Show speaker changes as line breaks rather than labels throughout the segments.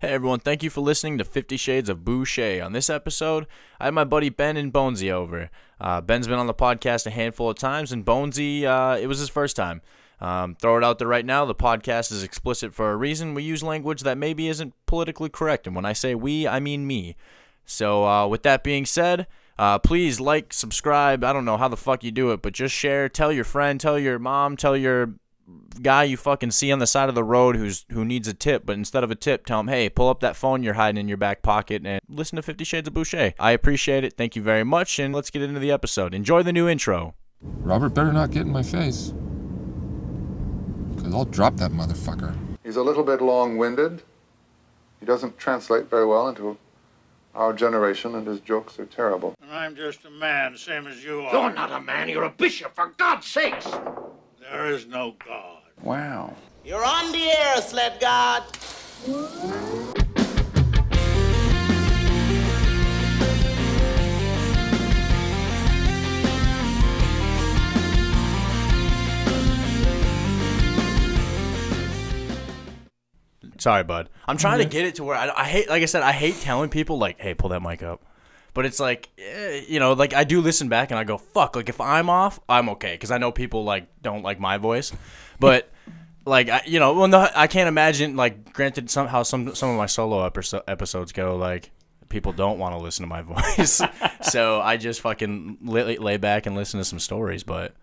Hey everyone, thank you for listening to Fifty Shades of Boucher. On this episode, I had my buddy Ben and Bonesy over. Uh, Ben's been on the podcast a handful of times, and Bonesy, uh, it was his first time. Um, throw it out there right now. The podcast is explicit for a reason. We use language that maybe isn't politically correct, and when I say we, I mean me. So, uh, with that being said, uh, please like, subscribe. I don't know how the fuck you do it, but just share. Tell your friend, tell your mom, tell your guy you fucking see on the side of the road who's who needs a tip, but instead of a tip, tell him, hey, pull up that phone you're hiding in your back pocket and listen to Fifty Shades of Boucher. I appreciate it. Thank you very much, and let's get into the episode. Enjoy the new intro.
Robert better not get in my face. Because I'll drop that motherfucker.
He's a little bit long winded. He doesn't translate very well into our generation, and his jokes are terrible.
And I'm just a man, same as you are.
You're not a man, you're a bishop, for God's sakes!
There is no God.
Wow.
You're on the air, sled god.
Sorry, bud. I'm trying to get it to where I, I hate, like I said, I hate telling people, like, hey, pull that mic up. But it's like, eh, you know, like I do listen back and I go, fuck, like if I'm off, I'm okay. Cause I know people, like, don't like my voice. But, like, I, you know, well, no, I can't imagine, like, granted, somehow some, some of my solo episo- episodes go, like, people don't want to listen to my voice. so I just fucking lay, lay back and listen to some stories. But,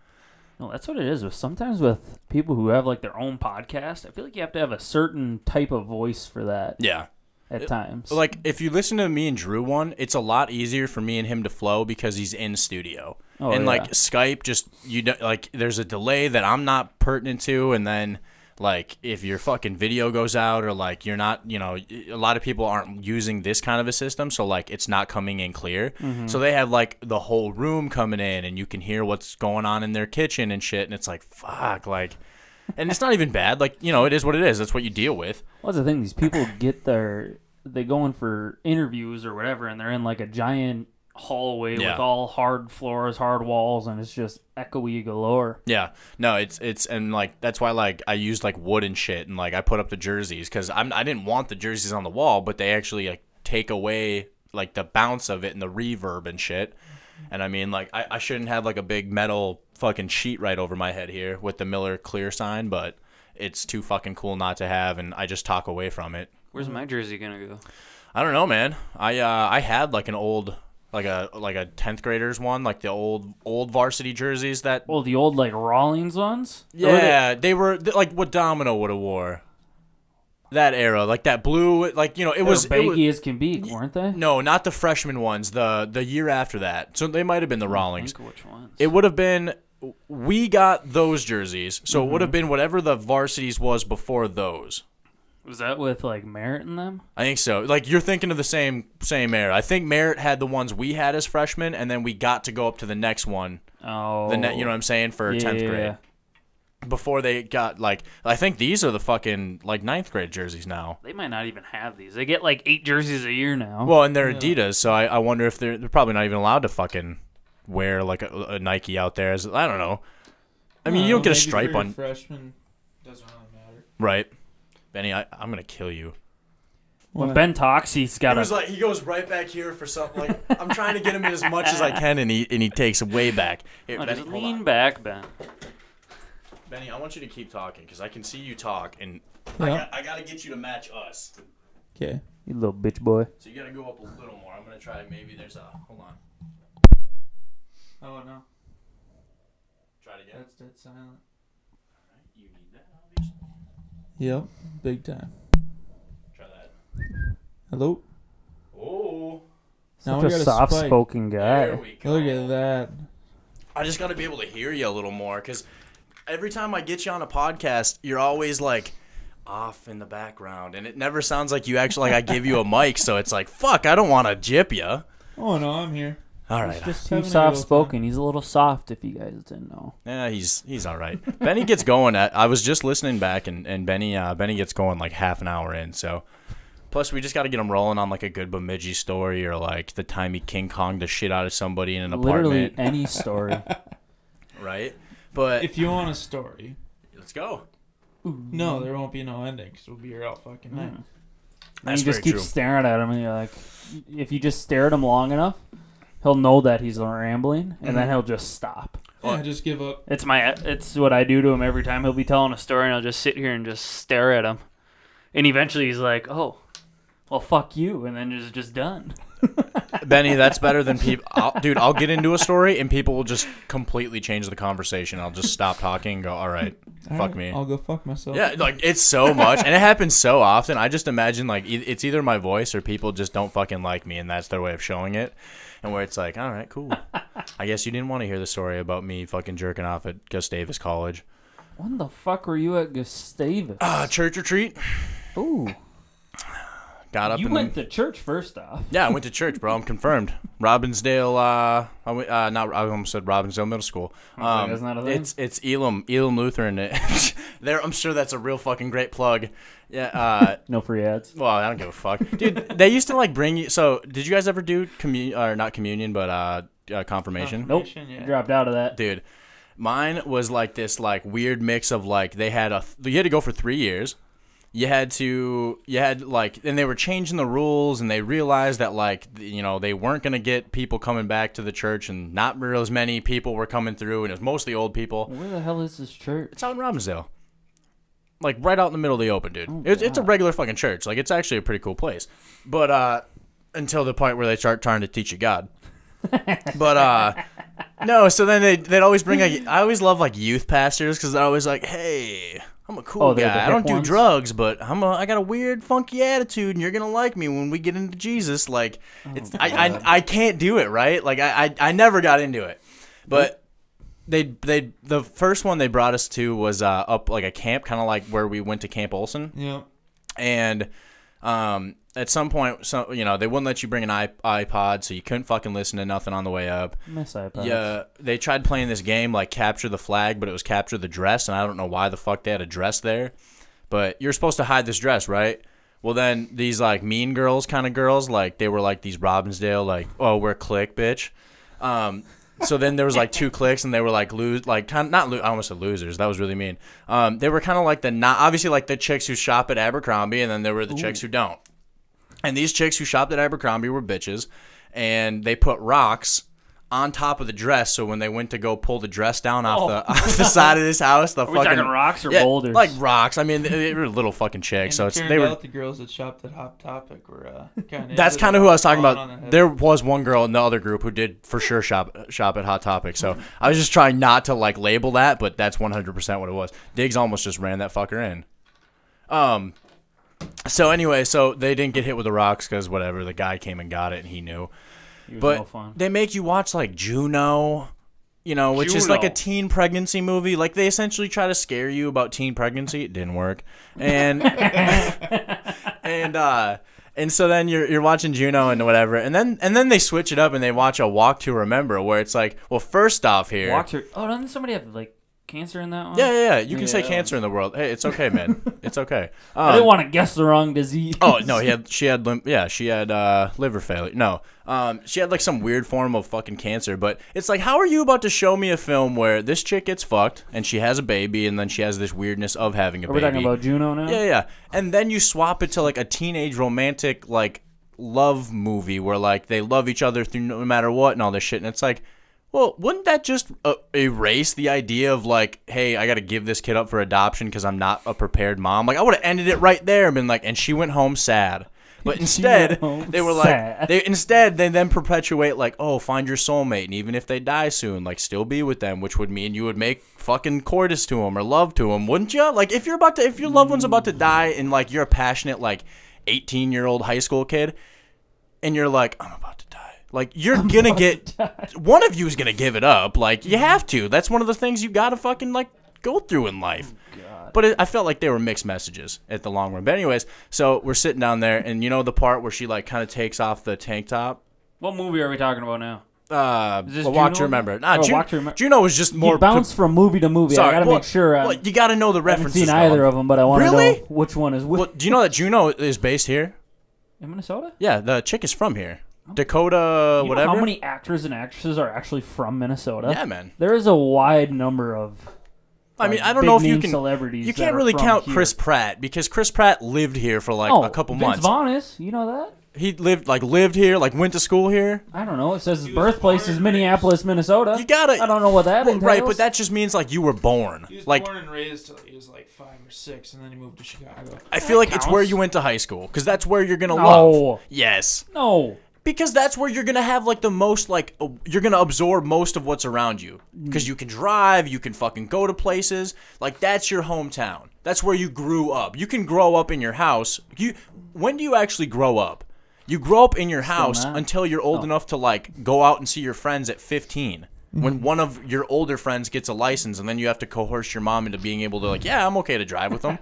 No, that's what it is. With sometimes with people who have like their own podcast, I feel like you have to have a certain type of voice for that
yeah.
at times.
Like if you listen to me and Drew one, it's a lot easier for me and him to flow because he's in studio.
Oh,
and like
yeah.
Skype just you don't like there's a delay that I'm not pertinent to and then like if your fucking video goes out or like you're not, you know, a lot of people aren't using this kind of a system, so like it's not coming in clear.
Mm-hmm.
So they have like the whole room coming in and you can hear what's going on in their kitchen and shit and it's like fuck like and it's not even bad. Like, you know, it is what it is. That's what you deal with.
What's the thing? These people get their they go in for interviews or whatever, and they're in like a giant hallway
Yeah.
with all hard floors, hard walls, and it's just echoey galore.
Yeah. No, it's it's and like that's why like I used like wood and shit and like I put up the jerseys cuz I'm I didn't want the jerseys on the wall, but they actually like take away like the bounce of it and the reverb and shit. And I mean like I, I shouldn't have like a big metal fucking sheet right over my head here with the Miller clear sign, but it's too fucking cool not to have and I just talk away from it.
Where's my jersey gonna go?
I don't know, man. I uh, I had like an old like a like a 10th graders one, like the old old varsity jerseys that
Well, the old like Rawlings ones.
Yeah, they were th- like what Domino would have wore. That era, like that blue, like you know, it
It
was,
was
it was-
baggy as can be, weren't they?
no, not the freshman ones. The the year after that, so they might have been the Rawlings.
Think which ones?
It would have been we got those jerseys, so it would have been whatever the varsities was before those.
Was that with like Merritt in them?
I think so. Like you're thinking of the same same era. I think Merritt had the ones we had as freshmen, and then we got to go up to the next one.
Oh,
The net, you know what I'm saying for
yeah,
tenth
yeah,
grade.
yeah.
Before they got like, I think these are the fucking like ninth grade jerseys now.
They might not even have these. They get like eight jerseys a year now.
Well, and they're Adidas, so I, I wonder if they're they're probably not even allowed to fucking wear like a, a Nike out there. As I don't know. I mean, you don't get a stripe on
freshman. Doesn't really matter.
right, Benny. I, I'm gonna kill you.
when Ben talks, he's got a
like he goes right back here for something. Like I'm trying to get him in as much as I can, and he and he takes way back. Here,
Oh,
Benny,
just
hold
lean
on.
back, Ben.
Benny, I want you to keep talking because I can see you talk, and I,
Yeah.
got, I gotta get you to match us.
Okay.
you little bitch boy.
So you gotta go up a little more. I'm gonna try. Maybe there's a hold on.
Oh no,
Try it again.
that's dead silent.
You need that obviously.
Yep, big time.
Try that.
Hello.
Oh.
Now
Such a soft spoken
There
guy.
we go.
Look at that.
I just got to be able to hear you a little more because every time I get you on a podcast, you're always like off in the background, and it never sounds like you actually like I give you a mic. So it's like, fuck, I don't want to jip you. All
Oh no, I'm here.
right, uh,
Just
Too
having a good old
soft spoken. He's a little soft if you guys didn't know.
yeah, he's he's all right. Benny gets going. At, I was just listening back, and and Benny uh, Benny gets going like half an hour in. So. Plus, we just got to get him rolling on like a good Bemidji story or like the time he King Kong the shit out of somebody in an
Literally
apartment,
any story.
right? But
time. If you want a story,
let's go.
Mm-hmm. Mm. no, there won't be no ending 'cause we'll be here all fucking night.
And
That's
you just
very
keep
true.
staring at him, and you're like, if you just stare at him long enough, he'll know that he's rambling, and then he'll just stop.
Yeah, just give up.
Mm-hmm. It's my it's what I do to him every time he'll be telling a story and I'll just sit here and just stare at him. And eventually he's like, "Oh, well fuck you." And then it's just done.
Benny, that's better than people. I'll, dude, I'll get into a story and people will just completely change the conversation. I'll just stop talking and go, all right,
All
fuck
right,
me.
I'll go fuck myself.
yeah, like it's so much, and it happens so often. I just imagine like e- it's either my voice or people just don't fucking like me, and that's their way of showing it. And where it's like, all right, cool. I guess you didn't want to hear the story about me fucking jerking off at Gustavus College.
When the fuck were you at Gustavus?
Uh, church retreat.
Ooh,
Got up.
you
in
went
the,
to church first off.
yeah, I went to church, bro. I'm confirmed. Robbinsdale. Uh, I went, uh, not. I almost said Robbinsdale Middle School. Um,
isn't that a thing?
it's it's Elam Elam Lutheran. there, I'm sure that's a real fucking great plug. Yeah. Uh,
No free ads.
Well, I don't give a fuck, dude. They used to like bring you. So, did you guys ever do communion or not communion, but uh, uh confirmation?
Nope,
Yeah.
dropped out of that.
dude. Mine was like this, like weird mix of like they had a you had to go for three years. You had to you had like and they were changing the rules and they realized that like th- you know they weren't gonna get people coming back to the church and not real as many people were coming through and it was mostly old people.
Where the hell is this church?
It's out in Robbinsdale. Like right out in the middle of the open, dude. it's, it's a regular fucking church. Like it's actually a pretty cool place. But uh until the point where they start trying to teach you God. but uh no, so then they they'd always bring like I always love like youth pastors cuz they're always like, "Hey, I'm a cool
Oh, they're the
guy. I
hip
don't
ones?
do drugs, but I'm a I got a weird funky attitude and you're going to like me when we get into Jesus." Like
Oh
it's I, I I can't do it, right? Like I I, I never got into it. But they they the first one they brought us to was uh, up like a camp, kind of like where we went to Camp Olson,
Yeah.
and um, at some point, so you know they wouldn't let you bring an iP- iPod, so you couldn't fucking listen to nothing on the way up.
Miss iPads.
Yeah, they tried playing this game like capture the flag, but it was capture the dress, and I don't know why the fuck they had a dress there. But you're supposed to hide this dress, right? Well, then these like mean girls kind of girls, like they were like these Robbinsdale, like oh we're click bitch. Um, so then there was like two clicks, and they were like lose, like kind not lo- I almost said losers. That was really mean. Um, they were kind of like the not obviously like the chicks who shop at Abercrombie, and then there were the chicks who don't. And these chicks who shopped at Abercrombie were bitches, and they put rocks on top of the dress. So when they went to go pull the dress down off the off the side of this house, the
Oh. we
fucking
talking rocks or boulders?
like rocks. I mean, they, they were little fucking chicks, so
And
it's,
it
they
turned
were.
out the girls that shopped at Hot Topic were uh, kind of.
That's kind of who I was talking about. There was one girl in the other group who did for sure shop shop at Hot Topic. So I was just trying not to like label that, but that's 100% what it was. Diggs almost just ran that fucker in. Um. So anyway, so they didn't get hit with the rocks because whatever. The guy came and got it, and he knew.
He was
But
no fun.
they make you watch like Juno, you know, which is like a
Juno.
teen pregnancy movie. Like they essentially try to scare you about teen pregnancy. It didn't work, and and uh, and so then you're you're watching Juno and whatever, and then and then they switch it up and they watch a Walk to Remember, where it's like, well, first off here,
Walk through. Oh, doesn't somebody have like cancer in that one?
yeah, yeah, yeah, you can say
Yeah.
cancer in the world. Hey, it's okay, man. it's okay.
I
Um,
didn't want to guess the wrong disease.
Oh no, he had she had lim- yeah she had uh, liver failure. No, um, she had like some weird form of fucking cancer. But it's like, how are you about to show me a film where this chick gets fucked and she has a baby and then she has this weirdness of having a
Are we
baby?
talking about Juno now?
yeah, yeah, and then you swap it to like a teenage romantic like love movie where like they love each other through no matter what and all this shit. And it's like, well, wouldn't that just uh, erase the idea of like, hey, I got to give this kid up for adoption because I'm not a prepared mom? Like, I would have ended it right there and been like, and she went home sad. But instead,
home
they were
sad.
like, they instead they then perpetuate like, oh, find your soulmate, and even if they die soon, like, still be with them, which would mean you would make fucking cordis to them or love to them, wouldn't you? Like, if you're about to, if your loved one's about to die, and like you're a passionate like, 18 year old high school kid, and you're like, I'm about to die. Like you're gonna get one of you is gonna give it up. Like you have to. That's one of the things you gotta fucking like go through in life. But it, I felt like they were mixed messages at the long run. But anyways, so we're sitting down there, and you know the part where she like kind of takes off the tank top.
What movie are we talking about now?
Uh,
this
well, Walk
Juno?
to Remember. Nah,
Oh,
Ju-
Walk to Remem-
Juno was just more.
you bounce from movie to movie. I gotta
well,
make sure uh, I
well, you gotta know the
haven't
references.
seen either
though.
of them, but I want to
Really?
know which one is which.
Well, do you know that Juno is based here?
in Minnesota?
Yeah, the chick is from here. Dakota,
Oh. You know
whatever.
how many actors and actresses are actually from Minnesota?
Yeah, man.
There is a wide number of
I mean,
like,
I don't
big
know if you
name
can.
celebrities
you
that
can't
are
really
from
count
here.
Chris Pratt because Chris Pratt lived here for like
oh,
a couple
Vince
months.
Vaughn is. You know that?
He lived like lived here, like went to school here.
I don't know. It says his birthplace is Minneapolis, Minnesota.
You gotta.
I don't know what that
Well,
entails.
Right, but that just means like you were born.
He was
Like
born and raised till he was like five or six, and then he moved to Chicago.
I feel like it's where
counts.
you went to high school because that's where you're gonna
No.
love. Yes,
no,
because that's where you're gonna have like the most like uh, you're gonna absorb most of what's around you because you can drive, you can fucking go to places. Like that's your hometown. That's where you grew up. You can grow up in your house. You when do you actually grow up? You grow up in your house
not.
until you're old enough to like go out and see your friends at 15. When one of your older friends gets a license, and then you have to coerce your mom into being able to like, yeah, I'm okay to drive with them.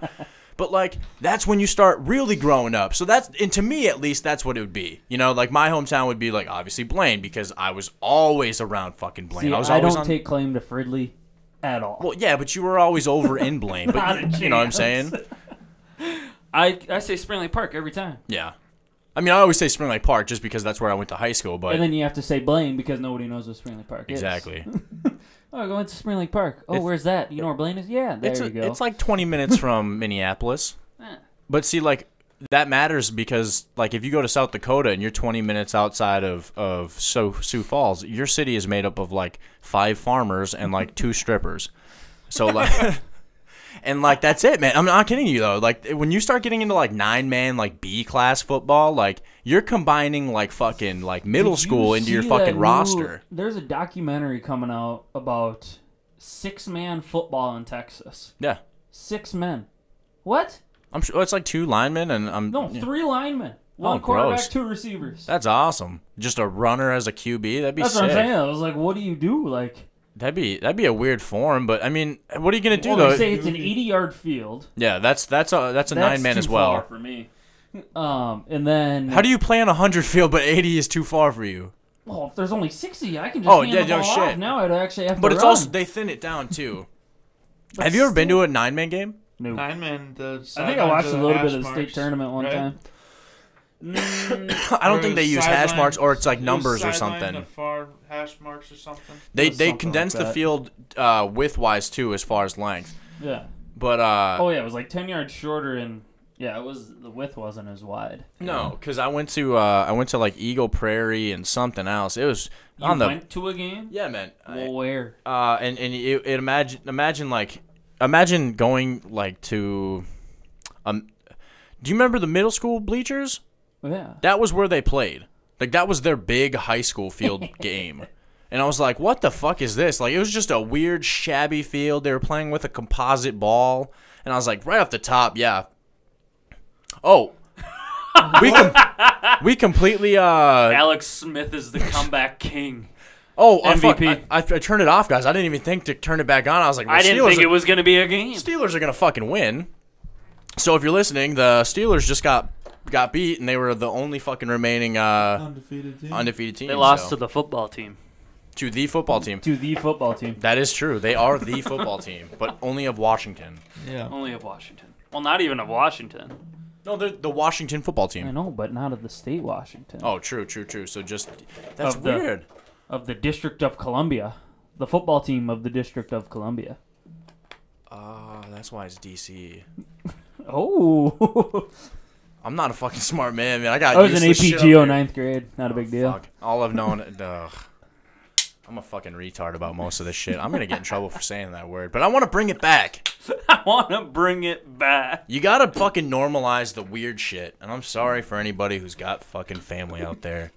But like that's when you start really growing up. So that's and to me at least that's what it would be. You know, like my hometown would be like obviously Blaine because I was always around fucking Blaine.
See,
I was
I
always
don't
on.
take claim to Fridley at all.
well, yeah, but you were always over in Blaine.
Not
But
a
you, you know what I'm
chance.
saying?
I I say Spring Lake Park every time,
Yeah. I mean, I always say Spring Lake Park just because that's where I went to high school. But
and then you have to say Blaine because nobody knows what Spring Lake Park is.
exactly,
Oh, I went to Spring Lake Park. Oh,
It's-
where's that? You know where Blaine is? Yeah, there
it's
you
a-
go.
it's like 20 minutes from Minneapolis.
Eh.
But see, like that matters because like if you go to South Dakota and you're 20 minutes outside of of so Sioux Falls, your city is made up of like five farmers and like two strippers. So like. And like that's it, man. I'm not kidding you though. Like when you start getting into like nine man like B class football, like you're combining like fucking like middle
Did you
school into your
see that
fucking
new-
roster.
There's a documentary coming out about six man football in Texas.
Yeah,
Six men. What?
I'm sure it's like two linemen and I'm
No,
yeah.
three linemen. One
Oh,
quarterback,
gross.
two receivers.
That's awesome. Just a runner as a QB. That'd be
That's
sick.
what I'm saying. I was like, what do you do? Like,
That'd be that'd be a weird form, but I mean, what are you gonna do
well,
though?
they say it's an 80 yard field.
yeah, that's that's a that's a
That's
nine man
too
as well.
far for me. Um, and then
How do you play on a hundred field, but eighty is too far for you?
Well, if there's only 60, I can just
Oh,
hand
yeah,
the
no
ball
shit.
off. Now I'd actually have to
But it's
run.
also they thin it down too. Have you ever been to a nine man game?
No. I
Nine men. The
think I watched a little bit of the state tournament one time. Mm.
I don't think they use hash marks or it's like numbers or something.
Far hash marks or something.
They
was
they
something like
condense the
that.
field uh, width wise too, as far as length.
Yeah.
But uh,
Oh yeah, it was like 10 yards shorter and yeah, it was the width wasn't as wide.
no, because I went to uh, I went to like Eagle Prairie and something else. It was
You
on the
went to a game?
yeah man. I-
Well, where?
uh, and and it, it imagine imagine like imagine going like to um do you remember the middle school bleachers
Yeah.
that was where they played like that was their big high school field game and i was like what the fuck is this like it was just a weird shabby field they were playing with a composite ball and i was like right off the top yeah oh we com- we completely uh
Alex Smith is the comeback king.
oh I fuck-
MVP.
I, I, I turned it off guys i didn't even think to turn it back on i was like well,
I didn't
Steelers
think
are-
it was going to be a game.
Steelers are gonna fucking win. So if you're listening, the Steelers just got got beat, and they were the only fucking remaining uh,
Undefeated team.
undefeated team.
They lost
so-
to the football team.
to the football team.
To the football team.
That is true. They are the football team, but only of Washington.
yeah.
Only of Washington. Well, not even of Washington.
No, they're the Washington football
I
team.
know, but not of the state Washington.
Oh, true, true, true. So just that's
Of the-
weird.
Of the District of Columbia. The football team of the District of Columbia.
Oh, that's why it's DC.
Oh.
I'm not a fucking smart man, man. I got.
I was in
useless shit
AP
up
Geo
here. Oh,
ninth grade. Not a big deal.
Fuck. All I've known. ugh. I'm a fucking retard about most of this shit. I'm gonna get in trouble for saying that word, but I want to bring it back.
I want to bring it back.
You gotta fucking normalize the weird shit. And I'm sorry for anybody who's got fucking family out there.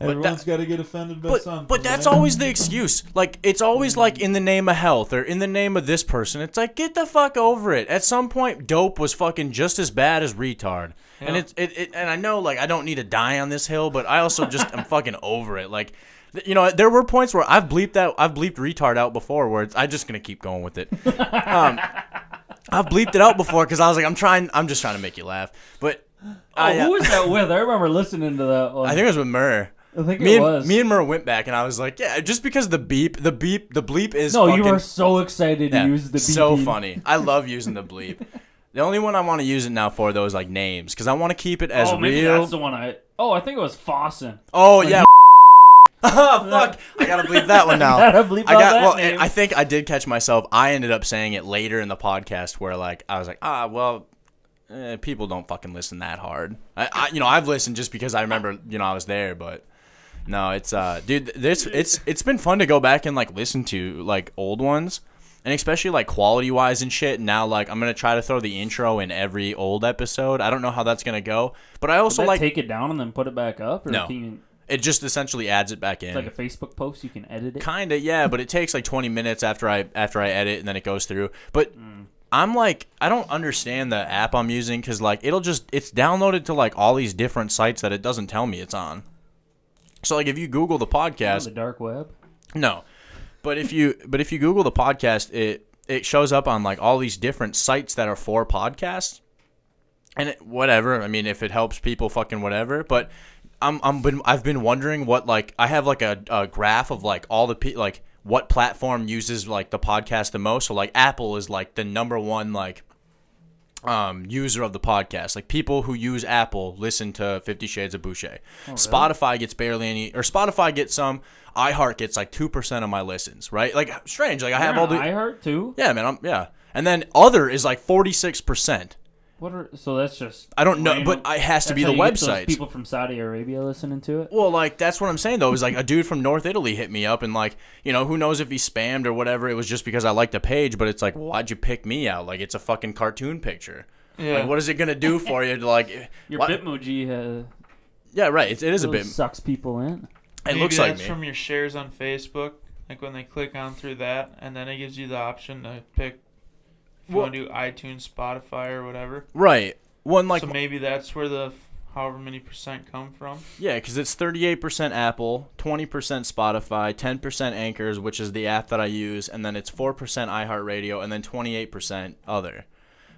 Everyone's got to get offended by something.
But, but that's
right?
always the excuse. Like, it's always like in the name of health or in the name of this person. It's like, get the fuck over it. At some point, dope was fucking just as bad as retard. And it's it, it and I know like I don't need to die on this hill, but I also just am fucking over it. Like th- you know, there were points where I've bleeped out I've bleeped retard out before where it's I'm just gonna keep going with it. Um, I've bleeped it out before because I was like, I'm trying I'm just trying to make you laugh. But I, uh,
Oh, who was that with? I remember listening to that one.
I think it was with Murr.
I think
me
it
and,
was.
Me and Murr went back, and I was like, yeah, just because the beep, the beep, the bleep is
no,
fucking,
you were so excited
yeah,
to use the BB.
so funny. I love using the bleep. the only one I want to use it now for though is like names, because I want to keep it as
Oh, maybe
real.
that's the one I. Oh, I think it was Fawson.
oh yeah, Oh, fuck. I gotta bleep that one now.
I gotta bleep
I
out
got
that
well.
name.
I think I did catch myself. I ended up saying it later in the podcast where like I was like, ah, well, eh, people don't fucking listen that hard. I, I, you know, I've listened just because I remember, you know, I was there, but. No, it's uh, dude. This it's it's been fun to go back and like listen to like old ones, and especially like quality wise and shit. Now like I'm gonna try to throw the intro in every old episode. I don't know how that's gonna go, but I also
That
like
take it down and then put it back up, or
No.
can you,
it. Just essentially adds it back in.
it's like a Facebook post. You can edit it.
Kinda, yeah, but it takes like 20 minutes after I after I edit and then it goes through. But I'm like, I don't understand the app I'm using because like it'll just it's downloaded to like all these different sites that it doesn't tell me it's on. So like if you Google the
on
podcast,
the dark web.
no, but if you but if you Google the podcast, it it shows up on like all these different sites that are for podcasts. And it, whatever, I mean, if it helps people, fucking whatever. But I'm I'm been I've been wondering what like I have like a, a graph of like all the pe- like what platform uses like the podcast the most. So like Apple is like the number one like um, user of the podcast. Like people who use Apple listen to Fifty Shades of Boucher. Spotify gets barely any, or Spotify gets some. iHeart gets like two percent of my listens. Right? Like strange. Like I have all the
I heart too.
yeah, man. I'm, yeah, and then other is like forty six percent.
What are so that's just
I don't know,
random-
but it has to
that's
be
how
the
you get those
websites.
People from Saudi Arabia listening to it.
Well, like that's what I'm saying though. Is like a dude from North Italy hit me up and like you know who knows if he spammed or whatever. It was just because I liked the page, but it's like well, why'd you pick me out? Like it's a fucking cartoon picture.
Yeah.
Like what is it gonna do for you? To like
Your
why-
Bitmoji uh,
yeah, right. It, it is a
really
bit.
sucks people in.
It
Oh, Maybe
looks like
that's
me.
from your shares on Facebook, like when they click on through that, and then it gives you the option to pick if you
Well-
want to do iTunes, Spotify, or whatever.
Right. One like
so maybe that's where the f- however many percent come from.
yeah, because it's thirty eight percent Apple, twenty percent Spotify, ten percent Anchors, which is the app that I use, and then it's four percent iHeartRadio, and then twenty eight percent other.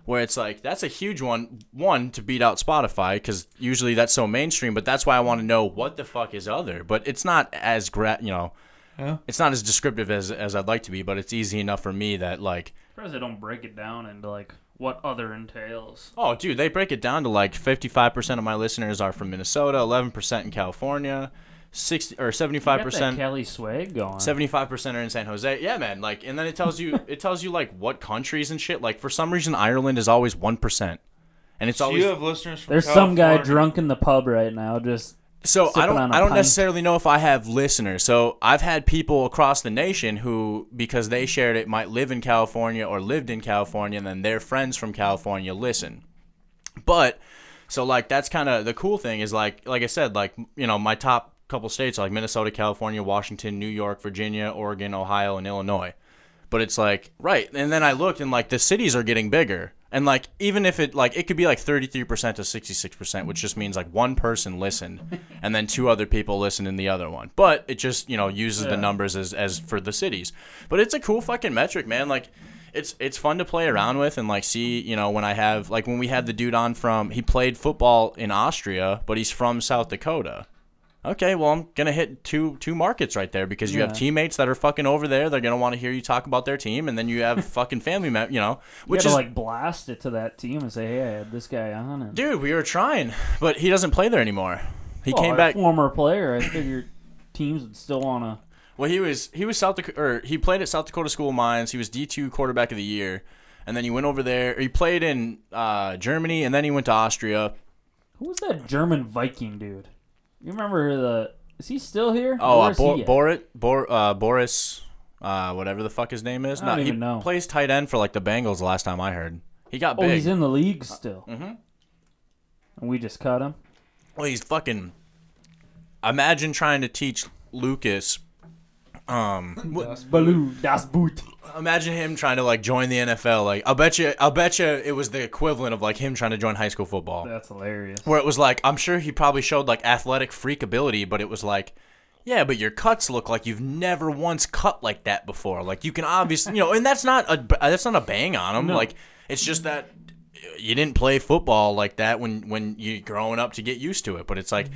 Where it's like that's a huge one, one to beat out Spotify because usually that's so mainstream. But that's why I want to know what the fuck is other. But it's not as gra- you know,
Yeah.
it's not as descriptive as as I'd like to be. But it's easy enough for me that like
Surprised they don't break it down into like what other entails.
Oh, dude, they break it down to like 55% of my listeners are from Minnesota, 11% in California, 60 or
Got that
75%
Cali swag going.
75% are in San Jose. Yeah, man, like and then it tells you it tells you like what countries and shit. Like for some reason Ireland is always 1%. And it's
So
always
you have listeners from
There's some guy
California.
drunk in the pub right now. Just
so I
sipping
don't
on a
I don't
pint.
necessarily know if I have listeners. So I've had people across the nation who because they shared it might live in California or lived in California and then their friends from California listen. But so like that's kind of the cool thing is like like I said like you know my top couple states are like Minnesota, California, Washington, New York, Virginia, Oregon, Ohio, and Illinois. But it's like right, and then I looked and like the cities are getting bigger. And like even if it like it could be like 33% to 66%, which just means like one person listened and then two other people listened in the other one. But it just, you know, uses the numbers as as for the cities. But it's a cool fucking metric, man. Like it's it's fun to play around with and like see you know when I have like when we had the dude on from he played football in Austria but he's from South Dakota. Okay, well I'm gonna hit two two markets right there because you have
Yeah.
teammates that are fucking over there. They're gonna want to hear you talk about their team, and then you have fucking family mem you know,
you
which
gotta
is
like blast it to that team and say, hey, I had this guy on. And
dude, we were trying, but he doesn't play there anymore. He
Well,
came
Oh, a
back.
former player. I figured teams would still wanna.
Well, he was he was South Dakota, or he played at South Dakota School of Mines. He was D two quarterback of the year, and then he went over there. He played in uh, Germany, and then he went to Austria.
Who was that German Viking dude? You remember the? Is he still here?
Oh,
Where
uh,
is
Bor-
he at?
Borat, Bor- uh, Boris, uh, whatever the fuck his name is.
I don't
No,
even
he
know.
plays tight end for like the Bengals. the Last time I Uh, heard, he got
Oh,
big.
he's in the league still. Mm-hmm. And we just cut him.
well, he's fucking. Imagine trying to teach Lucas. Um, what-
Baloo, das Boot.
imagine him trying to like join the NFL. Like, I'll bet you, I'll bet you, it was the equivalent of like him trying to join high school football.
That's hilarious.
where it was like I'm sure he probably showed like athletic freak ability, but it was like, yeah, but your cuts look like you've never once cut like that before. Like you can obviously, you know, and that's not a that's not a bang on him. Like it's just that you didn't play football like that when when you growing up to get used to it. But it's like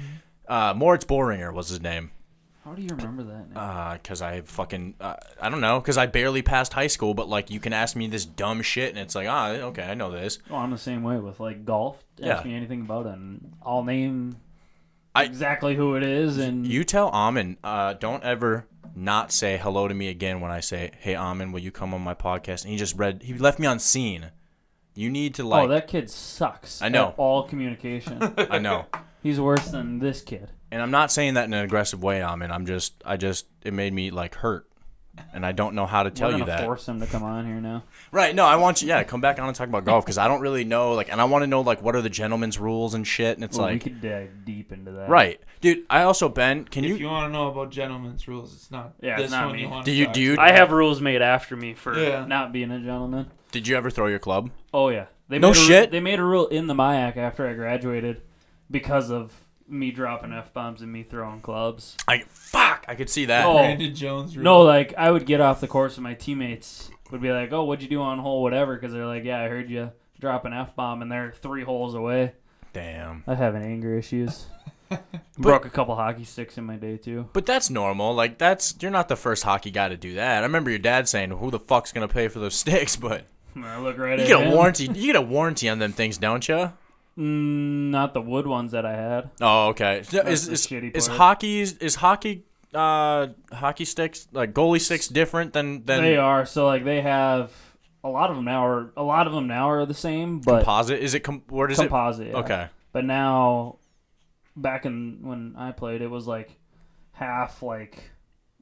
uh, Moritz Boringer was his name
How do you remember that? Now?
because I fucking uh, I don't know because I barely passed high school. But like you can ask me this dumb shit, and it's like ah okay I know this.
oh, I'm the same way with like golf. Ask
Yeah.
me anything about it, and I'll name
I-
exactly who it is, and
You tell Amin, uh, don't ever not say hello to me again when I say, "Hey Amin, will you come on my podcast?" And he just read, he left me on scene. You need to like,
oh, that kid sucks.
I know.
at all communication.
I know,
He's worse than this kid.
and I'm not saying that in an aggressive way, Amin. I'm just, I just, it made me like hurt, and I don't know how to tell you
We're gonna
that.
force him to come on here now.
Right? No, I want you, yeah, to come back on and talk about golf because I don't really know, like, and I want to know like what are the gentleman's rules and shit, and it's
Well, we
like,
could dive deep into that.
right, dude. I also Ben, can
If you want to know about gentlemen's rules, it's not
Yeah, it's
this
not
one
me.
you want
do
to
you do you
I have rules made after me for
Yeah.
not being a gentleman.
did you ever throw your club?
Oh yeah, they
No
made a ru-
shit.
they made a rule in the Mayak after I graduated because of me dropping f bombs and me throwing clubs.
I fuck, I could see that.
Oh.
Brandon Jones rule.
No, like I would get off the course and my teammates would be like, "Oh, what'd you do on hole whatever?" Because they're like, "Yeah, I heard you drop an f bomb," and they're three holes away.
Damn.
I have an anger issues. Broke a couple hockey sticks in my day too.
But that's normal. Like that's you're not the first hockey guy to do that. I remember your dad saying, "Who the fuck's gonna pay for those sticks?" But
And I look right
you
at
get a
him.
warranty. You get a warranty on them things, don't you?
Mm, not the wood ones that I had.
Oh, okay. So Is
That's the
is,
shitty
is
part.
hockey is hockey uh hockey sticks like goalie sticks different than than
They are so like they have a lot of them now are a lot of them now are the same, but
composite? Is it com- where does
composite.
it?
yeah.
Okay.
But now, back in when I played, it was like half like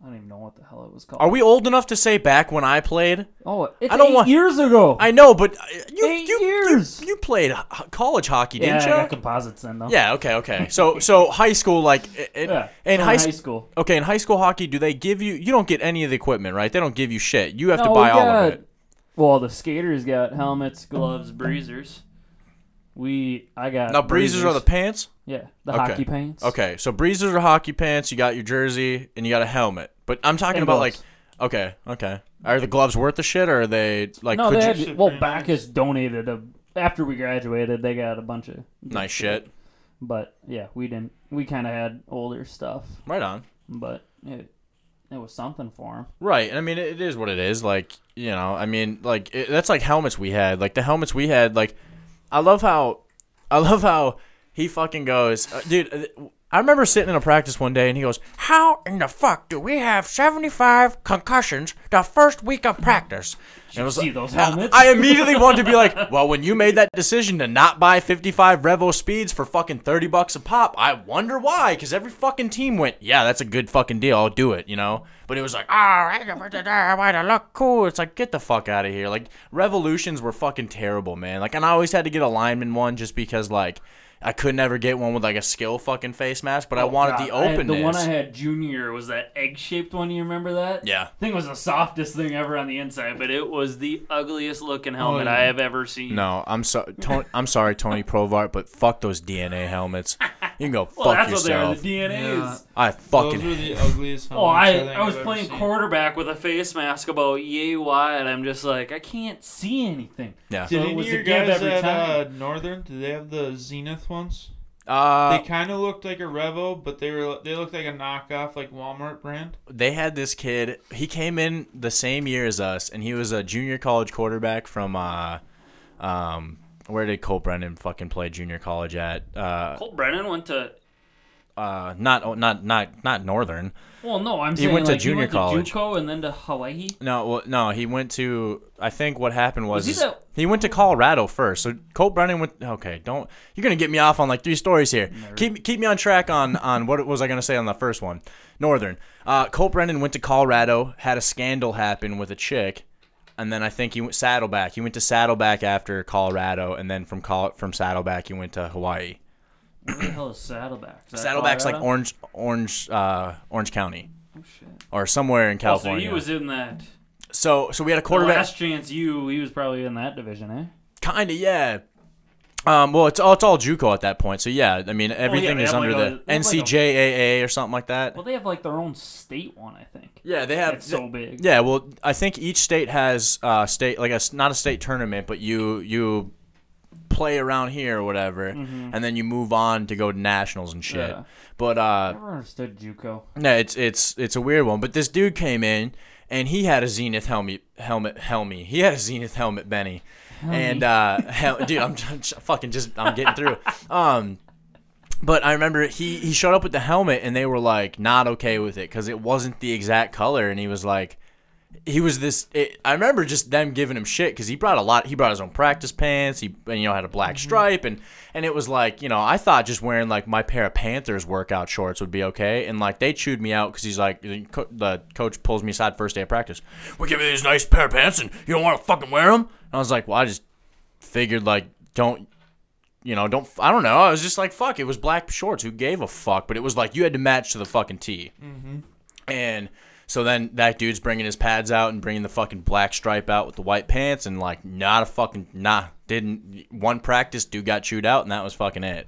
I don't even know what the hell it was called.
Are we old enough to say back when I played?
oh, it's
I don't
eight
want-
years ago.
I know, but uh, you
Eight
you,
years.
you you played ho- college hockey,
yeah,
didn't
I
you?
got composites then though.
yeah. Okay. Okay. So so high school like i- i-
yeah.
in
so
high,
in
school.
high school.
Okay, in high school hockey, do they give you? You don't get any of the equipment, right? They don't give you shit. You have to
No,
buy
we
all of
got-
it.
Well, the skaters got helmets, gloves, breezers. We, I got
Now breezers are the pants.
yeah the
Okay.
hockey pants.
Okay, so breezers are hockey pants. You got your jersey and you got a helmet. But I'm talking
And
about
gloves.
like, okay, okay. Are the gloves worth the shit, or are they like?
No,
could
they
you,
had, well Bacchus donated a after we graduated. They got a bunch of
nice shit.
but yeah, we didn't. We kind of had older stuff,
Right on.
but it it was something for him.
Right. And I mean, it is what it is. Like, you know, I mean, like, it, that's like helmets we had. Like, the helmets we had, like, I love how, I love how he fucking goes, uh, dude. uh, I remember sitting in a practice one day and he goes, How in the fuck do we have 75 concussions the first week of practice? And it was
see
like-
those helmets?
I immediately wanted to be like, Well, when you made that decision to not buy 55 Revo speeds for fucking 30 bucks a pop, I wonder why. Because every fucking team went, Yeah, that's a good fucking deal. I'll do it, you know? But it was like, Oh, I want to look cool. It's like, Get the fuck out of here. Like, revolutions were fucking terrible, man. Like, and I always had to get a lineman one just because, like, I could never get one with like a skill fucking face mask, but I wanted the
Oh, I had-
openness.
the one I had junior was that egg shaped one. You remember that?
Yeah.
thing was the softest thing ever on the inside, but it was the ugliest looking helmet
Oh, yeah.
I have ever seen.
no, I'm sorry, Tony, I'm sorry, Tony Provart, but fuck those DNA helmets. You can go fuck
well, that's
yourself.
what they are. The DNA's.
I
Those
fucking.
were the ugliest.
Oh,
helmets
I,
think
I was
I've ever
playing
seen.
quarterback with a face mask about yay wide, and I'm just like, I can't see anything.
Yeah.
So
Did
it
any
was
of
a
your
give
guys
every
at
time.
uh, Northern? Did they have the Zenith ones?
uh,
they kind of looked like a Revo, but they were they looked like a knockoff, like Walmart brand.
they had this kid. He came in the same year as us, and he was a junior college quarterback from uh, um, where did Cole Brennan fucking play junior college at? Uh,
Colt Brennan went to.
uh, not oh, not not not Northern.
Well, no, I'm saying
went to
like,
junior
he went
college.
to JUCO and then to Hawaii.
No, well, no, he went to. I think what happened was,
Was he
is-
the-
he went to Colorado first. So Colt Brennan went. Okay, don't. You're gonna get me off on like three stories here. Keep keep me on track on on what was I gonna say on the first one? Northern. Uh, Colt Brennan went to Colorado, had a scandal happen with a chick, and then I think he went Saddleback. He went to Saddleback after Colorado, and then from Col- from Saddleback he went to Hawaii.
What the hell is Saddleback? Is that
Saddleback's like
Colorado?
Orange Orange uh, Orange County
Oh, shit.
or somewhere in
Oh, so
California.
he was in that.
so so we had a
The
quarterback.
last chance you, he was probably in that division, eh?
Kind of, yeah. Um, well, it's all, it's all JUCO at that point, so yeah. I mean, everything
Oh, they
is
have
under
like a-
the
they have like a-
NCJAA or something like that.
Well, they have like their own state one, I think.
yeah, they have.
It's so big.
yeah, well, I think each state has uh, state like a s- not a state tournament, but you you play around here or whatever, and then you move on to go to nationals and shit.
Mm-hmm. Yeah.
But uh,
I never understood JUCO.
no, it's it's it's a weird one. But this dude came in and he had a Zenith helmet helmet helmet. He had a Zenith helmet, Benny. And uh, hell, dude, I'm, i fucking just I'm getting through. Um, But I remember he he showed up with the helmet and they were like not okay with it because it wasn't the exact color and he was like he was this it, I remember just them giving him shit because he brought a lot he brought his own practice pants he and, you know had a black stripe and and it was like you know I thought just wearing like my pair of Panthers workout shorts would be okay and like they chewed me out because he's like the co- the coach pulls me aside first day of practice we give you these nice pair of pants and you don't want to fucking wear them and I was like well I just figured like don't you know, don't I don't know. I was just like, fuck. It was black shorts. Who gave a fuck? But it was like you had to match to the fucking tee.
Mm-hmm.
And so then that dude's bringing his pads out and bringing the fucking black stripe out with the white pants and like not a fucking nah. Didn't one practice dude got chewed out and that was fucking it.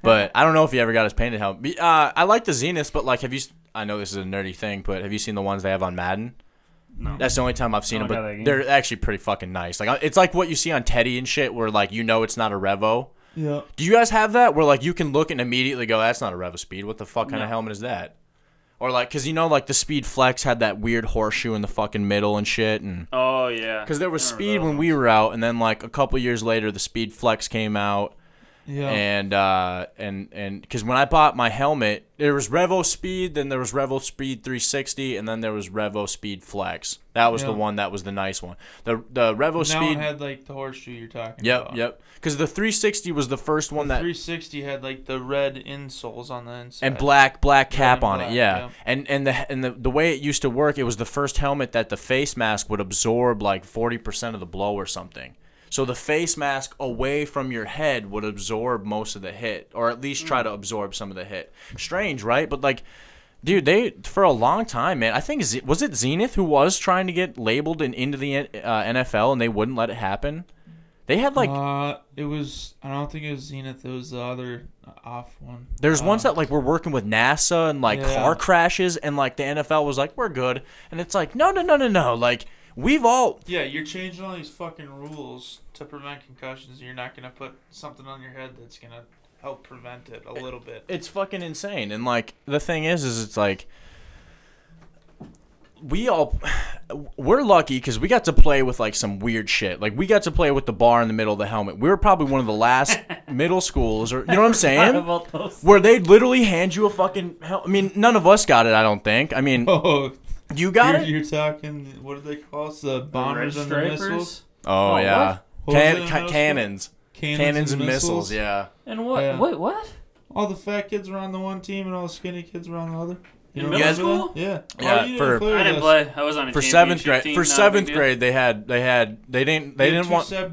but I don't know if he ever got his painted helmet. Be- Uh, I like the Zeniths, but like, have you? s- I know this is a nerdy thing, but have you seen the ones they have on Madden? No. That's the only time I've seen them,
Don't got that
but
game.
they're actually pretty fucking nice. Like I- it's like what you see on Teddy and shit, where like you know it's not a Revo,
Yeah.
do you guys have that where like you can look and immediately go, that's not a Rev Speed. What the fuck kind of helmet is that? Or like, cause you know, like the Speed Flex had that weird horseshoe in the fucking middle and shit, and
Oh yeah.
cause there was
I remember
Speed
those
when we were out, and then like a couple years later, the Speed Flex came out,
Yeah.
and uh, and and because when I bought my helmet, there was Revo Speed, then there was Revo Speed 360, and then there was Revo Speed Flex. That was the
Yeah.
one that was the nice one. The the Revo
That
Speed.
one had like the horseshoe you're talking
yep,
about.
yep. Because the 360 was the first one that
360 had like the red insoles on the inside.
and black black cap
and
on
black,
it yeah.
yeah.
and and the and the, the way it used to work it was the first helmet that the face mask would absorb like 40% of the blow or something so the face mask away from your head would absorb most of the hit or at least try to
Hmm.
absorb some of the hit strange right but like Dude, they for a long time, man. I think Z- was it Zenith who was trying to get labeled and into the uh, NFL, and they wouldn't let it happen. They had like
Uh, it was. I don't think it was Zenith. It was the other off one.
There's ones that like we're working with NASA and like
Um, Yeah.
car crashes and like the NFL was like we're good and it's like no no no no no like we've all
Yeah, you're changing all these fucking rules to prevent concussions. You're not gonna put something on your head that's gonna help prevent it a little bit.
it's fucking insane and like the thing is is it's like we all we're lucky because we got to play with like some weird shit like we got to play with the bar in the middle of the helmet we were probably one of the last middle schools or you know what I'm
ones.
saying
About those.
where they literally hand you a fucking hel- I mean none of us got it I don't think I mean
Oh,
you got
you're,
it
you're talking. What do they call us? The
Red
bombers and the
Stripers?
missiles.
oh,
Oh,
yeah
what? What was it
Can-
in
ca-
middle school?
cannons cannons and missiles. Yeah.
And what?
Yeah.
Wait, what?
All the fat kids were on the one team, and all the skinny kids were on the other. You
In
don't
middle
remember
school?
that? Yeah.
Yeah,
Oh, you
for-
play
I
with
didn't
us.
play. I was on a
For seventh
championship
grade,
team,
for
not a big
seventh
deal.
grade, they had they had they didn't they
We had
didn't
two
want.
sep-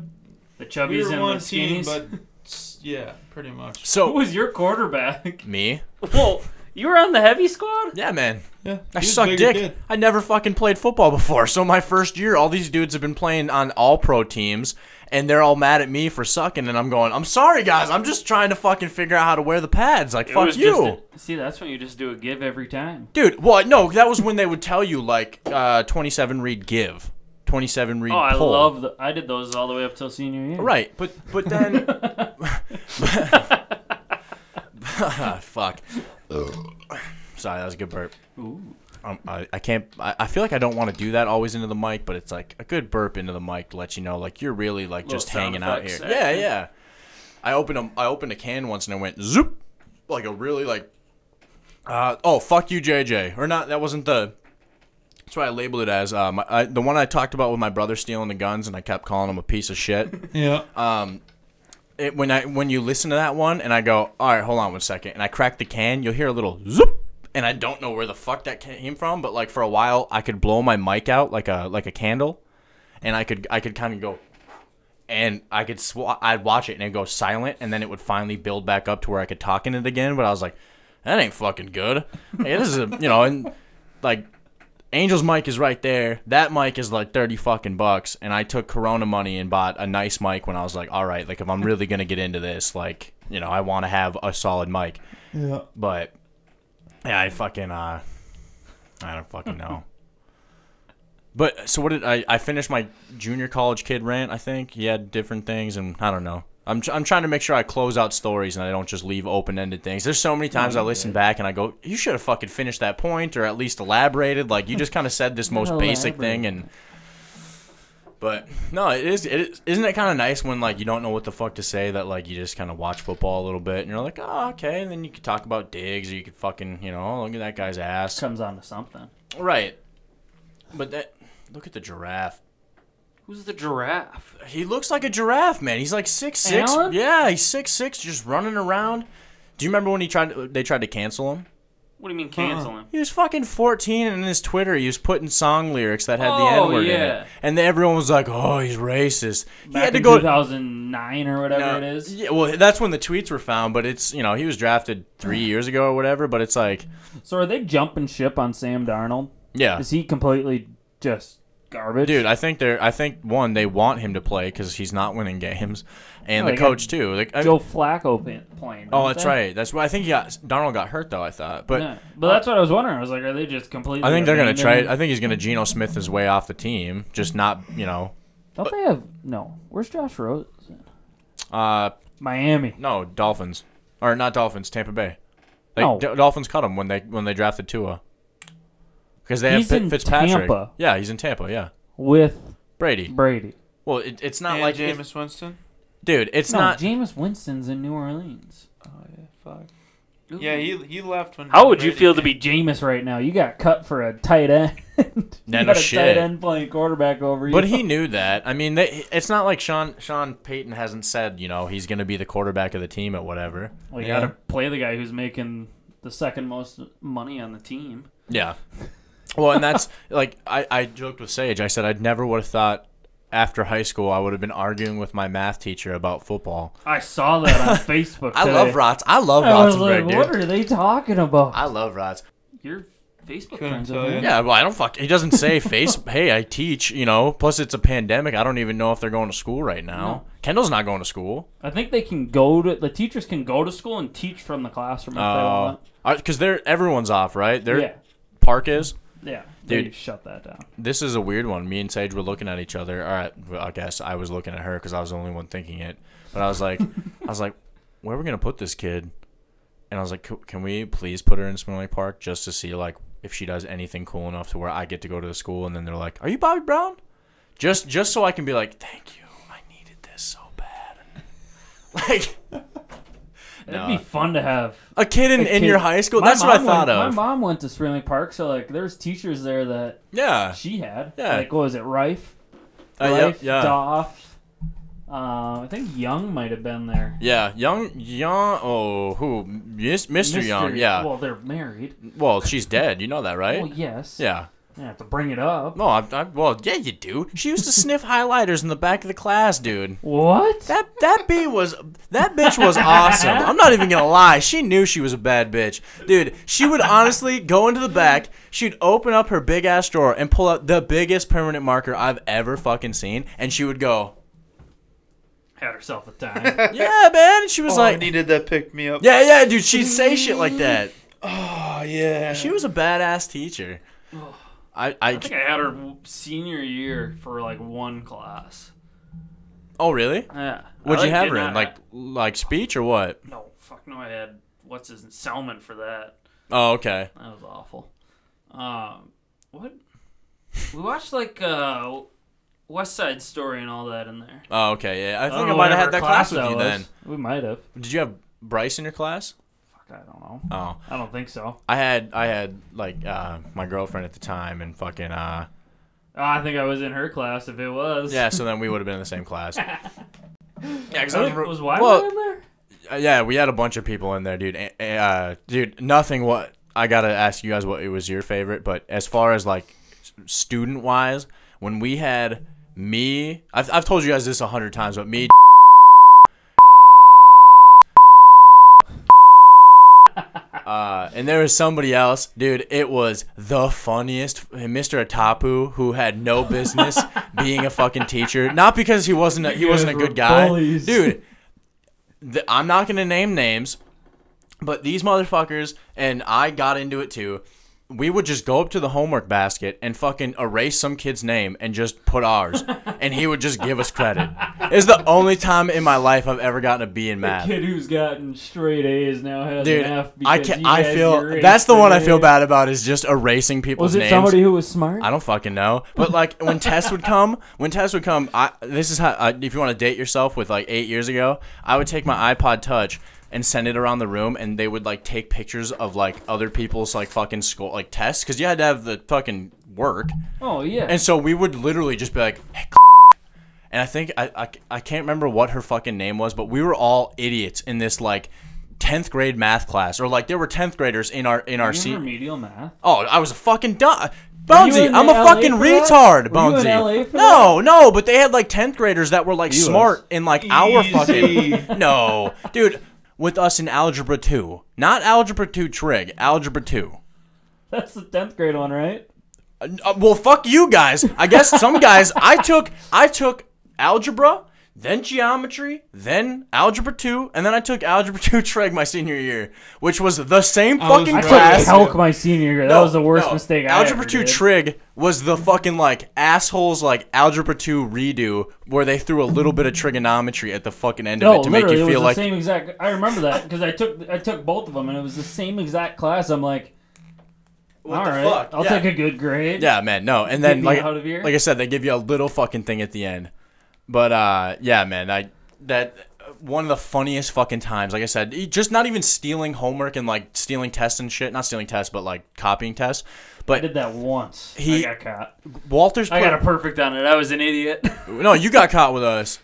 the chubbies
we were
and
one
the
team,
skinnies.
but s- yeah, pretty much.
Who
So
was your quarterback?
me,
Whoa, you were on the heavy squad.
yeah, man,
Yeah,
I suck dick. I never fucking played football before. So my first year, all these dudes have been playing on all pro teams, and they're all mad at me for sucking. And I'm going, I'm sorry guys, I'm just trying to fucking figure out how to wear the pads. Like
It
fuck
was
you.
Just a- see, that's when you just do a give every time.
Dude, well, no, that was when they would tell you like uh, 27 read give, 27 read
Oh, I
pull.
love the. I did those all the way up till senior year.
Right, but but then, Ah, fuck. Sorry, that was a good burp. Um, I, I can't. I, I feel like I don't want to do that always into the mic, but it's like a good burp into the mic to let you know, like you're really like just
sound
hanging out here.
effects
Yeah,
action.
yeah. I opened a, I opened a can once and I went zoop, like a really like. Uh, oh fuck you, JJ, or not? That wasn't the. That's why I labeled it as um, I, the one I talked about with my brother stealing the guns, and I kept calling him a piece of shit
Yeah.
Uh, it, when I when you listen to that one and I go, all right, hold on one second, and I crack the can, you'll hear a little zoop, and I don't know where the fuck that came from, but like for a while I could blow my mic out like a like a candle, and I could I could kind of go, and I could sw- I'd watch it and it would go silent, and then it would finally build back up to where I could talk in it again, but I was like, that ain't fucking good. Hey, this is a you know and like Angel's mic is right there. That mic is like 30 fucking bucks. And I took Corona money and bought a nice mic when I was like, all right, like if I'm really going to get into this, like, you know, I want to have a solid mic.
yeah.
But yeah, I fucking, uh, I don't fucking know. but so what did I, I finished my junior college kid rant, I think. He had different things and I don't know. I'm, tr- I'm trying to make sure I close out stories and I don't just leave open ended things. There's so many times I listen back and I go, you should have fucking finished that point or at least elaborated. Like you just kind of said this most basic thing and. But no, it is. It is isn't it kind of nice when like you don't know what the fuck to say that like you just kind of watch football a little bit and you're like, oh okay, and then you could talk about digs or you could fucking you know look at that guy's ass.
Comes on to something.
Right. But that look at the giraffe.
Who's the giraffe?
He looks like a giraffe, man. He's like six six.
Allen?
Yeah, he's six six, just running around. Do you remember when he tried? To, they tried to cancel him.
What do you mean cancel him?
He was fucking fourteen, and in his Twitter, he was putting song lyrics that had the
Oh,
N word in
yeah.
it, and then everyone was like, "Oh, he's racist." he
Back
had to
in
go.
2009 or whatever
No,
it is.
Yeah, well, that's when the tweets were found, but it's you know he was drafted three years ago or whatever. But it's like,
So are they jumping ship on Sam Darnold?
yeah,
Is he completely just garbage?
dude, I think they're. I think one, they want him to play because he's not winning games, and
No,
the
they got
coach too. Like, I-
Joe Flacco pin- playing.
oh,
don't
that's
they?
right. That's why I think he got Donald got hurt though. I thought, but
Yeah. But that's what I was wondering. I was like, are they just completely?
I think they're gonna try.
abandoning-
I think he's gonna Geno Smith his way off the team, just not you know.
Don't they have no? Where's Josh Rosen?
Uh,
Miami.
no, Dolphins or not Dolphins, Tampa Bay. They,
No.
D- Dolphins cut him when they when they drafted Tua. Because they
He's
have Fit-
in
Fitzpatrick.
Tampa.
Yeah, he's in Tampa. Yeah,
with
Brady.
Brady.
Well, it, it's not
And
like
Jameis
if-
Winston.
dude. It's
no,
not.
Jameis Winston's in New Orleans.
Oh yeah, fuck. Yeah,
Ooh.
he he left when.
How would you
Brady
feel to
came.
be Jameis right now? You got cut for a tight end. you
no
got a
shit.
tight end playing quarterback over you.
but he knew that. I mean, they, it's not like Sean Sean Payton hasn't said you know he's gonna be the quarterback of the team at whatever.
Well, you got to play the guy who's making the second most money on the team.
Yeah. Well, and that's like I, I joked with Sage. I said I'd never would have thought after high school I would have been arguing with my math teacher about football.
I saw that on Facebook.
I
today.
love Rots. I love
I was
Rotzenberg,
like,
dude.
what are they talking about?
I love Rots.
Your Facebook
Couldn't
friends
tell
with
you.
him.
Yeah, well, I don't fuck. He doesn't say face. hey, I teach. You know. Plus, it's a pandemic. I don't even know if they're going to school right now.
No.
Kendall's not going to school.
I think they can go to the teachers can go to school and teach from the classroom if they
Oh,
want.
because they're everyone's off, right? Their
Yeah,
park is.
yeah. They
Dude.
shut that down.
This is a weird one. Me and Sage were looking at each other. All right, well, I guess I was looking at her because I was the only one thinking it. But I was like, I was like, where are we gonna put this kid? And I was like, "C- can we please put her in Spring Lake Park just to see like if she does anything cool enough to where I get to go to the school? And then they're like, are you Bobby Brown? Just just so I can be like, thank you, I needed this so bad. Like
It'd be fun to have
a kid in,
a
in
kid-
your high school.
My
That's what I
mom
thought
went-
of.
My mom went to Spring Lake Park, so like there's teachers there that
yeah.
she had.
Yeah.
Like what was it, Rife?
Uh, yeah,
Rife,
yeah.
Doff. Um, I think Young might have been there.
Yeah, young, young. Oh, who? Mis- Mr. Young.
Mr.
Yeah.
Well, they're married.
Well, she's dead. You know that, right?
Well, yes.
Yeah.
I have to bring it up.
No, I, I, well, yeah, you do. She used to sniff highlighters in the back of the class, dude.
What?
That that bee was that bitch was awesome. I'm not even gonna lie. She knew she was a bad bitch, dude. She would honestly go into the back. She'd open up her big ass drawer and pull out the biggest permanent marker I've ever fucking seen, and she would go,
had herself a time.
"Yeah, man." And she was
Oh, I
like,
needed that pick me up.
"Yeah, yeah, dude." She'd say shit like that.
Oh yeah.
She was a badass teacher. I, I,
I think I had her w- senior year for like one class.
oh really?
Yeah.
What'd
I,
you have
did
her in?
not
Like like speech or what?
no, fuck no. I had what's his Selman for that.
Oh okay.
That was awful. Um, what? We watched like uh, West Side Story and all that in there.
Oh okay. Yeah, I think I, might have had that class, with you then.
We might have.
Did you have Bryce in your class?
Fuck, I don't know.
Oh,
I don't think so.
I had I had like uh, my girlfriend at the time and fucking uh
Oh, I think I was in her class if it was.
yeah. So then we would have been in the same class. Yeah, because
I think, was Wyman in there?
Uh, yeah, we had a bunch of people in there, dude. A- a- Uh, dude, nothing. What I gotta ask you guys, what it was your favorite? But as far as like student wise, when we had me, I've, I've told you guys this a hundred times, but me. Uh, and there was somebody else, dude. It was the funniest, Mr. Atapu, who had no business being a fucking teacher. Not because he wasn't a, he
You
wasn't a
guys
good
were
guy,
bullies.
dude th- I'm not gonna name names, but these motherfuckers and I got into it too. we would just go up to the homework basket and fucking erase some kid's name and just put ours, and he would just give us credit. It's the only time in my life I've ever gotten a B in math.
Kid who's gotten straight A's now has
Dude,
an F.
I
because
can
you
I
guys
feel
erased
that's the one I
an
feel
A.
bad about is just erasing people's
Was it
names.
somebody who was smart?
I don't fucking know. But like when tests would come, when tests would come, I this is how I, if you want to date yourself with like eight years ago, I would take my iPod Touch and send it around the room, and they would like take pictures of like other people's like fucking school like tests because you had to have the fucking work,
oh yeah.
and so we would literally just be like. "Hey, and I think I, I, I can't remember what her fucking name was, but we were all idiots in this like 10th grade math class or like there were 10th graders in our in our
You
seat.
remedial math.
Oh, I was a fucking dumb.
Were you
Bonesy,
in
I'm a
LA
fucking
for that?
retard,
Were you
Bonesy.
in LA for
no, no, but they had like 10th graders that were like
He was.
smart in like our fucking. No, dude, with us in Algebra 2. Not Algebra 2 Trig, Algebra 2.
That's the tenth grade one, right?
Uh, well, fuck you guys. I guess some guys. I took I took algebra, then geometry, then algebra two, and then I took algebra two trig my senior year, which was the same
I was
fucking
I
right.
took
class.
Hell-
calc my senior year. That
No,
was the worst
no.
mistake I
Algebra
ever
two
did.
trig was the fucking like assholes like algebra two redo where they threw a little bit of trigonometry at the fucking end of
No,
it to make
literally,
you
it
feel
was
like
the same exact. I remember that because I took I took both of them, and it was the same exact class. I'm like,
what
all
the
right,
fuck?
I'll
Yeah.
take a good grade.
Yeah, man, no. And then
me
like
out of here?
like I said, they give you a little fucking thing at the end. But uh yeah, man, I that one of the funniest fucking times. Like I said, e- just not even stealing homework and like stealing tests and shit. Not stealing tests, but like copying tests.
I
But
did that once.
He-
I got caught.
Walter's
I
put-
got a perfect on it. I was an idiot.
No, you got caught with us.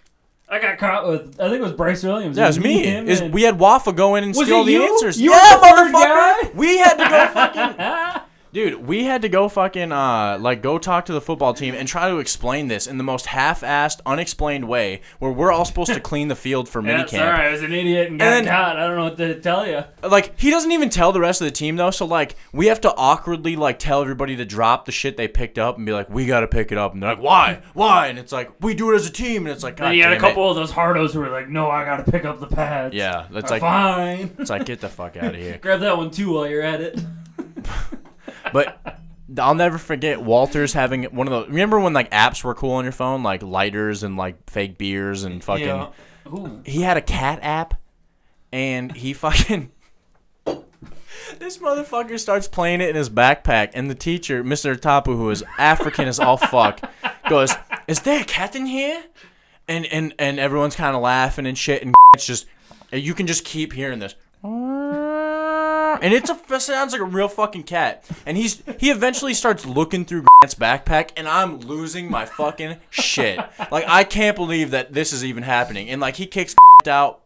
I got caught with. I think it was Bryce Williams.
Yeah, it was me.
him,
Is
and-
we had Wafa go in and
Was
steal
it
the
you?
answers.
You were
yeah,
the third
motherfucker.
guy?
We had to go fucking. Dude, we had to go fucking uh like go talk to the football team and try to explain this in the most half-assed, unexplained way, where we're all supposed to clean the field for
Yeah,
minicamp.
sorry, I was an idiot and got
And then-
caught. I don't know what to tell you.
Like he doesn't even tell the rest of the team though, so like we have to awkwardly like tell everybody to drop the shit they picked up and be like, we gotta pick it up, and they're like, why, why? And it's like we do it as a team, and it's like, God
And you had a
damn it.
couple of those hardos who were like, "No, I gotta pick up the pads."
Yeah, that's
Uh,
like
fine.
it's like get the fuck out of here.
Grab that one too while you're at it.
But I'll never forget Walters having one of the. Remember when like apps were cool on your phone, like lighters and like fake beers and fucking.
Yeah.
Ooh,
He had a cat app, and he fucking. This motherfucker starts playing it in his backpack, and the teacher, Mr. Tapu, who is African as all fuck, goes, "Is there a cat in here?" And and and everyone's kind of laughing and shit, and it's just you can just keep hearing this. And it's a it sounds like a real fucking cat. And he's he eventually starts looking through Grant's backpack, and I'm losing my fucking shit. Like I can't believe that this is even happening. And like he kicks out,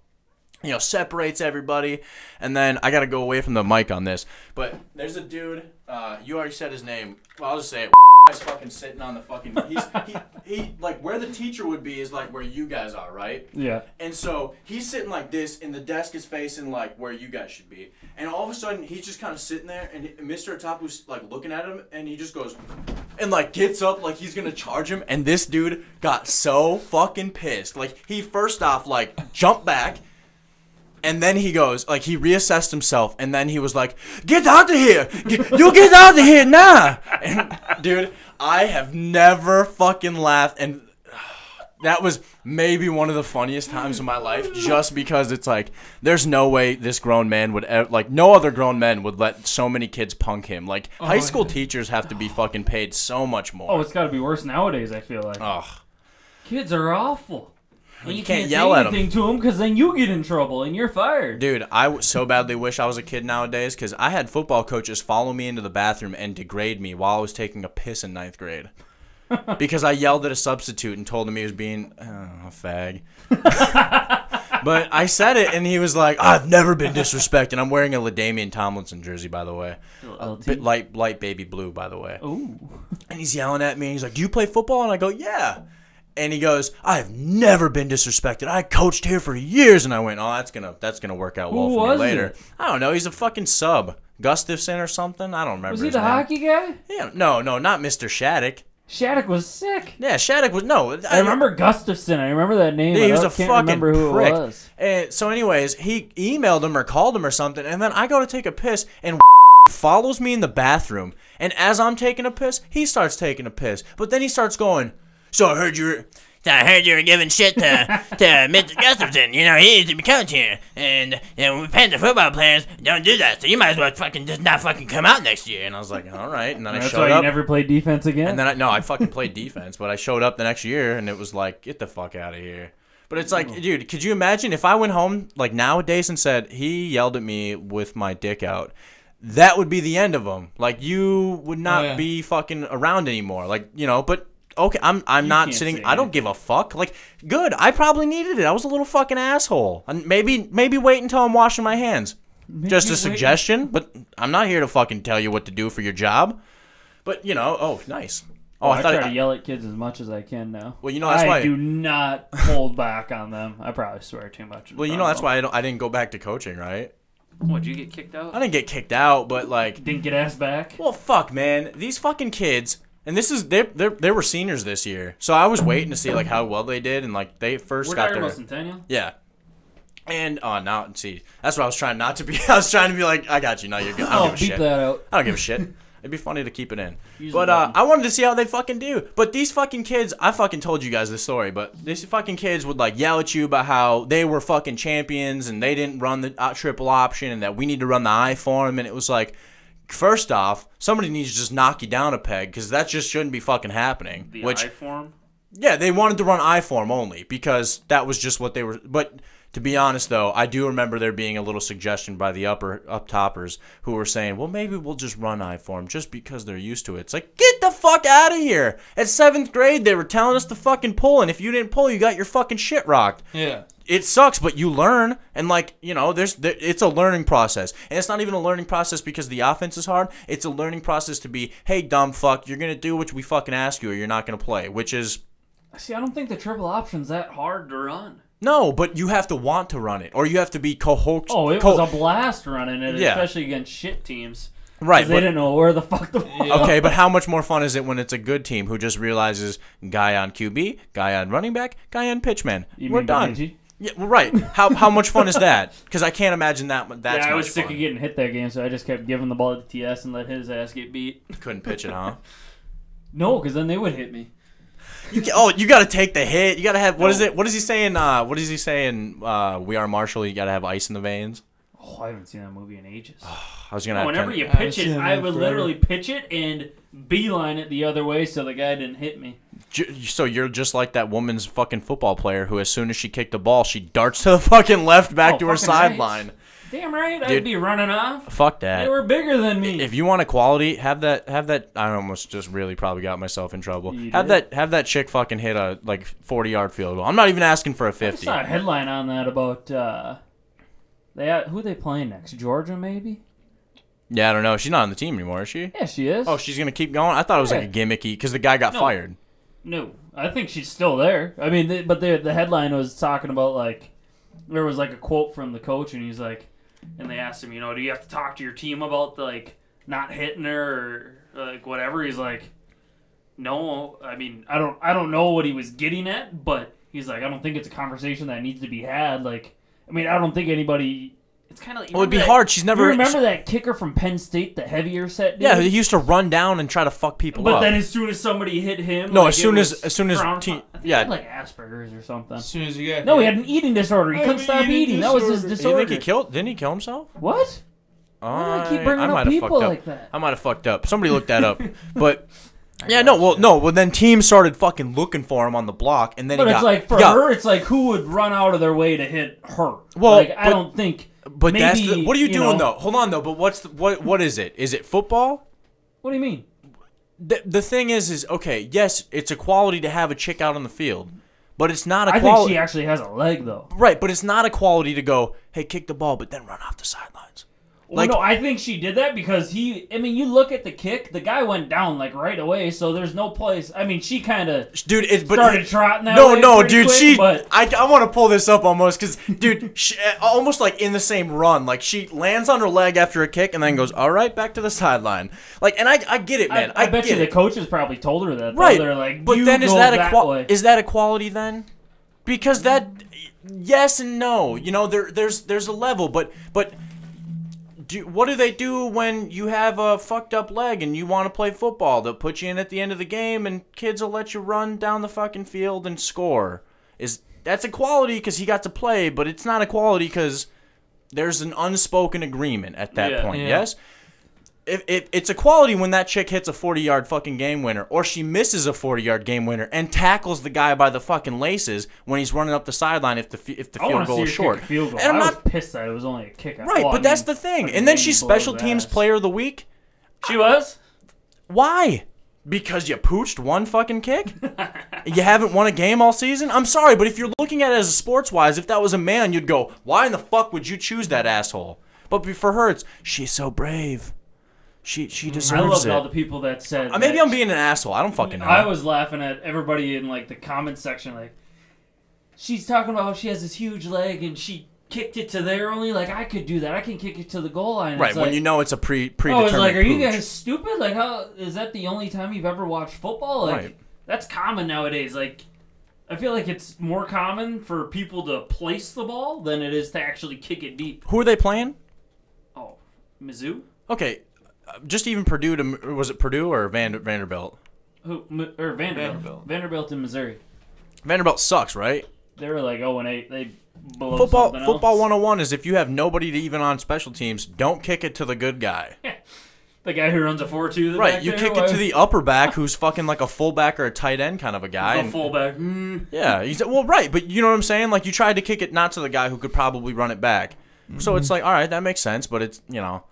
you know, separates everybody. And then I gotta go away from the mic on this. But there's a dude. Uh, you already said his name. Well, I'll just say it. Is fucking sitting on the fucking. He's, he he like where the teacher would be is like where you guys are, right?
yeah.
And so he's sitting like this, and the desk is facing like where you guys should be. And all of a sudden, he's just kind of sitting there, and Mr. Atapu's like looking at him, and he just goes and like gets up like he's gonna charge him. And this dude got so fucking pissed. Like he first off like jumped back. And then he goes, like he reassessed himself, and then he was like, "Get out of here! Get- you get out of here now!" And, dude, I have never fucking laughed, and that was maybe one of the funniest times of my life just because it's like there's no way this grown man would ever like no other grown men would let so many kids punk him like high school teachers have to be fucking paid so much
Oh,
more
it's got to be worse nowadays. I feel like
Ugh.
kids are awful. And you,
can't yell
say
at 'em.
anything to them because then you get in trouble and you're fired.
dude i w- so badly wish i was a kid nowadays because i had football coaches follow me into the bathroom and degrade me while i was taking a piss in ninth grade because i yelled at a substitute and told him he was being uh, a fag but i said it and he was like i've never been disrespected and i'm wearing a ladamian tomlinson jersey by the way a
LT.
bit light light baby blue by the way
Ooh.
and he's yelling at me. He's like, "Do you play football?" And I go, "Yeah." And he goes, "I've never been disrespected. I coached here for years." And I went, "Oh, that's gonna that's gonna work out well
Who
for me
was
later."
it?
I don't know. He's a fucking sub, Gustafson or something. I don't remember.
Was he
his
the
name.
hockey guy?
Yeah, no, no, not Mr. Shattuck.
Shattuck was sick.
Yeah, Shattuck was no.
I remember Gustafson. I remember that name.
Yeah, he
I
was a
don't- can't
fucking
remember who
prick.
it was.
And so, anyways, he emailed him or called him or something, and then I go to take a piss and follows me in the bathroom, and as I'm taking a piss, he starts taking a piss. But then he starts going, "So I heard you're." I heard you were giving shit to, to Mr. Gustafson. You know, he needs to be coach here. And, and we pay the football players, don't do that. So you might as well fucking just not fucking come out next year. And I was like, all right. And then I
That's
showed
why
up.
you never played defense again.
And then I, no, I fucking played defense, but I showed up the next year and it was like, get the fuck out of here. But it's
Oh.
like, dude, could you imagine if I went home like nowadays and said he yelled at me with my dick out? That would be the end of him. Like you would
Oh,
not
yeah.
be fucking around anymore. Like you know, but okay, I'm I'm not
can't
sitting.
say
I don't give a fuck. Like good, I probably needed it. I was a little fucking asshole. And maybe maybe wait until I'm washing my hands. Just a
wait-
suggestion, but I'm not here to fucking tell you what to do for your job. But you know, oh nice. Oh,
I,
I thought
try to
I,
yell at kids as much as I can now.
Well, you know, that's
I
why-
do not hold back on them. I probably swear too much. in
well, you
front
know
of
that's
them.
why I, don't, I didn't go back to coaching, right?
What'd you get kicked out?
I didn't get kicked out, but like,
Didn't get asked back.
well, fuck, man, these fucking kids. And this is they they they were seniors this year, so I was waiting to see like how well they did, and like they 1st
We're
got
talking
their
about Centennial.
yeah. And oh, now see, that's what I was trying not to be. I was trying to be like, I got you. No, you're good. I don't
Oh,
give a
beat
shit.
that out.
I don't give a shit. It'd be funny to keep it in.
Use
but
the
uh,
button.
I wanted to see how they fucking do. But these fucking kids, I fucking told you guys this story, but these fucking kids would like yell at you about how they were fucking champions and they didn't run the uh, triple option and that we need to run the I form. And it was like, first off, somebody needs to just knock you down a peg because that just shouldn't be fucking happening.
The
which
I form.
yeah, they wanted to run I form only because that was just what they were. But to be honest, though, I do remember there being a little suggestion by the upper up toppers who were saying, "Well, maybe we'll just run I form just because they're used to it." It's like, get the fuck out of here! At seventh grade, they were telling us to fucking pull, and if you didn't pull, you got your fucking shit rocked
Yeah.
it sucks, but you learn, and like you know, there's there, it's a learning process, and it's not even a learning process because the offense is hard. It's a learning process to be, hey, dumb fuck, you're gonna do what we fucking ask you, or you're not gonna play, which is
See, I don't think the triple option's that hard to run.
no, but you have to want to run it, or you have to be coho.
Oh, it
co-
was a blast running it,
Yeah.
especially against shit teams. 'Cause
right.
They
but-
didn't know where the fuck the
Okay, but how much more fun is it when it's a good team who just realizes guy on QB, guy on running back, guy on pitchman.
You
We're
mean
done.
Benji?
Yeah, well, right. How how much fun is that? Because I can't imagine that. mu- That's
Yeah, I
much
was sick
fun.
of getting hit that game, so I just kept giving the ball to TS and let his ass get beat.
Couldn't pitch it, huh?
No, because then they would hit me.
You ca- oh, you got to take the hit. You got to have what is it? What is he saying? Uh, what is he saying? Uh, we are Marshall. You got to have ice in the veins.
Oh, I haven't seen that movie in ages.
I was gonna. have
Oh, Whenever
ten-
you
I
pitch
see
it,
that
I
in
would
forever.
literally pitch it and beeline it the other way so the guy didn't hit me.
J- so you're just like that woman's fucking football player who, as soon as she kicked the ball, she darts to the fucking left back
Oh,
to her
fucking right.
sideline.
Damn right,
Dude.
I'd be running off.
Fuck that.
They were bigger than me.
if you want a quality, have that have that I almost just really probably got myself in trouble.
You
have
did.
that have that chick fucking hit a like 40 yard field goal. I'm not even asking for a
I
50.
saw a headline on that about uh, they who are they playing next? Georgia maybe?
Yeah, I don't know. She's not on the team anymore, is she?
Yeah, she is.
Oh, she's going to keep going. I thought it was like a gimmicky cuz the guy got
No.
fired.
No, I think she's still there. I mean, they, but the the headline was talking about like there was like a quote from the coach, and he's like, and they asked him, you know, do you have to talk to your team about like not hitting her or like whatever? He's like, no. I mean, I don't I don't know what he was getting at, but he's like, I don't think it's a conversation that needs to be had. Like, I mean, I don't think anybody. It's kind of like,
Well, it'd be hard. She's never-
You remember that kicker from Penn State, the heavier set? Dude?
Yeah, he used to run down and try to fuck people
But
up.
then, as soon as somebody hit him,
No,
like,
as
it
soon as-
was
as soon as
frowned
teen-
upon. I think
yeah.
he had, like Asperger's or something.
As soon as you got.
No, he
hit,
had an eating disorder. He
I
couldn't
have an
stop
eating
eating. That was his
disorder.
you
disorder.
think he killed? Didn't he kill himself?
what? Why do I keep
I-
bringing
I
up
might have
people
fucked up.
like that?
I might have fucked up. Somebody looked that up. But yeah, no, well, no, well then teams started fucking looking for him on the block, and then
But
he
it's
got-
like for
he got
her, it's like who would run out of their way to hit her?
Well,
like I
but-
don't think.
But that's
maybe,
the, what are you, doing
know-
though? Hold on though. But what's the, what what is it? Is it football?
What do you mean?
The, the thing is, is okay. Yes, it's a quality to have a chick out on the field, but it's not a
I think
quality.
she actually has a leg though.
right, but it's not a quality to go. Hey, kick the ball, but then run off the sidelines.
Well,
Like-
no, I think she did that because he. I mean, you look at the kick; the guy went down like right away, so there's no place. I mean, she kind of
Dude, it's but
Started trotting that
no,
way
no,
pretty
dude.
quick,
she,
but-
I, I want to pull this up almost because, dude, she, almost like in the same run, like she lands on her leg after a kick and then goes all right back to the sideline. Like, and I, I get it, man.
I, I bet
get
you the
it.
coaches probably told her that. though.
Right.
They're like,
but
"You
then is
go
that, a
that
qual-
way." Mm.
is that a quality then? Because that yes and no. You know, there there's there's a level, but but do, what do they do when you have a fucked up leg and you want to play football? They'll put you in at the end of the game, and kids will let you run down the fucking field and score. Is that's equality because he got to play, but it's not equality because there's an unspoken agreement at that
Yeah.
point.
Yeah.
Yes. If, if, it's equality when that chick hits a 40 yard fucking game winner, or she misses a 40 yard game winner and tackles the guy by the fucking laces when he's running up the sideline if the fi- if the
I
field
want to see
goal
her
is short.
kick a field goal.
And I'm
I
not
was pissed that it was only a kick. I-
Right,
well, I
but that's
mean,
the thing.
fucking
And then she's
Hayden blows
special teams
ass.
player of the week.
She was.
Why? Because you pooched one fucking kick? you haven't won a game all season? I'm sorry, but if you're looking at it as a sports wise, if that was a man, you'd go, why in the fuck would you choose that asshole? But be- for her, it's she's so brave. She she
I
deserves
loved
it.
all the people that said.
Uh, Maybe
that
I'm being an asshole. I don't fucking know.
I was laughing at everybody in like the comment section, like she's talking about how she has this huge leg and she kicked it to there only. Like I could do that. I can kick it to the goal line.
right
Oh, It's
when
like-
you know it's a pre
I was
predetermined.
like, are you
pooch.
guys stupid? Like, how is that the only time you've ever watched football? Like,
Right.
that's common nowadays. Like, I feel like it's more common for people to place the ball than it is to actually kick it deep.
Who are they playing?
Oh, Mizzou?
Okay, uh, just even Purdue to was it Purdue or Van, Vanderbilt?
Who? M- or Vanderbilt. Vanderbilt.
Vanderbilt.
in Missouri.
Vanderbilt sucks, right?
They were like 0 and 8. They blow
Football
Oh, something
football
else.
101 is if you have nobody to even on special teams, don't kick it to the good guy.
The guy who runs a 4 2.
Right, you kick it to the upper back who's fucking like a fullback or a tight end kind of a guy. and-
fullback. Mm.
yeah, he's well right, but you know what I'm saying? Like you tried to kick it not to the guy who could probably run it back. So it's like, all right, that makes sense, but it's, you know,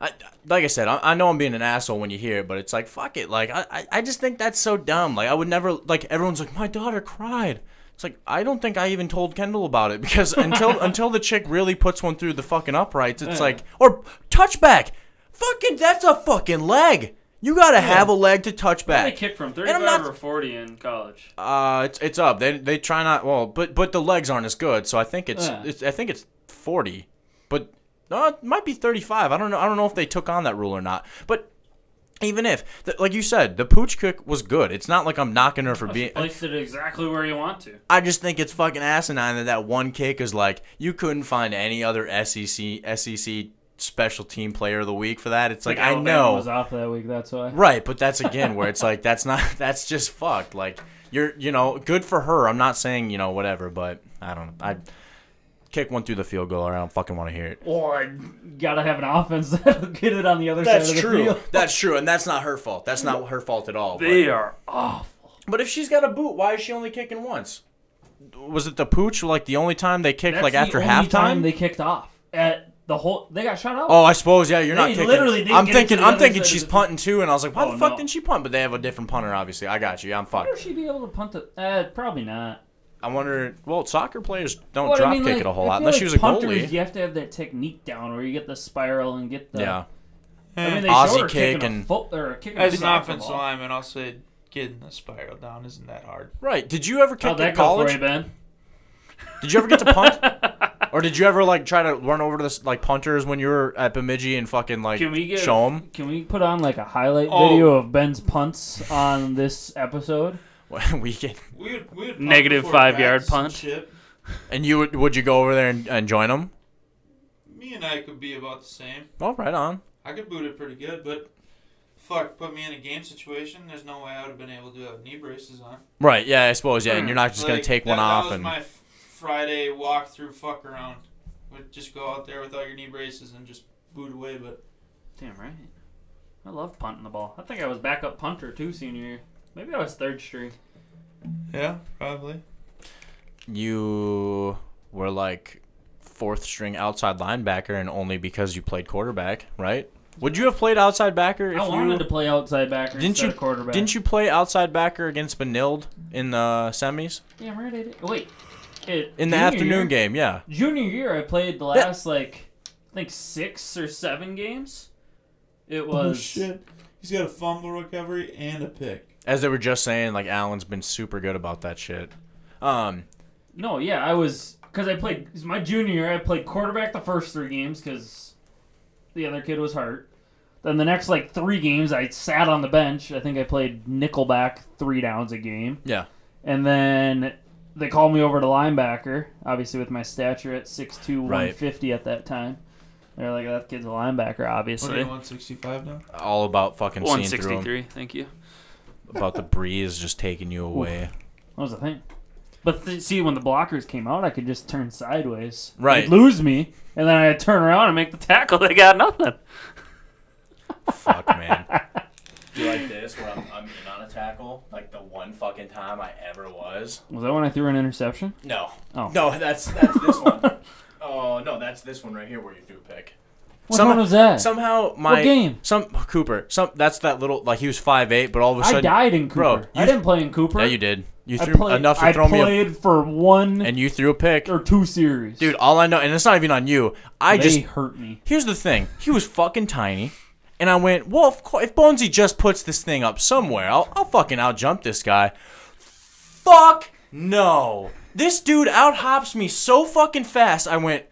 I, like I said, I, I know I'm being an asshole when you hear it, but it's like, fuck it. Like, I, I- I just think that's so dumb. Like, I would never, like, everyone's like, my daughter cried. It's like, I don't think I even told Kendall about it because until until the chick really puts one through the fucking uprights, it's like, or touchback. Fucking, that's a fucking leg. You gotta have a leg to touch
They
back.
kick from
I'm
35
not-
or 40 in college.
Uh, it's it's up. They they try not well, but but the legs aren't as good. So I think it's,
Yeah.
it's I think it's forty, but no, it might be thirty five. I don't know. I don't know if they took on that rule or not. But even if, th- like you said, the pooch kick was good. It's not like I'm knocking her for being.
Place it exactly where you want to.
I just think it's fucking asinine that that one kick is like you couldn't find any other E SEC SEC special team player of the week for that. It's like, I
Alabama
know
was off that week. That's why.
Right, but that's again where it's like that's not that's just fucked. Like you're you know good for her. I'm not saying you know whatever, but I don't I kick one through the field goal. Or I don't fucking want to hear it.
Or gotta have an offense that'll get it on the other side of the field.
That's true, and that's not her fault. That's not her fault at all. But,
They are awful.
but if she's got a boot, why is she only kicking once? Was it the pooch like the only time they kicked
That's
like
the
after
only
halftime?
time they kicked off at the whole. They got shut out.
Oh, I suppose yeah. You're not
They
kicking.
literally didn't
I'm
get it to
thinking.
the
I'm
other
thinking
side of
she's
the-
punting too, and I was like, why
Oh,
the fuck
no.
didn't she punt? But they have a different punter, obviously. I got you. I'm
Wonder if
fucked.
she'd be able to punt it. Uh, probably not.
I wonder. Well, soccer players don't
But,
drop
I mean,
kick
like,
it a whole lot
I feel
unless
like
she was a
punters,
goalie.
You have to have that technique down where you get the spiral and get the.
Yeah.
I mean, they
Aussie
showed her
kick
kicking
and-
a foot or kicking
As
a
an
soccer
offensive
ball.
lineman, I'll say getting the spiral down isn't that hard.
Right. Did you ever kick
How'd
in
Oh, that go for
college?
you, Ben?
Did you ever get to punt? or did you ever like try to run over to s- like punters when you were at Bemidji and fucking like
Can we get
show them?
Can we put on like a highlight
Oh.
video of Ben's punts on this episode?
we can,
We would, we would punt
Negative
before
five yard
practice and
punt.
shit.
and you would would you go over there and, and join them?
Me and I could be about the same.
Oh, right on.
I could boot it pretty good, but fuck, put me in a game situation. There's no way I would have been able to have knee braces on.
Right. Yeah, I suppose. Yeah, and you're not just gonna
Like,
take
that,
one
that
off
was
and
my f- Friday walk through fuck around. Would just go out there without your knee braces and just boot away. But
Damn right. I love punting the ball. I think I was backup punter too senior year. Maybe I was third string.
yeah, probably.
you were like fourth string outside linebacker and only because you played quarterback, right? Would you have played outside backer if
I
you
wanted to play outside backer
Didn't
instead
you
of quarterback.
Didn't you play outside backer against Benilde in the semis
Damn right I did. Wait. It,
in the
junior
afternoon
year-
game? Yeah.
Junior year, I played the last like I think six or seven games.
Oh,
It was
Oh, He's got a fumble recovery and a pick.
As they were just saying, like Allen's been super good about that shit. Um,
no, yeah, I was because I played 'cause my junior year. I played quarterback the first three games because the other kid was hurt. Then the next like three games, I sat on the bench. I think I played nickelback three downs a game.
yeah.
And then they called me over to linebacker, obviously with my stature at 6'2",
Right.
150 at that time. They're like, that kid's a linebacker,
What are you,
obviously.
165 now?
All about fucking seeing through 'em.
163. Thank you.
About the breeze just taking you away.
That was the thing. But th- see, when the blockers came out, I could just turn sideways.
Right.
They'd lose me, and then I'd turn around and make the tackle. They got nothing.
Fuck, man. Do like this where I'm, I'm in on a tackle, like the one fucking time I ever was.
Was that when I threw an interception?
No.
Oh.
No, that's that's this one. Oh no, that's this one right here where you do pick.
What one was that?
Somehow my
game?
Some Cooper. Some that's that little like he was five eight, but all of a sudden
I died in Cooper.
Bro,
I
you-
didn't play in Cooper.
Yeah, you did. You
I
threw
played,
enough to
I
throw me a,
played for one
and you threw a pick,
or two series.
dude. All I know, and it's not even on you. I
they
just
hurt me.
here's the thing. He was fucking tiny. And I went, well, of course, if Bonesy just puts this thing up somewhere, I'll, I'll fucking out jump this guy. Fuck no. This dude out hops me so fucking fast. I went,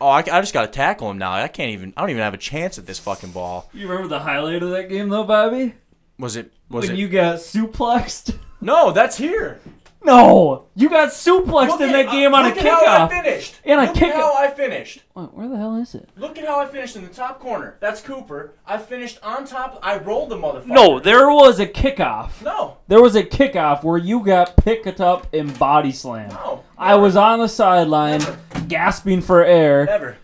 oh, I, I just gotta tackle him now. I can't even, I don't even have a chance at this fucking ball.
You remember the highlight of that game though, Bobby?
Was it, was
when
it?
you got suplexed.
no, that's here.
No, you got suplexed in that game on a
look at how I
kickoff.
finished.
In a
look
kick-
at how I finished.
Wait, where the hell is it?
Look at how I finished in the top corner. That's Cooper. I finished on top. I rolled the motherfucker.
No, there was a kickoff.
No.
There was a kickoff where you got picked up and body slammed.
No.
I was on the sideline, gasping for air.
Never.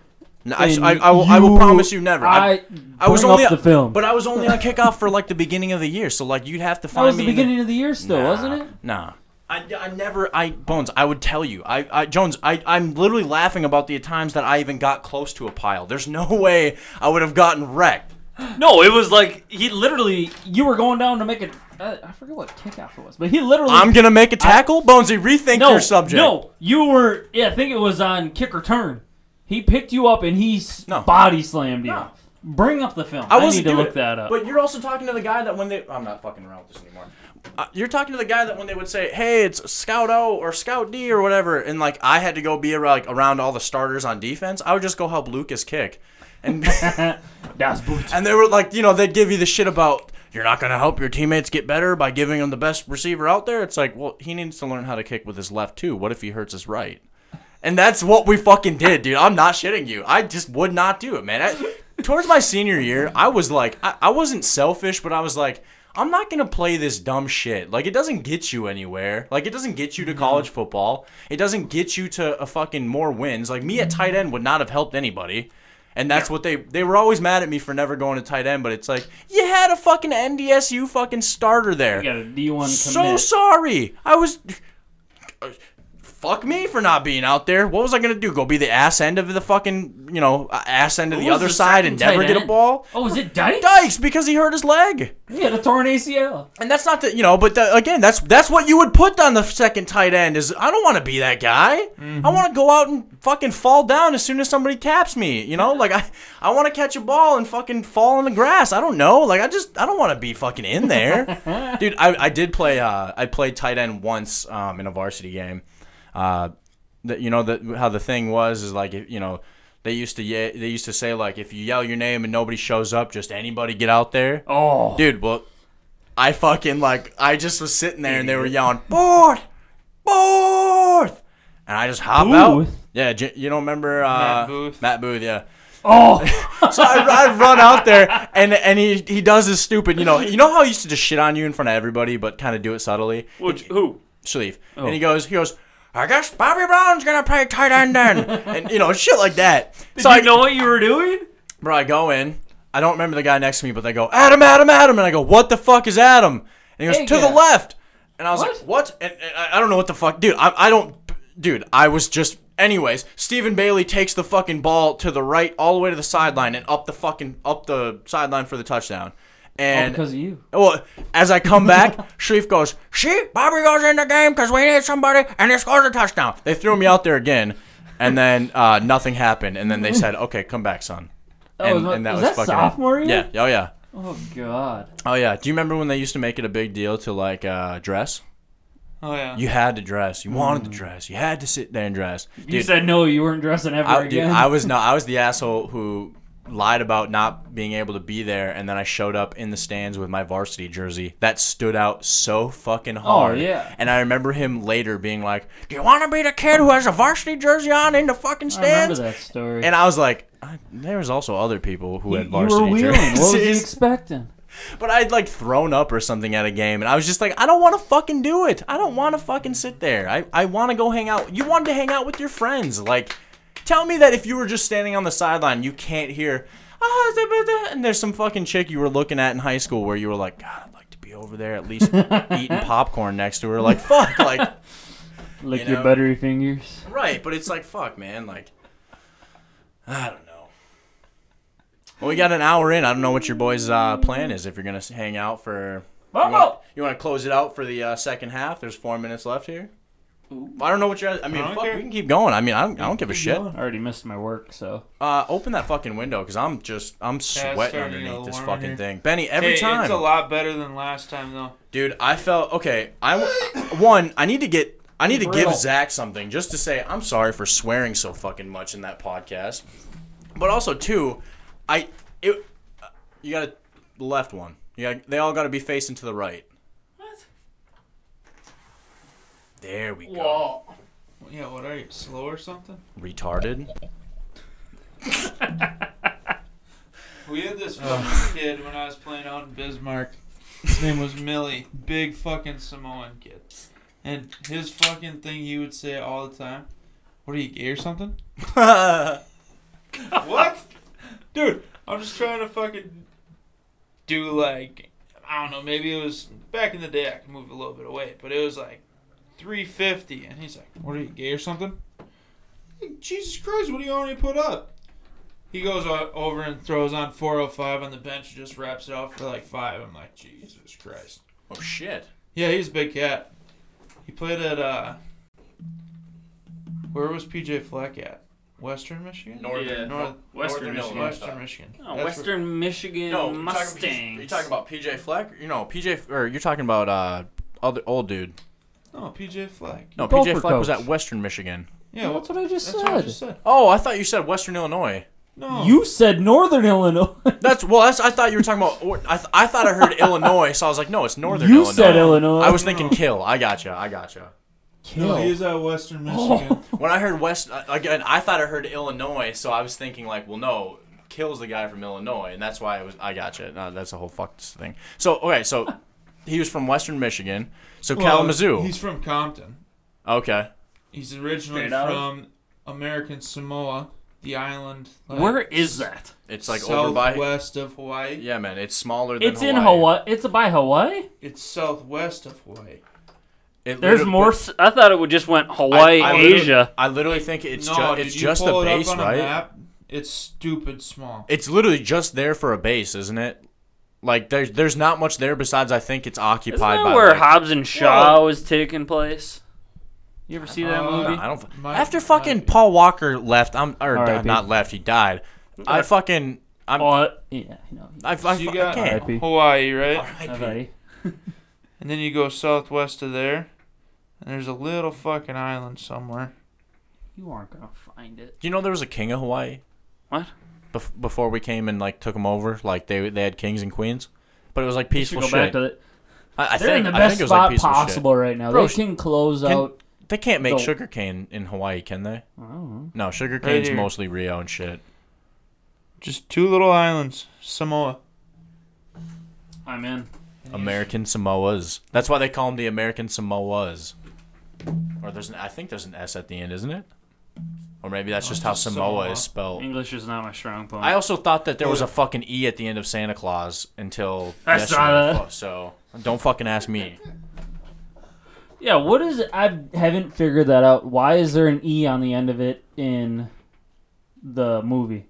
No, I,
and
I, I will, I will promise you never.
I,
I, I was
bring
only
up the film.
but I was only on kickoff for like the beginning of the year. So like you'd have to
that
find
was
me.
the
in
beginning of the year, still,
Nah,
wasn't it?
Nah. I, I never I Bones I would tell you I, I Jones I I'm literally laughing about the times that I even got close to a pile. There's no way I would have gotten wrecked.
No, it was like he literally. You were going down to make a. Uh, I forget what kickoff it was, but he literally.
I'm gonna make a tackle, Bonesy. Rethink
no
your subject.
No, you were. Yeah, I think it was on kick or turn. He picked you up and he s
No.
body slammed you.
No.
Bring up the film.
I
I,
wasn't
need to
doing
look
it.
that up.
But you're also talking to the guy that when they I'm not fucking around with this anymore. Uh, you're talking to the guy that when they would say, "Hey, it's Scout O or Scout D or whatever," and like I had to go be around, like around all the starters on defense, I would just go help Lucas kick, and
Das Boot.
and they were like, you know, they'd give you the shit about you're not gonna help your teammates get better by giving them the best receiver out there. It's like, well, he needs to learn how to kick with his left too. What if he hurts his right? And that's what we fucking did, dude. I'm not shitting you. I just would not do it, man. I, towards my senior year, I was like, I, I wasn't selfish, but I was like, I'm not gonna play this dumb shit. Like it doesn't get you anywhere. Like it doesn't get you to college football. It doesn't get you to a fucking more wins. Like me at tight end would not have helped anybody. And that's what they they were always mad at me for never going to tight end, but it's like you had a fucking NDSU fucking starter there.
You got a D one
So
commit.
sorry. I was. Fuck me for not being out there. What was I gonna do? Go be the ass end of the fucking you know uh, ass end of
Who
the
was
other
the
side and
second tight
never get a
end?
ball?
oh, is it Dykes?
Dykes because he hurt his leg,
He had a torn ACL.
and that's not the you know. But the, again, that's that's what you would put on the second tight end. Is I don't want to be that guy. I want to go out and fucking fall down as soon as somebody taps me. You know, like I I want to catch a ball and fucking fall in the grass. I don't know. Like I just I don't want to be fucking in there. dude I, I did play uh, i played tight end once um, in a varsity game uh, that you know that how the thing was is like if- you know they used to ye- they used to say like if you yell your name and nobody shows up just anybody get out there
Oh,
dude well i fucking like i just was sitting there and they were yelling fourth fourth and i just hop out
Booth?
yeah J- you don't remember uh,
Matt Booth.
matt booth yeah
oh,
so I, I run out there, and and he he does his stupid. You know, you know how he used to just shit on you in front of everybody, but kind of do it subtly.
Which, who?
Shalif, and he
Oh.
goes, he goes. I guess Bobby Brown's gonna play tight end then, and you know shit like that. so
do
I
you know what you were doing?
bro, I go in. I don't remember the guy next to me, but they go Adam, Adam, Adam, and I go, what the fuck is Adam? And he goes
Big
to the
guy.
left, and I was
What?
like, what? And, and I, I don't know what the fuck, dude. I, I don't, dude. I was just. Anyways, Stephen Bailey takes the fucking ball to the right, all the way to the sideline, and up the fucking up the sideline for the touchdown. And
Oh, because of you.
well, as I come back, Sharif goes, "See, Bobby goes in the game because we need somebody, and he scores a touchdown." They threw me out there again, and then uh, nothing happened. And then they said, "Okay, come back, son."
Oh, That was my- was that
it.
sophomore year?
Yeah. Oh yeah.
Oh God.
Oh yeah. Do you remember when they used to make it a big deal to like uh, dress?
Oh, yeah.
You had to dress. You wanted
Mm.
to dress. You had to sit there and dress. Dude,
you said no. You weren't dressing ever
I, dude,
again.
I was not. I was the asshole who lied about not being able to be there, and then I showed up in the stands with my varsity jersey that stood out so fucking hard.
Oh, yeah.
And I remember him later being like, "Do you want to be the kid who has a varsity jersey on in the fucking
I remember
stands?"
that story.
And I was like, I, there was also other people who had
you were
varsity
wheeling. What was he
jerseys.
expecting?
But I'd like thrown up or something at a game, and I was just like, I don't want to fucking do it. I don't want to fucking sit there. I, I want to go hang out. You wanted to hang out with your friends. Like, tell me that if you were just standing on the sideline, you can't hear, ah, da, da, da," and there's some fucking chick you were looking at in high school where you were like, God, I'd like to be over there at least eating popcorn next to her. Like, fuck. Like,
Lick
You
your
know?
buttery fingers.
right. But it's like, fuck, man. Like, I don't know. Well, we got an hour in. I don't know what your boys' uh, plan is if you're going to hang out for You want,
Oh!
you want to close it out for the uh, second half? There's four minutes left here. I don't know what you're. I mean,
I don't
fuck,
care.
we can keep going. I mean, I don't, I don't give a shit.
I already missed my work, so
Uh, open that fucking window because I'm just I'm
starting to
sweating
get a
underneath
little
this
warm
fucking
here.
thing, Benny. Every
Hey,
time,
It's a lot better than last time, though.
dude. I felt okay. I w- one. I need to get. I need to give
Brutal.
Zach something just to say I'm sorry for swearing so fucking much in that podcast. But also two, I it. You got to left one. You got. They all got to be facing to the right. What? There we go.
Yeah, what are you, slow or something?
retarded.
We had this fucking kid when I was playing out in Bismarck. His name was Millie. Big fucking Samoan kid. And his fucking thing he would say all the time, What are you, gay or something?
Oh,
what? Dude, I'm just trying to fucking do like, I don't know, maybe it was back in the day I could move a little bit away, but it was like 350. And he's like, What are you, gay or something? Like, Jesus Christ, what do you already put up? He goes o- over and throws on 405 on the bench and just wraps it off for like five. I'm like, Jesus Christ.
oh shit.
Yeah, he's a big cat. He played at, uh, where was PJ Fleck at? Western Michigan?
Yeah.
North,
Northern
Western Michigan.
Illinois.
Western Michigan.
Oh,
That's
Western Michigan
No, you're talking,
Mustangs.
you're, talking about PJ Fleck. You know PJ, or you're talking about uh, other old dude.
Where, no, PJ Fleck.
No,
Gopher
PJ Fleck was
coach.
at Western Michigan.
Yeah,
That's what I just
that's
said.
what I just said.
Oh, I thought you said Western Illinois.
No.
You said Northern Illinois.
That's well. That's, I thought you were talking about. Or, I, th- I thought I heard Illinois, so I was like, no, it's Northern.
You
Illinois.
said Illinois.
I was thinking kill. I gotcha. I gotcha.
no, he's at Western Michigan.
When I heard West uh, again, I thought I heard Illinois, so I was thinking like, well, no, kills the guy from Illinois, and that's why I was. I gotcha. No, that's a whole fuck thing. So okay, so he was from Western Michigan. So
Well,
Kalamazoo.
He's from Compton.
Okay.
He's originally
Straight out of-
from American Samoa, the island. like,
Where is that?
It's like over by.
southwest of Hawaii.
Yeah, man. It's smaller than.
It's in Hawaii. It's by Hawaii.
It's southwest of Hawaii.
It
There's
literally-
more.
but
s- I thought it would just went Hawaii,
I literally-
Asia.
I literally think it's
no,
ju-
did
it's
you
just
pull
a
it up
base,
on a
right?
map? It's stupid small.
It's literally just there for a base, isn't it? Like there's there's not much there besides I think it's
Isn't
occupied
that
by.
where
like-
Hobbs and Shaw was taking place? You ever see that
Uh,
movie?
I don't.
Might-
after
might
fucking
be.
Paul Walker left, I'm or
R.I.P.
not left. He died. I fucking. I'm.
Oh, I- yeah, no.
I, I,
So you
I
got
can't.
R.I.P.
Hawaii, right?
R.I.P.
And then you go southwest of there, and there's a little fucking island somewhere.
You aren't gonna find it.
Do you know there was a king of Hawaii?
What?
Bef- before we came and like took them over, like they they had kings and queens, but it was like
Should
peaceful
go
shit.
back to it.
I, I
They're in
think
the
I
best
think it was
spot
like peaceful
possible right now.
Bro,
they can close
Shit. Can,
out.
they can't make
No.
sugar cane in Hawaii, can they?
I don't know.
No, sugar cane's
here.
mostly Rio and shit.
Just two little islands, Samoa.
I'm in.
American Samoas. That's why they call them the American Samoas. Or there's an I think there's an S at the end, isn't it? Or maybe that's just how
just
Samoa
Samoa.
is spelled.
English is not my strong point.
I also thought that there was a fucking E at the end of Santa Claus until
I
yesterday.
saw that.
Fu- So don't fucking ask me.
yeah, what is? I haven't figured that out. Why is there an e on the end of it in the movie?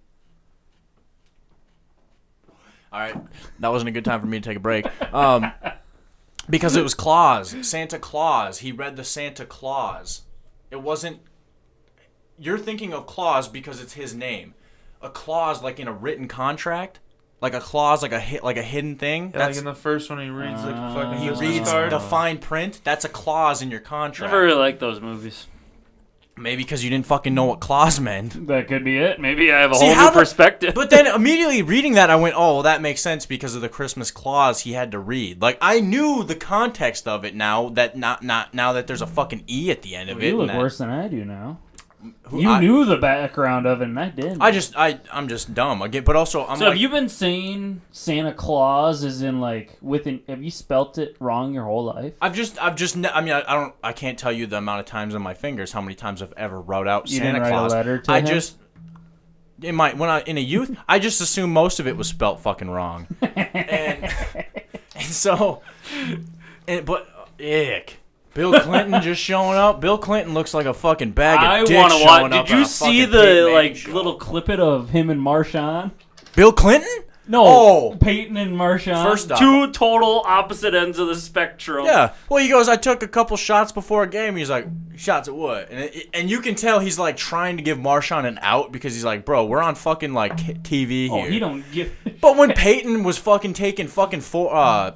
All right, that wasn't a good time for me to take a break. Um, because it was Claus, Santa Claus. He read the Santa Claus. It wasn't. You're thinking of Claus because it's his name. A clause like in a written contract, like a clause, like a hit, like a hidden thing.
Yeah, like
that's
in the first one, he reads like a fucking
he
business
reads
card.
the fine print. That's a clause in your contract.
Never really liked those movies.
Maybe because you didn't fucking know what clause meant.
That could be it. Maybe I have a
See,
whole
how
new
the-
perspective.
But then immediately reading that, I went, "Oh, well, that makes sense because of the Christmas clause he had to read." Like I knew the context of it now that not not now that there's a fucking e at the end of it.
you
and
look
that-
worse than I do now.
who,
You
I,
knew the background of it, and I didn't.
I just I I'm just dumb. I get, but also I'm
so
like
have you been saying Santa Claus is in like with an? Have you spelt it wrong your whole life?
I've just I've just ne- I mean I, I don't I can't tell you the amount of times on my fingers how many times I've ever wrote out
You
Santa
didn't write a
Claus.
letter to
I
him?
just in my when I in a youth I just assumed most of it was spelt fucking wrong, and, and so and but ick. Bill Clinton just showing up. Bill Clinton looks like a fucking bag of
I
dicks
want to
showing
watch.
up
Did
on
you
a
see
fucking Peyton
the
Manning
like
show.
little clippet of him and Marshawn?
Bill Clinton?
No,
Oh.
Peyton and Marshawn.
First off-
two total opposite ends of the spectrum.
Yeah. Well, he goes, I took a couple shots before a game. He's like, shots at what? And it, and you can tell he's like trying to give Marshawn an out because he's like, bro, we're on fucking like TV here.
Oh, he don't give.
but when Peyton was fucking taking fucking for uh.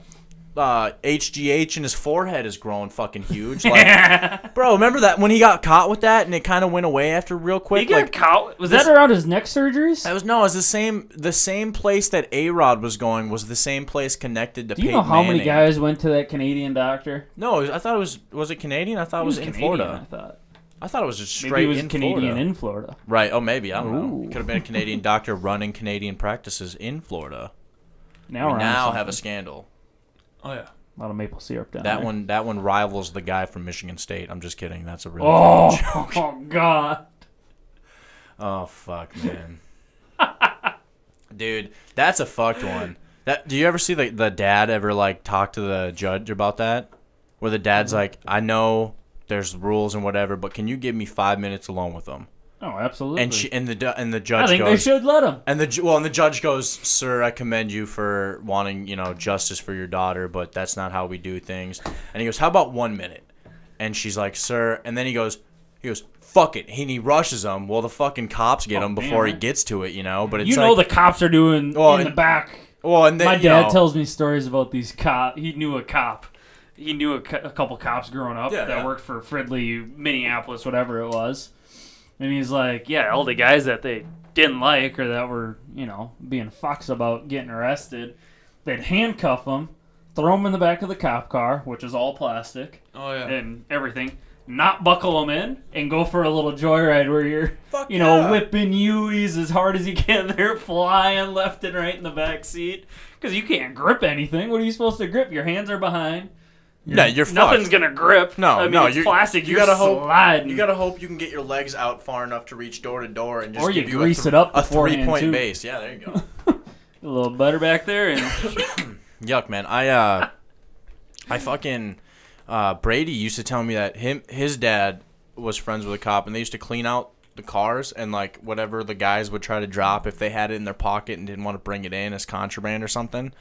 Uh, HGH and his forehead is growing fucking huge. Like, bro, remember that when he got caught with that and it kind of went away after real quick.
He got
like,
caught.
Was that around his neck surgeries?
that was no, it was the same. The same place that A Rod was going was the same place connected to.
Do you
Peyton
know how many
Manning.
guys went to that Canadian doctor?
No, I thought it was. Was it Canadian? I thought it was, in
Canadian,
Florida.
I thought
I thought it was just
maybe
straight
he was
in
Canadian
Florida.
in Florida.
right. Oh, maybe. I don't know.
Ooh.
It could have been a Canadian doctor running Canadian practices in Florida.
Now
we
we're
now
on
have a
something.
scandal.
Oh yeah.
a lot of maple syrup down
That
there.
one that one rivals the guy from Michigan State. I'm just kidding. That's a really
Oh, oh God!
Oh fuck, man. Dude, that's a fucked one. That do you ever see the the dad ever like talk to the judge about that? Where the dad's
Mm-hmm.
like, "I know there's rules and whatever, but can you give me 5 minutes alone with them?"
Oh, absolutely.
And she and the du- and the
I
judge
think they
goes,
should let him.
And the ju- well, and the judge goes, "Sir, I commend you for wanting, you know, justice for your daughter, but that's not how we do things." And he goes, "How about one minute?" And she's like, "Sir," and then he goes, he goes, "Fuck it," and he rushes him. Well, the fucking cops get him before he
right.
gets to it, you know. But it's
Oh, You
like,
know the cops are doing
Well,
in the
and-
back.
well, and then,
My
you
dad
know,
tells me stories about these cop. He knew a cop. He knew a, co- a couple cops growing up
Yeah,
that
yeah.
worked for Fridley, Minneapolis, whatever it was. And he's like, yeah, all the guys that they didn't like or that were, you know, being fucks about getting arrested, they'd handcuff them, throw them in the back of the cop car, which is all plastic
Oh yeah.
and everything. Not buckle them in and go for a little joyride where you're,
Fuck
you know,
yeah.
whipping U's as hard as you can. They're flying left and right in the back seat because you can't grip anything. What are you supposed to grip? Your hands are behind.
"Yeah, you're
Nothing's
fucked.
gonna grip.
No,
I mean,
no,
it's
you-
plastic.
you
are
gotta hope-
sliding.
You gotta hope you can get your legs out far enough to reach door to door and just
Or you
give a
grease
thr-
it up
a
beforehand,
three point
too.
base. Yeah, there you go.
a little butter back there, and
Yuck, man. I uh, I fucking uh, Brady used to tell me that him his dad was friends with a cop, and they used to clean out the cars and like whatever the guys would try to drop if they had it in their pocket and didn't want to bring it in as contraband or something,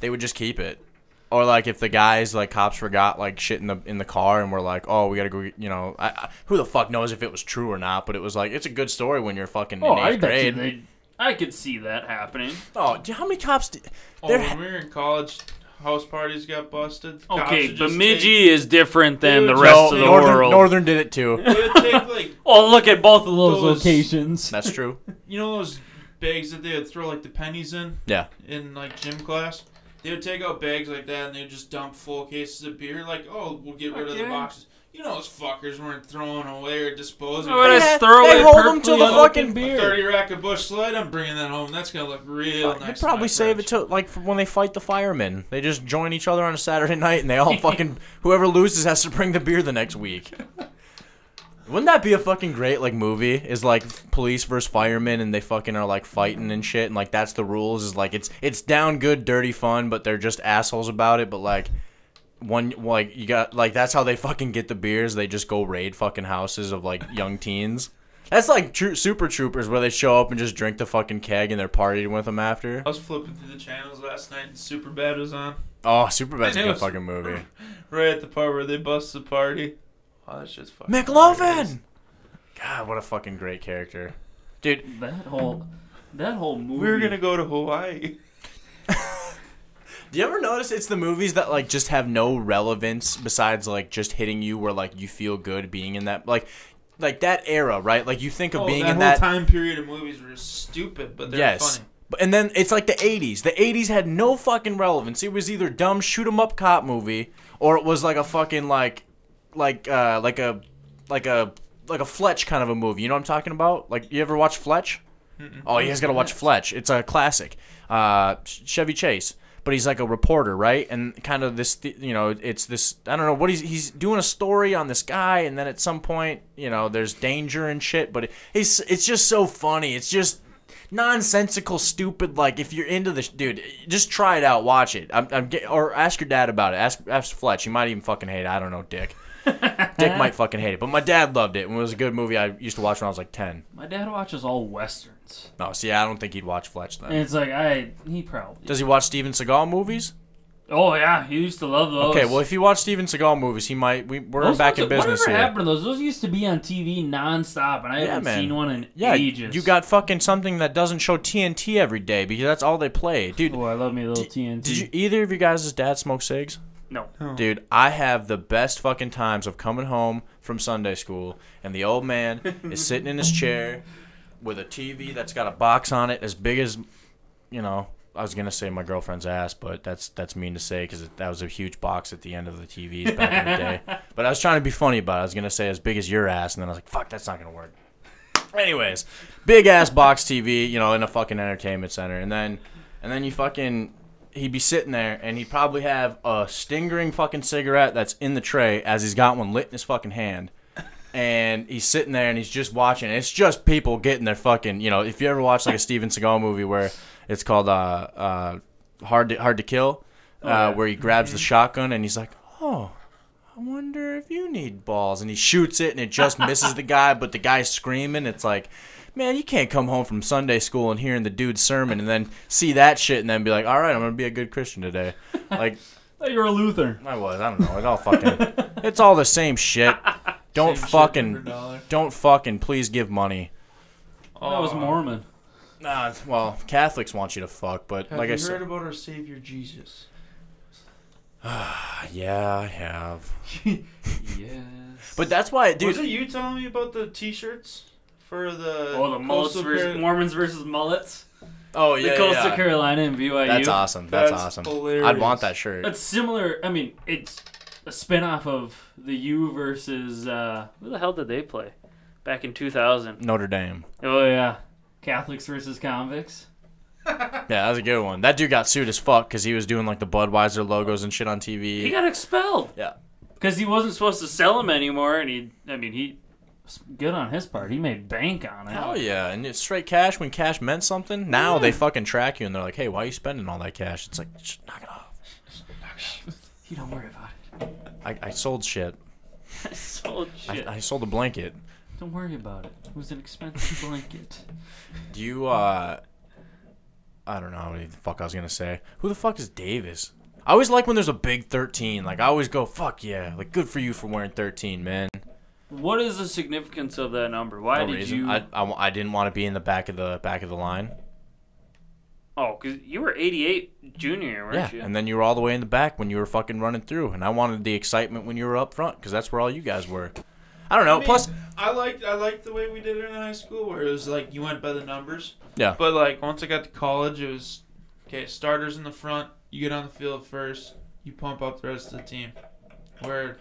they would just keep it. Or like if the guys like cops forgot like shit in the in the car and were like, oh, we gotta go, get-" you know, I, I, who the fuck knows if it was true or not, but it was like it's a good story when you're fucking
oh,
in
I
eighth
bet you
grade.
they. I could see that happening.
oh, do- how many cops? Did,
Oh,
there
when we were in college, house parties got busted. Cops
Okay,
would just
Bemidji is different than the
Dude,
rest
no,
of the
Northern,
world.
Northern did it too.
Take, they would take like
oh, look at both of those,
Those-
locations.
That's true.
you know those bags that they would throw like the pennies in
Yeah.
in like gym class. They would take out bags like that and they would just dump full cases of beer. Like, oh, we'll get rid of the
Okay.
boxes. You know those fuckers weren't throwing away or disposing.
Why would I
of
Yeah,
throw
they
it
hold 'em till
perfectly
the
open
fucking beer.
Thirty rack of Bush Light. I'm bringing that home. That's gonna look real nice.
They
in my
probably save it
fridge.
to like for when they fight the firemen. They just join each other on a Saturday night, and they all fucking whoever loses has to bring the beer the next week. Wouldn't that be a fucking great like movie? Is like police versus firemen, and they fucking are like fighting and shit, and like that's the rules. Is like it's it's down good, dirty fun, but they're just assholes about it. But like one like you got like that's how they fucking get the beers. They just go raid fucking houses of like young teens. That's like true Super Troopers, where they show up and just drink the fucking keg and they're partying with them after.
I was flipping through the channels last night and Superbad was on.
Oh, Superbad's a
I
good
know.
fucking movie.
Right at the part where they bust the party. Oh, that's just fucking.
McLovin! God, what a fucking great character. Dude,
That whole, that whole movie.
We were gonna go to Hawaii.
do you ever notice it's the movies that like just have no relevance besides like just hitting you where like you feel good being in that like like that era, right? Like you think of
Oh,
being
that
in
whole
that
time period of movies were stupid, but they're
Yes.
funny.
But- And then it's like the 80s. The 80s had no fucking relevance. It was either dumb shoot 'em up cop movie or it was like a fucking like like uh like a like a like a Fletch kind of a movie. You know what I'm talking about? Like you ever watch Fletch? Oh, you guys gotta watch Fletch. It's a classic. Uh, Chevy Chase, but he's like a reporter, right? And kind of this, th- you know, it's this. I don't know what he's he's doing a story on this guy, and then at some point, you know, there's danger and shit. But it, it's it's just so funny. It's just nonsensical, stupid. Like if you're into this, dude, just try it out. Watch it. I'm, I'm get, or ask your dad about it. Ask ask Fletch. He might even fucking hate it. I don't know, Dick. Dick might fucking hate it, but my dad loved it. And it was a good movie I used to watch when I was like ten.
My dad watches all westerns,
No, see, I don't think he'd watch Fletch then.
and it's like I he probably.
Does he watch Steven Seagal movies?
Oh yeah, he used to love those.
Okay, well, if you watch Steven Seagal movies, he might. We, we're
Those
back
ones-
in business
Whatever
here.
happened to those? Those used to be on TV nonstop, and I haven't
man.
seen one in
Yeah,
ages.
you got fucking something that doesn't show TNT every day because that's all they play, dude.
Oh, I love me a little TNT.
Did you either of you guys' dad smoke cigs?
No.
Dude, I have the best fucking times of coming home from Sunday school, and the old man is sitting in his chair with a TV that's got a box on it as big as, you know, I was gonna say my girlfriend's ass, but that's that's mean to say because that was a huge box at the end of the TVs back in the day. But I was trying to be funny about it. I was gonna say as big as your ass, and then I was like, fuck, that's not gonna work. Anyways, big ass box TV, you know, in a fucking entertainment center, and then and then you fucking he'd be sitting there and he'd probably have a stingering fucking cigarette that's in the tray as he's got one lit in his fucking hand. And he's sitting there and he's just watching. It's just people getting their fucking, you know, if you ever watch like a Steven Seagal movie where it's called uh, uh, Hard to, Hard to Kill, uh, where he grabs the shotgun and he's like, oh, I wonder if you need balls. And he shoots it and it just misses the guy, but the guy's screaming. It's like, man, you can't come home from Sunday school and hearing the dude's sermon and then see that shit and then be like, all right, I'm going to be a good Christian today. Like,
I thought you were a Lutheran.
I was. I don't know. It all fucking. it's all the same shit. Don't
Same shit,
fucking.
different dollar.
don't fucking. Please give money.
Oh. I was Mormon.
Nah, well, Catholics want you to fuck, but
Have
like
you
I
heard
said,
about our Savior Jesus?
yeah, I have.
Yes.
But that's why, dude.
Was it you telling me about the T-shirts for the?
Oh, the mullets
Coastal
versus
Car-
Mormons versus mullets.
oh
The
yeah,
Coastal
yeah.
Carolina and BYU.
That's awesome. That's,
That's
awesome. I'd
hilarious.
want that shirt.
It's similar. I mean, it's a spinoff of the U versus uh, who the hell did they play back in 2000?
Notre Dame.
Oh yeah, Catholics versus convicts.
Yeah, that was a good one. That dude got sued as fuck because he was doing like the Budweiser logos and shit on TV.
He got expelled.
Yeah.
because he wasn't supposed to sell them anymore, and he. I mean, he. Good on his part. He made bank on it.
Hell yeah, and it's straight cash when cash meant something. Now they fucking track you and they're like, hey, why are you spending all that cash? It's like, "Shh, knock it off.
You don't worry about it.
I, I sold shit.
Sold shit.
I, I sold a blanket.
Don't worry about it. It was an expensive blanket.
Do you, uh, I don't know what the fuck I was gonna say. Who the fuck is Davis? I always like when there's a big 13. Like, I always go, fuck yeah. Like, good for you for wearing 13, man.
What is the significance of that number? Why
No
did
reason.
you?
I, I, wa- I didn't want to be in the back of the back of the line.
Oh, because you were 88 junior, year,
Yeah.
weren't you?
And then you were all the way in the back when you were fucking running through. And I wanted the excitement when you were up front because that's where all you guys were. I don't know. Plus,
I liked I liked the way we did it in high school, where it was like you went by the numbers.
Yeah.
But like once I got to college, it was okay. Starters in the front. You get on the field first. You pump up the rest of the team. Where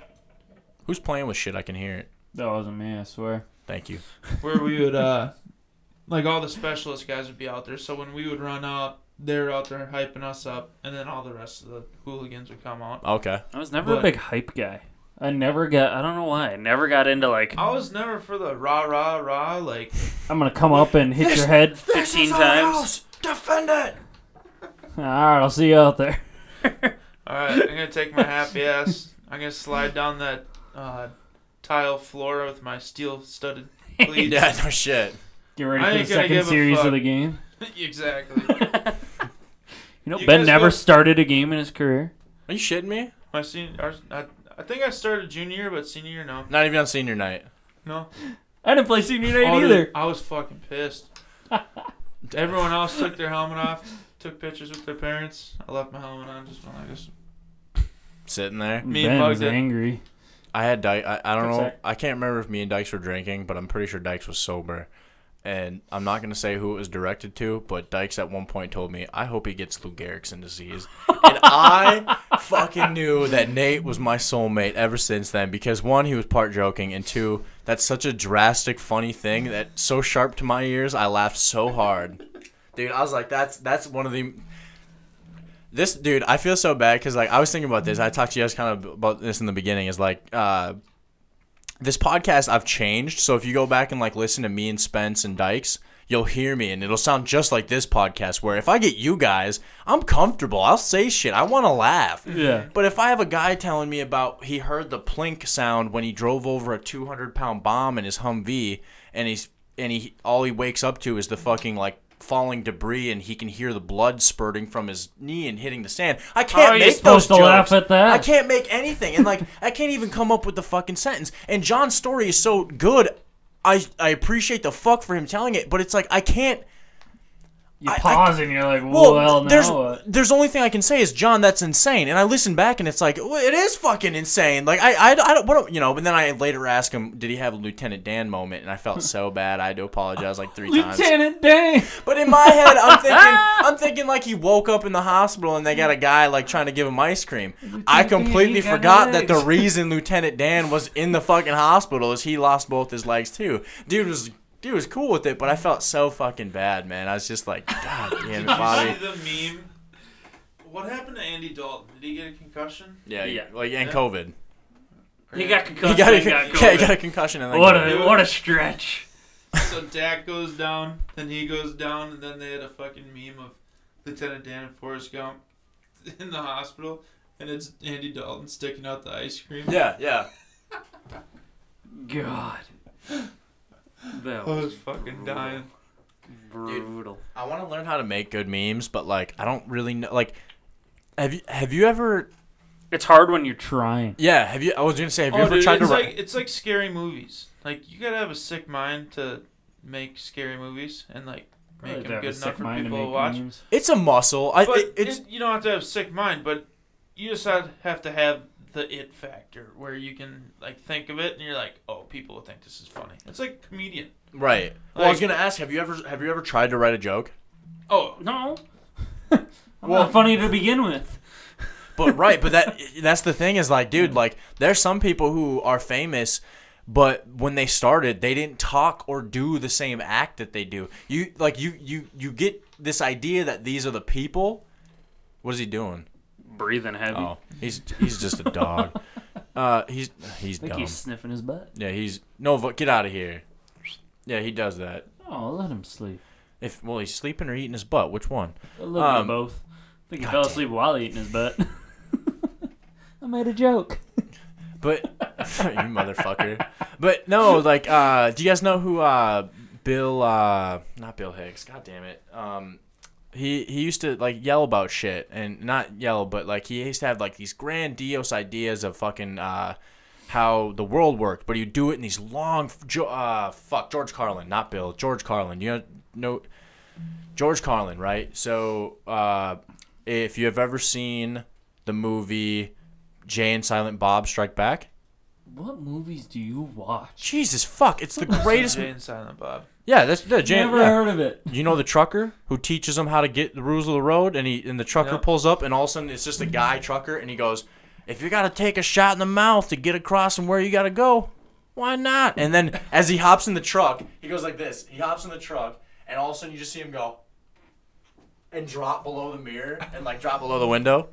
who's playing with shit? I can hear it.
that wasn't me. I swear.
Thank you.
where we would uh, like all the specialist guys would be out there. So when we would run out, they were out there hyping us up, and then all the rest of the hooligans would come out.
Okay.
I was never a
But-
big hype guy. I never got. I don't know why. I never got into like.
I was never for the rah rah rah like
I'm gonna come up and hit your head 15 times.
Defend it.
All right, I'll see you out there.
All right, I'm gonna take my happy ass. I'm gonna slide down that uh, tile floor with my steel-studded cleats.
Yeah. No shit.
Get ready
I
for the
ain't gonna
second
give a
series of
fuck.
the game.
exactly.
You know,
You
Ben
guys
never
go-
started a game in his career.
Are you shitting me?
My senior, our- I, I think I started junior year, but senior year no.
Not even on senior night.
No,
I didn't play senior night
Oh, dude,
either.
I was fucking pissed. Everyone else took their helmet off, took pictures with their parents. I left my helmet on, just went like this.
Sitting there.
Me and
ben
Bug
was
did.
angry.
I had Dyke. I, I don't
That's
know.
it.
I can't remember if me and Dykes were drinking, but I'm pretty sure Dykes was sober. and I'm not gonna say who it was directed to, but Dykes at one point told me, "I hope he gets Lou Gehrigson disease," and I fucking knew that Nate was my soulmate ever since then because one, he was part joking, and two, that's such a drastic, funny thing that so sharp to my ears, I laughed so hard, dude. I was like, "That's that's one of the." This dude, I feel so bad because like I was thinking about this. I talked to you guys kind of about this in the beginning. Is like, uh, this podcast I've changed. So if you go back and like listen to me and Spence and Dykes, you'll hear me and it'll sound just like this podcast where if I get you guys, I'm comfortable. I'll say shit. I want to laugh.
Yeah.
But if I have a guy telling me about he heard the plink sound when he drove over a 200 pound bomb in his Humvee and he's and he all he wakes up to is the fucking like falling debris and he can hear the blood spurting from his knee and hitting the sand. I can't
are you
make
supposed
those
to laugh
jokes.
at that?
I can't make anything and like I can't even come up with the fucking sentence. And John's story is so good. I I appreciate the fuck for him telling it, but it's like I can't
You
I- I-
pause and you're like, well, uh,
well,
now
there's
what?
there's only thing I can say is John, that's insane. And I listen back and it's like well, it is fucking insane. Like I I, I don't what do- you know. But then I later ask him, did he have a Lieutenant Dan moment? And I felt so bad. I had to apologize like three times.
Lieutenant Dan.
But in my head, I'm thinking I'm thinking like he woke up in the hospital and they got a guy like trying to give him ice cream. I completely
Dan, he got
forgot that the
legs.
reason Lieutenant Dan was in the fucking hospital is he lost both his legs too. Dude was. Dude was cool with it, but I felt so fucking bad, man. I was just like, God damn it, Bobby.
Did you see the meme? What happened to Andy Dalton? Did he get a concussion?
Yeah,
Yeah.
like and COVID.
He got concussion.
He got, a,
and got
yeah, he
COVID.
got a concussion and then
What
COVID.
a what a stretch.
So Dak goes down, then he goes down, and then they had a fucking meme of Lieutenant Dan and Forrest Gump in the hospital, and it's Andy Dalton sticking out the ice cream.
yeah, yeah.
God. That
I
was
was Oh, fucking dying.
brutal.
I want to learn how to make good memes, but like I don't really know. Like, have you have you ever?
It's hard when you're trying.
Yeah, have you? I was gonna say, have you
Oh,
ever
dude,
tried
it's
to
like
write?
it's like scary movies. Like you gotta have a sick mind to make scary movies and like make them good enough for people to watch.
It's a muscle. I
But
it, it's
it- you don't have to have a sick mind, but you just have have to have the it factor where you can like think of it and you're like, oh, people will think this is funny. It's like comedian.
right. well, I was
like-
gonna ask, have you ever have you ever tried to write a joke?
Oh,
No. I'm not funny to begin with.
But right, but that that's the thing is like, dude, like there's some people who are famous, but when they started, they didn't talk or do the same act that they do. You like you you you get this idea that these are the people. What is he doing?
Breathing heavy.
Oh, he's he's just a dog. Uh, he's he's
I think
dumb.
he's sniffing his butt.
Yeah, he's Nova. Get out of here. Yeah, he does that.
Oh, let him sleep.
If well, he's sleeping or eating his butt. Which one?
A little bit
Um,
of both. I think he
God
fell
damn.
asleep while eating his butt. I made a joke.
But you motherfucker. But no, like, uh, do you guys know who uh, Bill? Uh, not Bill Hicks. God damn it. Um, he he used to like yell about shit, and not yell, but like he used to have like these grandiose ideas of fucking uh, how the world worked. But he'd do it in these long. jo- Uh, fuck George Carlin, not Bill. George Carlin. You know, no. George Carlin, right? So, uh, if you have ever seen the movie Jay and Silent Bob Strike Back,
What movies do you watch?
Jesus fuck! It's the greatest.
Jay and Silent Bob.
Yeah, that's the Jay.
Never
yeah.
heard of it.
You know the trucker who teaches them how to get the rules of the road, and he and the trucker
Yeah.
pulls up, and all of a sudden it's just a guy trucker, and he goes, "If you gotta take a shot in the mouth to get across and where you gotta go, why not?" And then as he hops in the truck, he goes like this. He hops in the truck, and all of a sudden you just see him go and drop below the mirror and like drop below the window.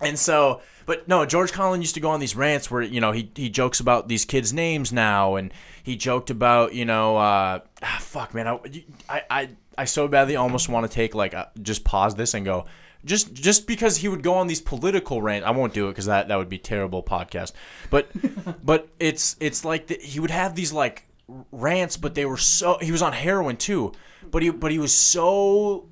And so, but no, George Collin used to go on these rants where you know he he jokes about these kids' names now, and he joked about you know, uh, ah, fuck man, I, I I I so badly almost want to take like uh, just pause this and go. Just, just because he would go on these political rants, I won't do it because that, that would be terrible podcast. But, but it's it's like the, he would have these like rants, but they were so he was on heroin too, but he but he was so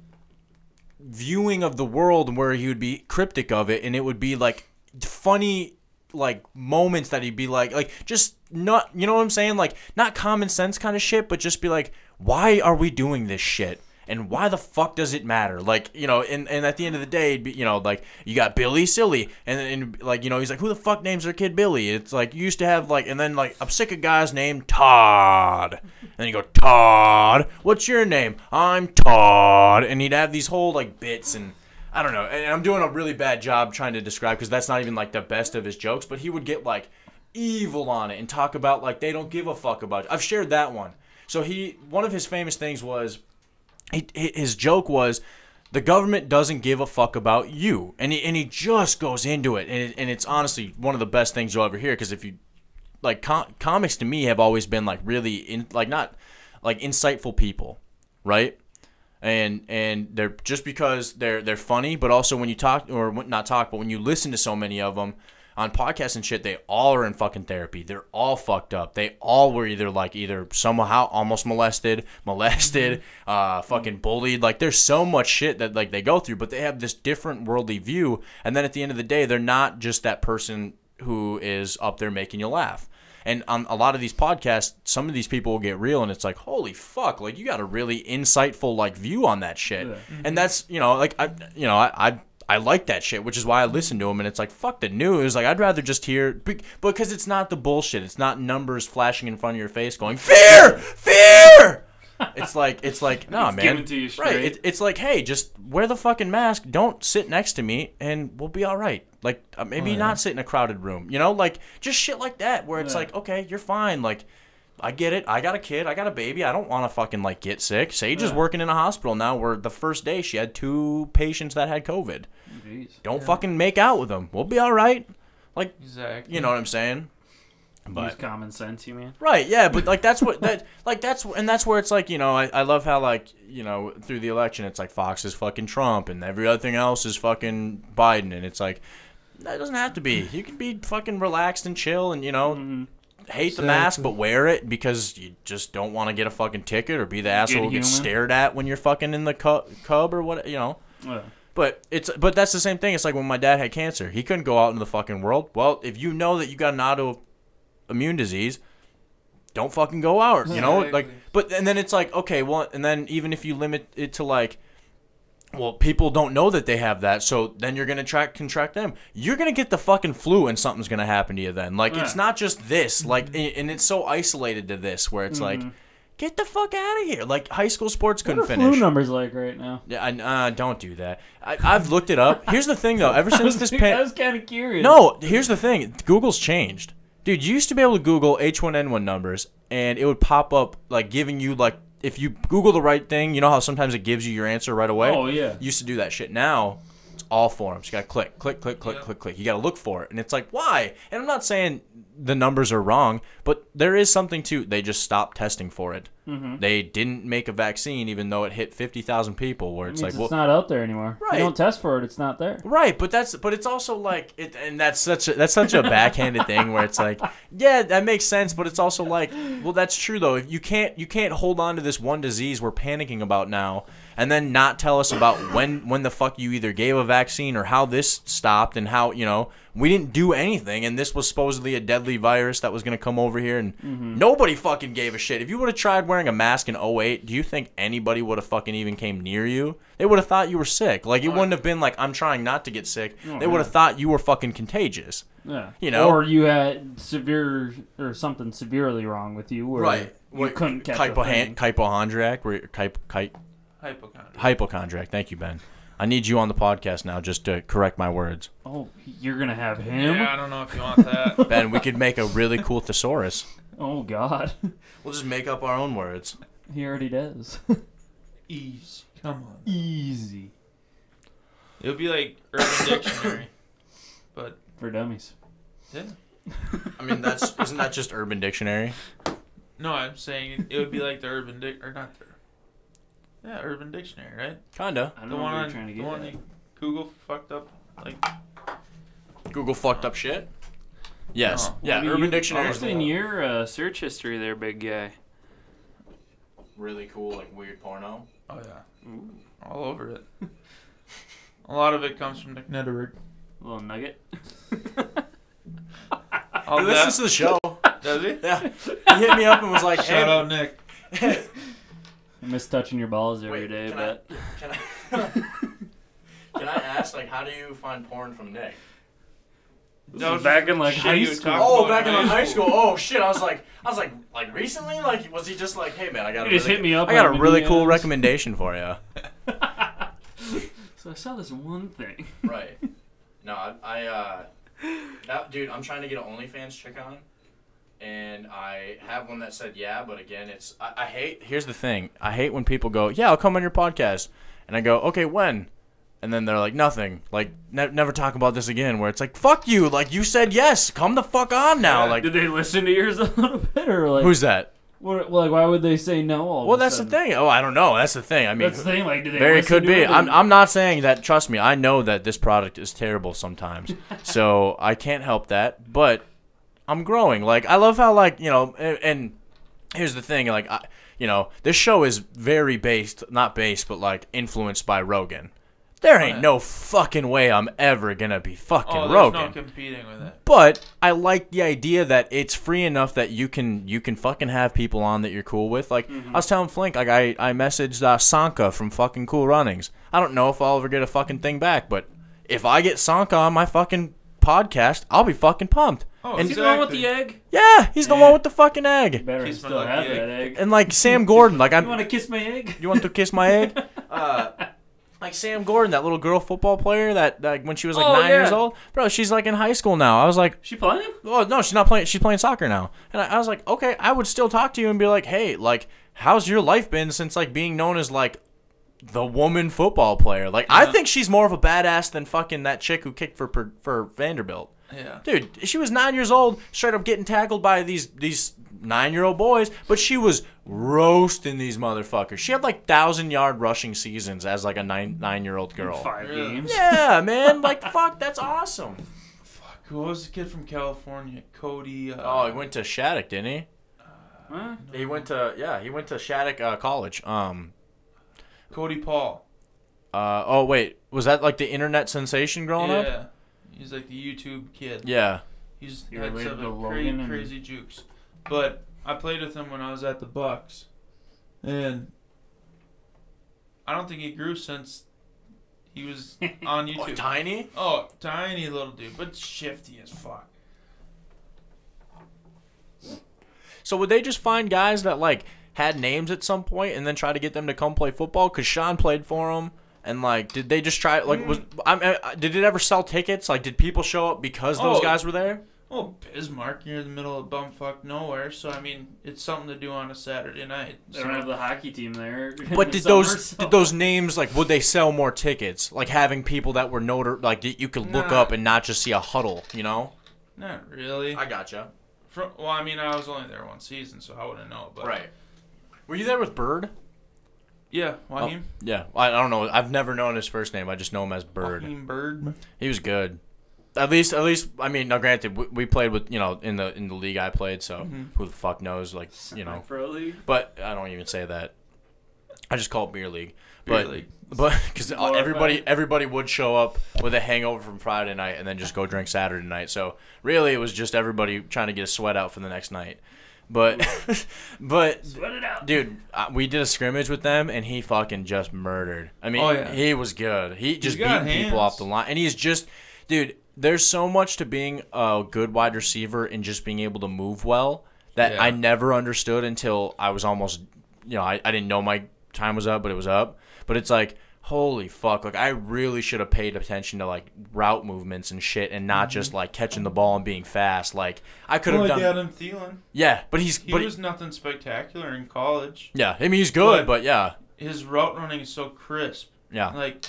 viewing of the world where he would be cryptic of it and it would be like funny like moments that he'd be like like just not you know what I'm saying like not common sense kind of shit but just be like why are we doing this shit And why the fuck does it matter? Like, you know, and, and at the end of the day, it'd be, you know, like, you got Billy Silly. And, and, like, you know, he's like, who the fuck names their kid Billy? It's like, you used to have, like, and then, like, I'm sick of guys named Todd. And then you go, Todd, what's your name? I'm Todd. And he'd have these whole, like, bits and. I don't know. And I'm doing a really bad job trying to describe because that's not even like the best of his jokes, but he would get like evil on it and talk about like they don't give a fuck about it. I've shared that one. So he one of his famous things was he, hi- his joke was the government doesn't give a fuck about you. And he, and he just goes into it. And, it, and it's honestly one of the best things you'll ever hear because if you like com- comics to me have always been like really in like not like insightful people, right? and and they're just because they're they're funny, but also when you talk or when- not talk, but when you listen to so many of them on podcasts and shit, they all are in fucking therapy. They're all fucked up. They all were either like either somehow almost molested, molested, uh, fucking bullied. Like there's so much shit that like they go through, but they have this different worldly view. And then at the end of the day, they're not just that person who is up there making you laugh. And on a lot of these podcasts, some of these people will get real, and it's like, holy fuck! Like you got a really insightful like view on that shit,
Mm-hmm.
and that's you know like I you know I. I I like that shit, which is why I listen to them. And it's like, fuck the news. Like, I'd rather just hear be- because it's not the bullshit. It's not numbers flashing in front of your face, going fear, fear. It's like, it's like, nah, man.
given to you
right?
straight.
It, it's like, hey, just wear the fucking mask. Don't sit next to me, and we'll be all right. Like uh, maybe not sit in a crowded room. You know, like just shit like that, where it's like, okay, you're fine. Like I get it. I got a kid. I got a baby. I don't want to fucking like get sick. Sage is working in a hospital now, where the first day she had two patients that had COVID.
Jeez.
Don't fucking make out with them. We'll be all right. Like
Exactly.
you know what I'm saying. But
Use common sense, you man.
Right, yeah, but like that's what that like that's and that's where it's like you know I, I love how like you know through the election it's like Fox is fucking Trump and every other thing else is fucking Biden and it's like that doesn't have to be you can be fucking relaxed and chill and you know hate the mask but wear it because you just don't want to get a fucking ticket or be the asshole who gets
human.
stared at when you're fucking in the cu- cub or what you know
Uh,
but it's but that's the same thing. It's like when my dad had cancer, he couldn't go out into the fucking world. Well, if you know that you got an autoimmune disease, don't fucking go out. You know, like
Exactly.
but and then it's like okay, well, and then even if you limit it to like. Well, people don't know that they have that, so then you're gonna track contract them. You're gonna get the fucking flu, and something's gonna happen to you. Then, like, it's
Yeah. Mm-hmm.
not just this, like, and and it's so isolated to this, where it's like, get the fuck out of here. Like, high school sports couldn't
what are
finish.
flu numbers like right now?
Yeah, I, uh, don't do that. I, I've looked it up. Here's the thing, though. Ever since this
Dude, I
pan-
was kind of curious.
no, here's the thing. Google's changed, dude. You used to be able to Google H1N1 numbers, and it would pop up like giving you like if you Google the right thing. You know how sometimes it gives you your answer right away.
Oh, yeah.
Used to do that shit. Now it's all forums. You gotta click, click, click, click, click, click. You gotta look for it, and it's like why? And I'm not saying the numbers are wrong, but there is something to. They just stopped testing for it.
Mm-hmm.
They didn't make a vaccine, even though it hit fifty thousand people. Where
It
it's
means
like,
it's
well,
not out there anymore. If
Right.
You don't test for it; it's not there.
Right, but that's but it's also like it, and that's such a, that's such a backhanded thing where it's like, yeah, that makes sense, but it's also like, well, that's true though. If you can't you can't hold on to this one disease we're panicking about now, and then not tell us about when when the fuck you either gave a vaccine or how this stopped and how you know we didn't do anything, and this was supposedly a deadly virus that was gonna come over here, and
Mm-hmm.
nobody fucking gave a shit. If you would have tried wearing a mask in 08, do you think anybody would have fucking even came near you? They would have thought you were sick. Like it wouldn't have been like I'm trying not to get sick. they would have thought you were fucking contagious.
Yeah.
You know?
or you had severe or something severely wrong with you, where you
What-
couldn't catch a
hypohan-
thing.
hypochondriac. where- kyp- kyp-
Hypochondria.
Hypochondriac. Thank you, Ben. I need you on the podcast now just to correct my words.
Oh, you're gonna have him?
Yeah, I don't know if you want that.
Ben, we could make a really cool thesaurus.
Oh God,
We'll just make up our own words.
he already does.
Easy. Come on.
Easy
It'll be like Urban Dictionary. But
for dummies.
I mean, that's isn't that just Urban Dictionary?
no, I'm saying it would be like the Urban Dic or not the Yeah, Urban Dictionary, right?
Kinda.
I don't
The
know
one
what
on
you're trying to
the
get.
one
at.
you Google fucked up like
Google fucked up shit. Yes.
No.
Yeah.
Maybe
Urban
you-
Dictionary is
What's in your uh, search history, there, big guy?
really cool, like weird porno.
Oh yeah. All over it. A lot of it comes from Nick Nederberg.
Little nugget.
All
He
that-
listens to the show.
does he?
Yeah. He hit me up and was like,
Shout
"Hey,
out Nick.
I miss touching your balls every
Wait,
day,
can
eh, but
I, can I? Can I ask, like, how do you find porn from Nick?
That was
back
just
in, like,
shit
high
you
school.
talk
Oh,
about
back in like, high school. Oh shit! I was like, I was like, like recently, like, was he just like, hey man, I got a
He just
really-
hit me up
I got
on
a really cool
videos.
recommendation for you.
so I saw this one thing.
Right. No, I, I uh, that dude, I'm trying to get an OnlyFans chick on, and I have one that said yeah, but again, it's I, I hate. Here's the thing, I hate when people go, yeah, I'll come on your podcast, and I go, okay, when? And then they're like, nothing. Like, ne- never talk about this again. Where it's like, fuck you. Like, you said yes. Come the fuck on now. Oh, Like,
Did they listen to yours a little bit, or like,
who's that?
what, like why would they say no? All of
Well,
a
that's the
sudden?
thing. Oh, I don't know. That's the thing. I mean,
That's the thing. Like, did they?
Very
listen
could
to
be.
it?
I'm, I'm not saying that. Trust me, I know that this product is terrible sometimes, so I can't help that. But I'm growing. Like I love how like you know, and, and here's the thing. Like I, you know, this show is very based, not based, but like influenced by Rogan. There ain't no fucking way I'm ever gonna be fucking
Oh, there's
Rogan
no competing with it.
but I like the idea that it's free enough that you can you can fucking have people on that you're cool with. Like
Mm-hmm.
I was telling Flink, like I I messaged uh, Sanka from fucking Cool Runnings. I don't know if I'll ever get a fucking thing back, but if I get Sanka on my fucking podcast, I'll be fucking pumped.
Oh,
and
Is he the one with the egg?
yeah, he's the one with the fucking egg.
Better
Kiss my
still have
lucky egg.
that egg.
And like Sam Gordon, like I'm
You want to kiss my egg?
you want to kiss my egg? Uh, like Sam Gordon, that little girl football player that, that when she was like
Oh,
nine
yeah.
years old, bro, she's like in high school now. I was like,
She playing?
Oh no, she's not playing. She's playing soccer now. And I, I was like, okay, I would still talk to you and be like, hey, like, how's your life been since like being known as like the woman football player? Like, I think she's more of a badass than fucking that chick who kicked for for, for Vanderbilt.
Yeah.
Dude, she was nine years old, straight up getting tackled by these these nine year old boys, but she was roasting these motherfuckers. She had like thousand yard rushing seasons as like a nine nine year old girl.
Five games.
Yeah, man, like fuck, that's awesome.
Fuck, who was the kid from California? Cody. Uh,
Oh, he went to Shattuck, didn't he?
Huh?
He went to yeah. He went to Shattuck uh, College. Um.
Cody Paul.
Uh. Oh wait. Was that like the internet sensation growing
yeah.
up?
He's like the YouTube kid.
Yeah.
He's
You're
had
related to
some crazy,
Logan and-
crazy jukes. But I played with him when I was at the Bucks, and I don't think he grew since he was on
Oh,
YouTube.
tiny.
oh, tiny little dude, but shifty as fuck.
So would they just find guys that like had names at some point and then try to get them to come play football? Cause Sean played for them. And like, did they just try? Like, was I'm, I, did it ever sell tickets? Like, did people show up because those
Oh.
guys were there?
Well, Oh, Bismarck, you're in the middle of bumfuck nowhere, so I mean, it's something to do on a Saturday night.
They don't
So-
have the hockey team there. in
But
the
did
summer,
those
so-
did those names like would they sell more tickets? Like having people that were noted, like that you could look
Nah.
up and not just see a huddle. You know?
Not really.
gotcha.
From, well, I mean, I was only there one season, so I wouldn't know. But
Right. Were you there with Bird?
yeah, Wahim,
Yeah, I I don't know. I've never known his first name. I just know him as Oh, Bird.
Wahim Bird.
He was good. At least, at least, I mean, now granted, we, we played with you know in the in the league I played, so
Mm-hmm.
who the fuck knows, like you know.
Pro league.
But I don't even say that. I just call it beer league.
Beer
but
league.
but because
Glorified.
everybody everybody would show up with a hangover from Friday night and then just go drink Saturday night. So really, it was just everybody trying to get a sweat out for the next night. But but
Sweat it out.
Dude, uh, we did a scrimmage with them, and he fucking just murdered. I mean,
Oh, yeah.
he was good. He just beat
got hands.
people off the line, and he's just, dude. There's so much to being a good wide receiver and just being able to move well that
Yeah.
I never understood until I was almost, you know, I, I didn't know my time was up, but it was up. But it's like, holy fuck! Like I really should have paid attention to like route movements and shit, and not just like catching the ball and being fast. Like I could have
Mm-hmm. Well,
done.
like Adam Thielen.
Yeah, but he's
He
but he-
was nothing spectacular in college.
yeah. I mean, he's good,
But-
but yeah.
His route running is so crisp.
Yeah.
Like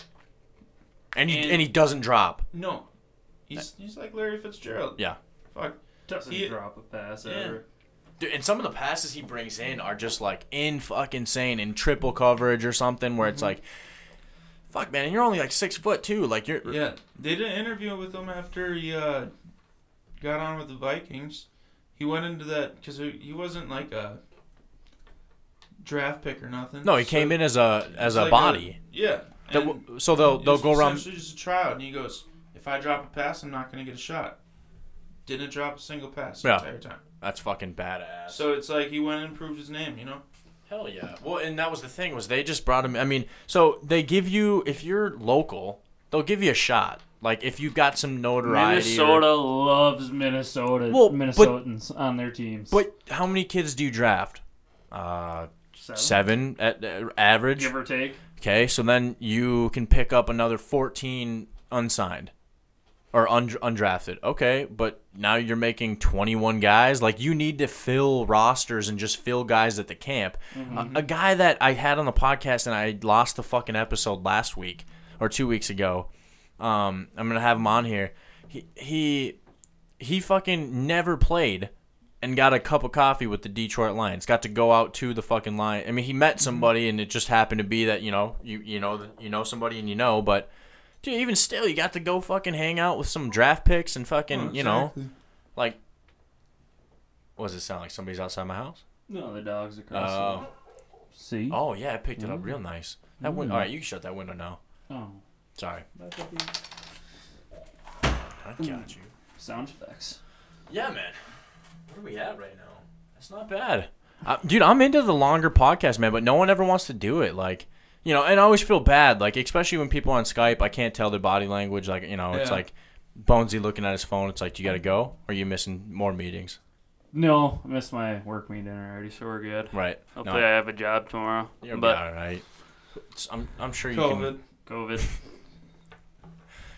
and he
And-
and he doesn't drop.
no, he's he's like Larry Fitzgerald.
Yeah.
Fuck.
Doesn't
He-
drop a pass
Yeah.
ever.
Dude, and some of the passes he brings in are just like in fucking sane in triple coverage or something where it's
Mm-hmm.
like, fuck man, and you're only like six foot two, like you're
Yeah. They did an interview with him after he uh, got on with the Vikings. He went into that because he wasn't like a draft pick or nothing.
No, he
So
came in as a as
he's
a
like
body.
yeah.
That
and-
w- so they'll they'll
It's
go around.
essentially just a tryout, and he goes, "If I drop a pass, I'm not going to get a shot." Didn't drop a single pass the
Yeah.
entire time.
That's fucking badass.
So it's like he went and proved his name, you know.
Hell yeah. Well, and that was the thing was they just brought him. I mean, so they give you if you're local, they'll give you a shot. Like if you got some notoriety. or-
Minnesota loves Minnesota.
Well, but-
Minnesotans on their teams.
but how many kids do you draft? Uh,
Seven,
seven at uh, average.
give or take.
Okay, so then you can pick up another 14 unsigned or und- undrafted. Okay, but now you're making 21 guys. Like you need to fill rosters and just fill guys at the camp. A-, a guy that I had on the podcast and I lost the fucking episode last week or 2 weeks ago. Um I'm going to have him on here. He he he fucking never played and got a cup of coffee with the Detroit Lions. Got to go out to the fucking line. I mean, he met somebody, and it just happened to be that you know you you know that you know somebody and you know, but dude, even still, you got to go fucking hang out with some draft picks and fucking you know, like. What does it sound like? Somebody's outside my house.
No, the dogs across.
Oh,
the See?
oh yeah, I picked it up real nice. That win- All right, you can shut that window now.
Oh,
Sorry,
that would be
I got you.
sound effects.
Yeah, man. Where are we at right now? That's not bad. Uh, dude, I'm into the longer podcast, man, but no one ever wants to do it. Like, you know, and I always feel bad, like, especially when people on Skype, I can't tell their body language. Like, you know, it's
Yeah.
like Bonesy looking at his phone. It's like, do you got to go? Or are you missing more meetings?
No, I missed my work meeting already, so we're good.
Right.
Hopefully, I have a job tomorrow.
you're
but
all right. It's- I'm, I'm sure you
COVID.
can
COVID.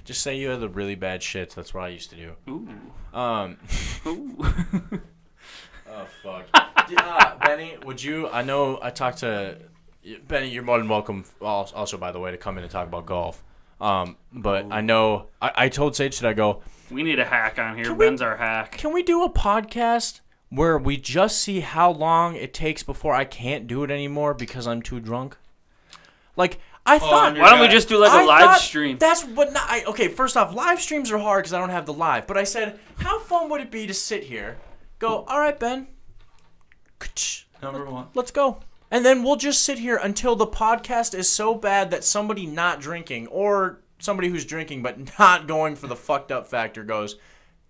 just say you had the really bad shits. That's what I used to do.
Ooh.
Um,
Ooh.
Oh fuck. yeah, Benny, would you? I know I talked to Benny. You're more than welcome. al- Also, by the way, to come in and talk about golf. Um, but I know I, I told Sage that I go.
we need a hack on here.
Can we-
Ben's our hack.
Can we do a podcast where we just see how long it takes before I can't do it anymore because I'm too drunk? Like
Oh,
I thought.
under-
I
Why don't we
Yeah.
just do like a live
thought
stream?
That's what. Not, I, okay, first off, live streams are hard because I don't have the live. But I said, how fun would it be to sit here, go, all right, Ben, Ka-ch.
Number one.
let's go. And then we'll just sit here until the podcast is so bad that somebody not drinking or somebody who's drinking but not going for the fucked up factor goes,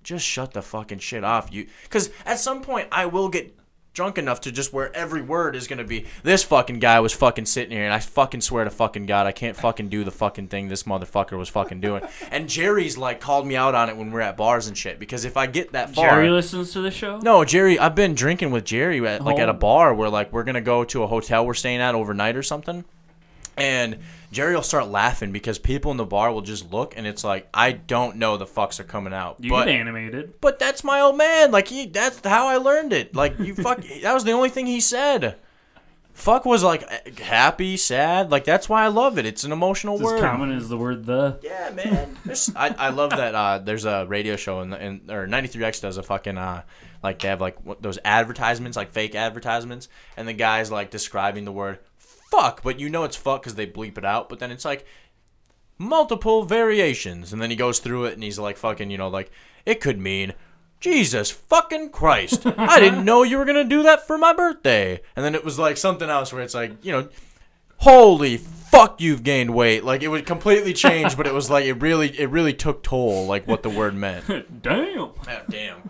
just shut the fucking shit off, you. Because at some point I will get drunk enough to just where every word is gonna be this fucking guy was fucking sitting here and I fucking swear to fucking god I can't fucking do the fucking thing this motherfucker was fucking doing. And Jerry's like called me out on it when we're at bars and shit because if I get that far,
Jerry listens to the show.
no, Jerry, I've been drinking with Jerry at like at a
Oh.
bar where like we're gonna go to a hotel we're staying at overnight or something. And Jerry will start laughing because people in the bar will just look and it's like, I don't know the fucks are coming out.
you
but
get animated.
but that's my old man. Like he that's how I learned it. Like you fuck that was the only thing he said. Fuck was like happy, sad. Like that's why I love it. It's an emotional
It's
word.
as common as the word the.
Yeah, man. There's- I, I love that. Uh, there's a radio show in, in or 93X does a fucking uh, like they have like what, those advertisements, like fake advertisements, and the guys like describing the word fuck, but you know it's fuck because they bleep it out. But then it's like multiple variations, and then he goes through it and he's like fucking, you know, like it could mean. Jesus fucking Christ. I didn't know you were going to do that for my birthday. And then it was like something else where it's like, you know, holy fuck you've gained weight like it would completely change but it was like it really it really took toll like what the word meant
Damn.
oh, damn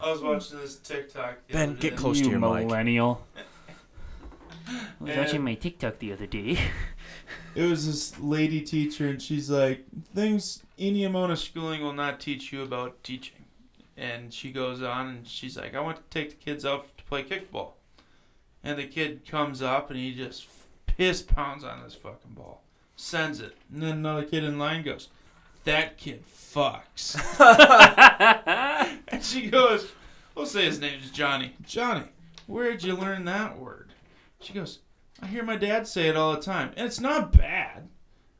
I was watching this TikTok. the
ben
other
get
day.
close to
You
your mic
millennial. I was
Yeah.
watching my TikTok the other day.
It was this lady teacher, and she's like, "Things any amount of schooling will not teach you about teaching." And she goes on, and she's like, "I want to take the kids out to play kickball," and the kid comes up, and he just piss pounds on this fucking ball, sends it, and then another kid in line goes, "That kid fucks," and she goes, "We'll say his name's Johnny. Johnny, where'd you learn that word?" She goes, I hear my dad say it all the time, and it's not bad.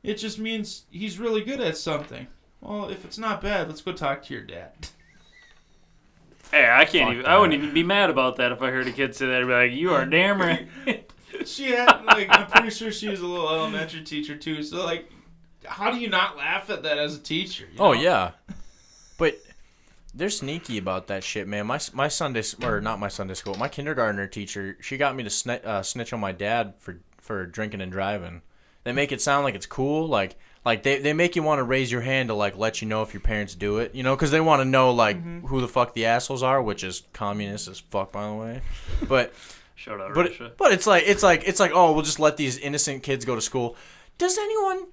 It just means he's really good at something. Well, if it's not bad, let's go talk to your dad.
Hey, I can't
Fuck
even.
that.
I wouldn't even be mad about that if I heard a kid say that. I'd be like, "You are damn right."
she had like I'm pretty sure she was a little elementary teacher too. So like, how do you not laugh at that as a teacher? you
oh
know?
yeah but they're sneaky about that shit man my my sunday s- or not my sunday school my kindergartner teacher she got me to sni- uh, snitch on my dad for for drinking and driving they make it sound like it's cool like like they, they make you want to raise your hand to like let you know if your parents do it you know because they want to Mm-hmm. know like who the fuck the assholes are which is communist as fuck by the way but
Shout out
But
Russia.
but it's like it's like it's like oh we'll just let these innocent kids go to school. Does anyone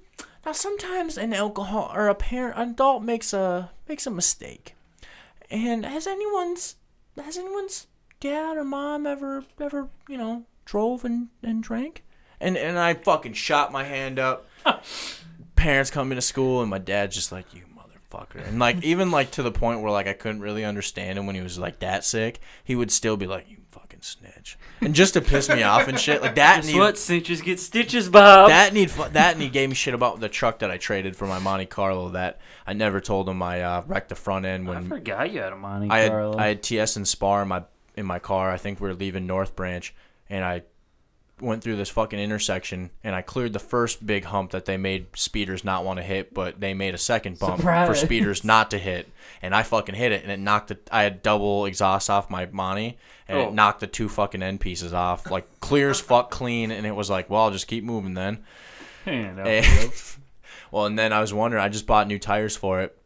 now sometimes an alcohol or a parent an adult makes a makes a mistake, and has anyone's has anyone's dad or mom ever ever you know drove and and drank? And and I fucking shot my hand up. Parents come into school and my dad's just like you motherfucker, and like even like to the point where like I couldn't really understand him when he was like that sick. He would still be like you fucking snitch, and just to piss me off and shit like that. and he-
what snitches get stitches, Bob.
that need that and he gave me shit about the truck that I traded for my Monte Carlo that I never told him I uh, wrecked the front end
I
when
forgot you had a Monte
I had
Carlo.
I had TS and Spar in my in my car. I think we were leaving North Branch, and I went through this fucking intersection and I cleared the first big hump that they made speeders not want to hit, but they made a second bump for
Surprise.
speeders not to hit, and I fucking hit it, and it knocked the I had double exhaust off my Monty, and
Oh.
it knocked the two fucking end pieces off, like clear as fuck clean, and it was like, well, I'll just keep moving then.
Hand out.
And- well, and then I was wondering, I just bought new tires for it.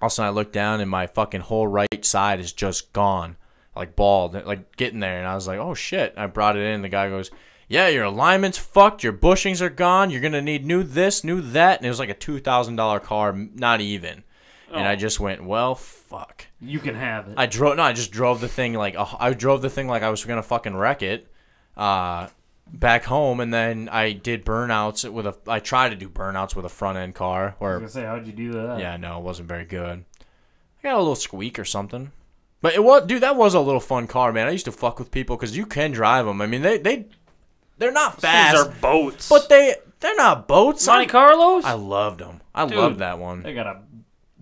All of a sudden, I look down and my fucking whole right side is just gone, like bald, like getting there. And I was like, oh shit. I brought it in. the guy goes, yeah, your alignment's fucked. Your bushings are gone. You're going to need new this, new that. And it was like a $2,000 car, m- not even. And I just went, well, fuck.
you can have it.
I drove. No, I just drove the thing like uh, I drove the thing like I was gonna fucking wreck it. Uh, back home, and then I did burnouts with a. I tried to do burnouts with a front end car.
I
Or
was gonna say, how'd you do that?
yeah, no, it wasn't very good. I got a little squeak or something. But it was, dude. That was a little fun car, man. I used to fuck with people because you can drive them. I mean, they they they're not fast,
These are boats.
but they they're not boats.
Monte Carlos?
Oh. I loved them. I
Dude.
loved that one.
they got a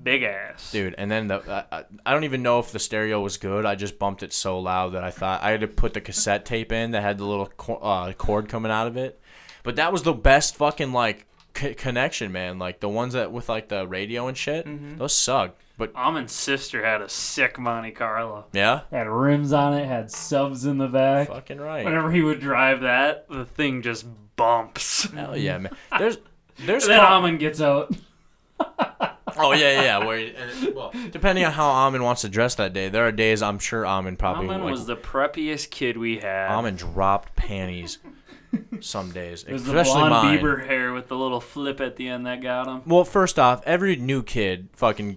big ass.
dude and then the I- I, I don't even know if the stereo was good i just bumped it so loud that i thought i had to put the cassette tape in that had the little cor- uh, cord coming out of it but that was the best fucking like c- connection man like the ones that with like the radio and shit
Mm-hmm.
those suck but
Almond's sister had a sick Monte Carlo.
yeah
Had rims on it. Had subs in the back.
fucking right
Whenever he would drive that, the thing just bumps. And
hell yeah man there's there's
then
car-
Almond gets out.
oh yeah yeah, yeah where uh, well, depending on how Amon wants to dress that day there are days i'm sure Amon probably
Almond
like,
was the preppiest kid we had.
Amon dropped panties some days
It was the
especially
blonde
mine.
Bieber hair with the little flip at the end that got him.
Well, first off, every new kid fucking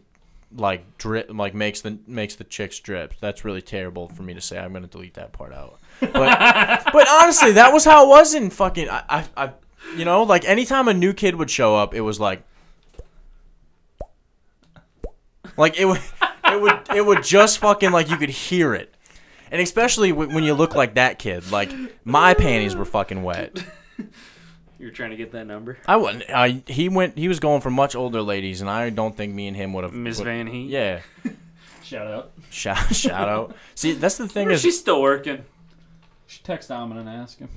like drip like makes the makes the chicks drip. That's really terrible for me to say. I'm gonna delete that part out. But but honestly, that was how it was in fucking I, I I you know like anytime a new kid would show up, it was like like it would it would it would just fucking like you could hear it. And especially wh- when you look like that kid, like my panties were fucking wet.
You're trying to get that number,
I wouldn't. I he went. He was going for much older ladies, and I don't think me and him would have.
Miss
would-
Van Heet.
Yeah.
Shout out.
Shout shout out. See, that's the thing is
She's still working. She text Almond and ask him.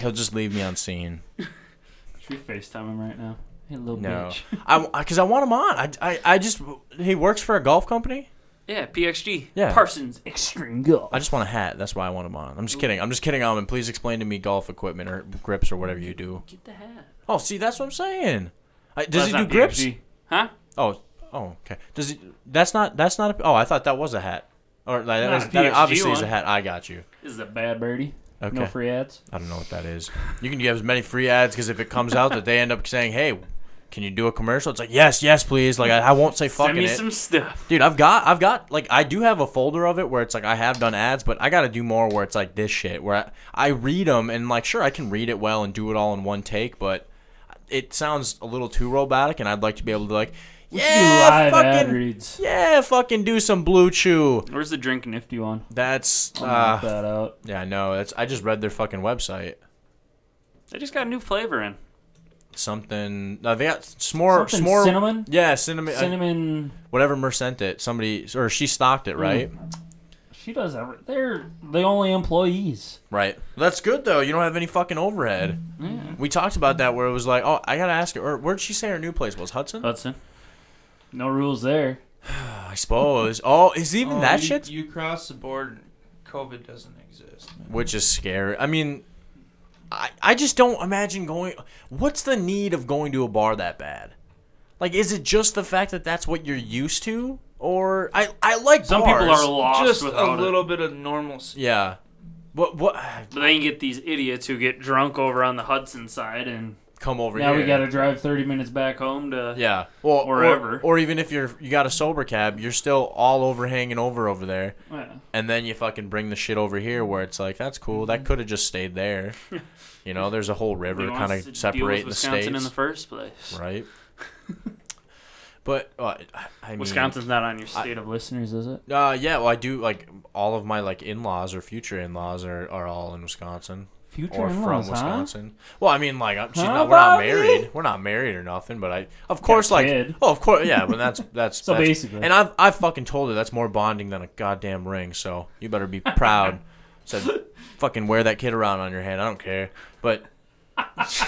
he'll just leave me on scene.
Should we FaceTime him right now? Hey, little
No,
bitch.
I because I want him on. I, I I just he works for a golf company.
Yeah, PXG.
Yeah.
Parsons Extreme Golf.
I just want a hat. That's why I want him on. I'm just kidding. I'm just kidding, Alvin. Please explain to me golf equipment or grips or whatever you do.
Get the hat.
Oh, see, that's what I'm saying. I, does
That's
he do
not
grips?
PXG. Huh?
Oh, oh, okay. Does he? That's not. That's not. A, oh, I thought that was a hat. Or like, that,
Not
is-
a
that
PXG
obviously is a
one.
hat. I got you.
This is a bad birdie.
Okay.
No free ads.
I don't know what that is. You can give as many free ads because if it comes out that they end up saying, "Hey, can you do a commercial?" It's like, "Yes, yes, please." Like I, I won't say fucking
Send me
it,
some stuff.
dude. I've got, I've got, like I do have a folder of it where it's like I have done ads, but I got to do more where it's like this shit where I, I read them and like sure I can read it well and do it all in one take, but it sounds a little too robotic, and I'd like to be able to like, yeah,
live ad
fucking,
reads.
yeah, fucking do some blue chew.
Where's the drink nifty one?
That's
Knock
uh,
that out.
yeah, I know. That's I just read their fucking website.
They just got a new flavor in.
something. No, they got s'more,
Something
s'more.
cinnamon?
Yeah, cinnamon. uh,
Cinnamon.
whatever Mer sent it, somebody or she stocked it, right?
Hmm. She does every. They're the only employees.
Right. That's good though. You don't have any fucking overhead. We talked about that where it was like, oh, I gotta ask her. Or where'd she say her new place was? Hudson.
Hudson. No rules there.
I suppose. Oh, is even
Oh,
that
you,
shit?
You cross the border, COVID doesn't exist. man.
Which is scary. I mean. I, I just don't imagine going. What's the need of going to a bar that bad? Like, is it just the fact that that's what you're used to? or I I like
Some people
bars.
are lost
Just a
without
little bit of normalcy.
Yeah. What what?
it. But then you get these idiots who get drunk over on the Hudson side, and
Come over
now
here.
we got to drive 30 minutes back home to.
Yeah. Well,
Wherever.
Or, or even if you're you got a sober cab, you're still all over hanging over over there,
Yeah.
and then you fucking bring the shit over here where it's like that's cool. That could have just stayed there. you know, there's a whole river
Who Mhm. wants
kind
to deal
of
with
separating the
Wisconsin
states,
in the first place.
right? but uh, I mean,
Wisconsin's not on your state of listeners, is it?
Uh, yeah. Well, I do like all of my like in laws or future in laws are, are all in Wisconsin
Future
or from
in-laws, huh?
Wisconsin. Well, I mean, like, I'm, she's
Huh,
not, we're not
Bobby?
married. We're not married or nothing. But I, of course, like,
kid.
oh, of course, yeah. But that's that's
So
that's-
basically.
and I've I've fucking told her that's more bonding than a goddamn ring. So you better be proud. Said, fucking wear that kid around on your hand. I don't care. But.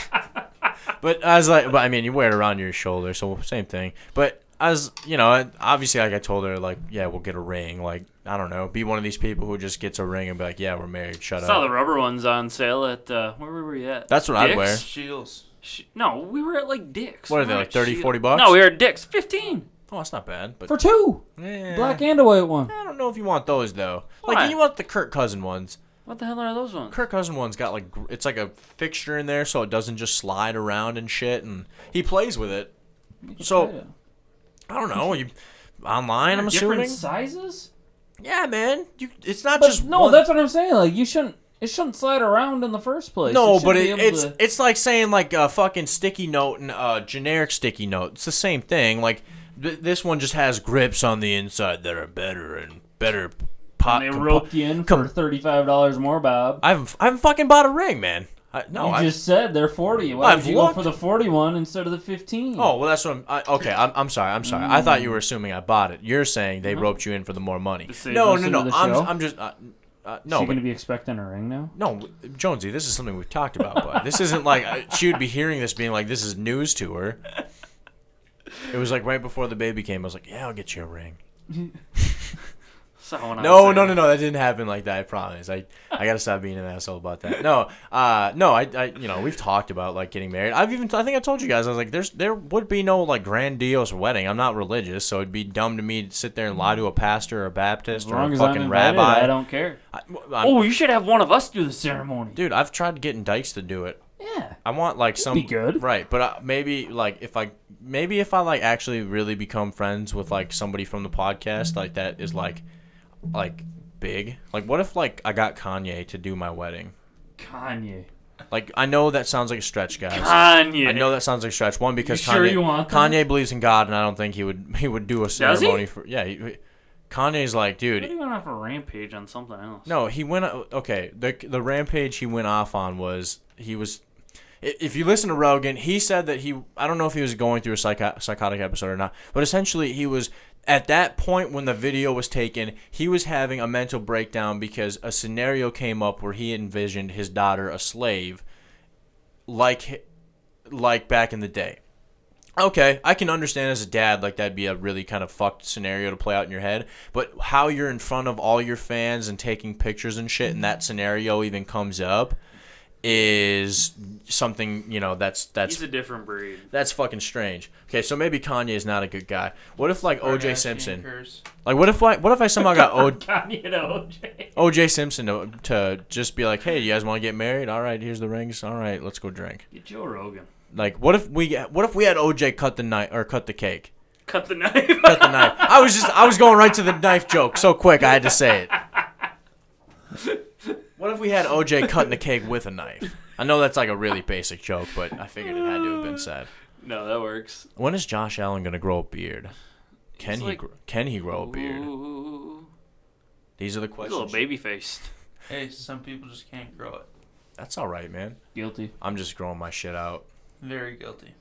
But I was like, but I mean, you wear it around your shoulder, so same thing. But as you know, I- obviously, like I told her, like, yeah, we'll get a ring. Like, I don't know, be one of these people who just gets a ring and be like, yeah, we're married. Shut up.
I saw the rubber ones on sale at uh, where were we at?
That's what I'd
Dick's?
wear.
Shields.
Sh- No, we were at like Dick's.
What are they
We were
like
at
30,
Shea-
40 bucks?
No, we were at Dick's. Fifteen
oh, that's not bad. But
for two,
eh,
black and a white one.
I don't know if you want those though.
Why?
Like you want the Kirk Cousin ones.
What the hell are those ones?
Kirk Cousin ones got like gr- it's like a fixture in there, so it doesn't just slide around and shit. And he plays with it. So I don't know. You online? I'm
different
assuming.
sizes.
Yeah, man. You. It's not
But
just
no,
one-
that's what I'm saying. Like you shouldn't. It shouldn't slide around in the first place.
No,
should
but
be
it,
able
it's
to-
it's like saying like a fucking sticky note and a generic sticky note. It's the same thing. Like th- this one just has grips on the inside that are better and better. Pot
and they
compo-
roped you in for
com-
thirty-five dollars more, Bob.
I haven't, I haven't fucking bought a ring, man. I, no,
you
Oh, I,
just said they're forty. Why
I've
would you
looked.
go for the forty-one instead of the fifteen?
Oh well, that's what I'm. I, okay, I'm, I'm sorry. I'm sorry. I thought you were assuming I bought it. You're saying
Uh-huh.
they roped you in for the more money.
save
No,
us
no,
into
no.
the
I'm,
show?
I'm just. Uh, uh,
Is
no,
she
but,
gonna be expecting a ring now?
no, Jonesy. This is something we've talked about, but this isn't like uh, she would be hearing this, being like, "This is news to her." It was like right before the baby came. I was like, "Yeah, I'll get you a ring." No, no, no, no. That didn't happen like that. I promise. I, I gotta stop being an asshole about that. No, uh, no. I, I, you know, we've talked about like getting married. I've even, I think I told you guys. I was like, there's, there would be no like grandiose wedding. I'm not religious, so it'd be dumb to me to sit there and lie to a pastor or a Baptist
As
or
long
a
as I'm
fucking
invited,
rabbi.
I don't care.
I- well, I'm-
Oh, you should have one of us do the ceremony.
dude, I've tried getting Dykes to do it.
Yeah.
I want like some
be good.
right? But uh, maybe like if I maybe if I like actually really become friends with like somebody from the podcast like that is like like big. Like what if like I got Kanye to do my wedding?
Kanye.
Like I know that sounds like a stretch, guys.
Kanye.
I know that sounds like a stretch. One because
You sure
Kanye
you want that?
Kanye believes in God, and I don't think he would he would do a
he?
ceremony for yeah. He, he- Kanye's like,
What do
dude,
you went off a rampage on something else?
no, he went uh, okay. The the rampage he went off on was he was i- if you listen to Rogan, he said that he I don't know if he was going through a psycho- psychotic episode or not, but essentially he was at that point when the video was taken, he was having a mental breakdown because a scenario came up where he envisioned his daughter a slave like hi- like back in the day. Okay, I can understand as a dad like that'd be a really kind of fucked scenario to play out in your head, but how you're in front of all your fans and taking pictures and shit and that scenario even comes up is something, you know, that's that's
He's a different breed.
that's fucking strange. Okay, so maybe Kanye is not a good guy. What if like
Kardashian
OJ Simpson?
curse.
Like what if like what if I somehow got O-
Kanye and OJ.
OJ Simpson to, to just be like, "Hey, you guys want to get married? All right, here's the rings. All right, let's go drink."
Get Joe Rogan.
Like what if we what if we had OJ cut the knife or cut the cake?
Cut the knife.
Cut the knife. I was just I was going right to the knife joke so quick I had to say it. What if we had OJ cutting the cake with a knife? I know that's like a really basic joke, but I figured it had to have been said.
no, that works.
When is Josh Allen gonna grow a beard? Can
He's
he
like-
gr- can he grow a beard?
Ooh,
These are the
he's a little
questions.
baby faced.
Hey, some people just can't grow it.
That's all right, man.
Guilty.
I'm just growing my shit out.
Very guilty.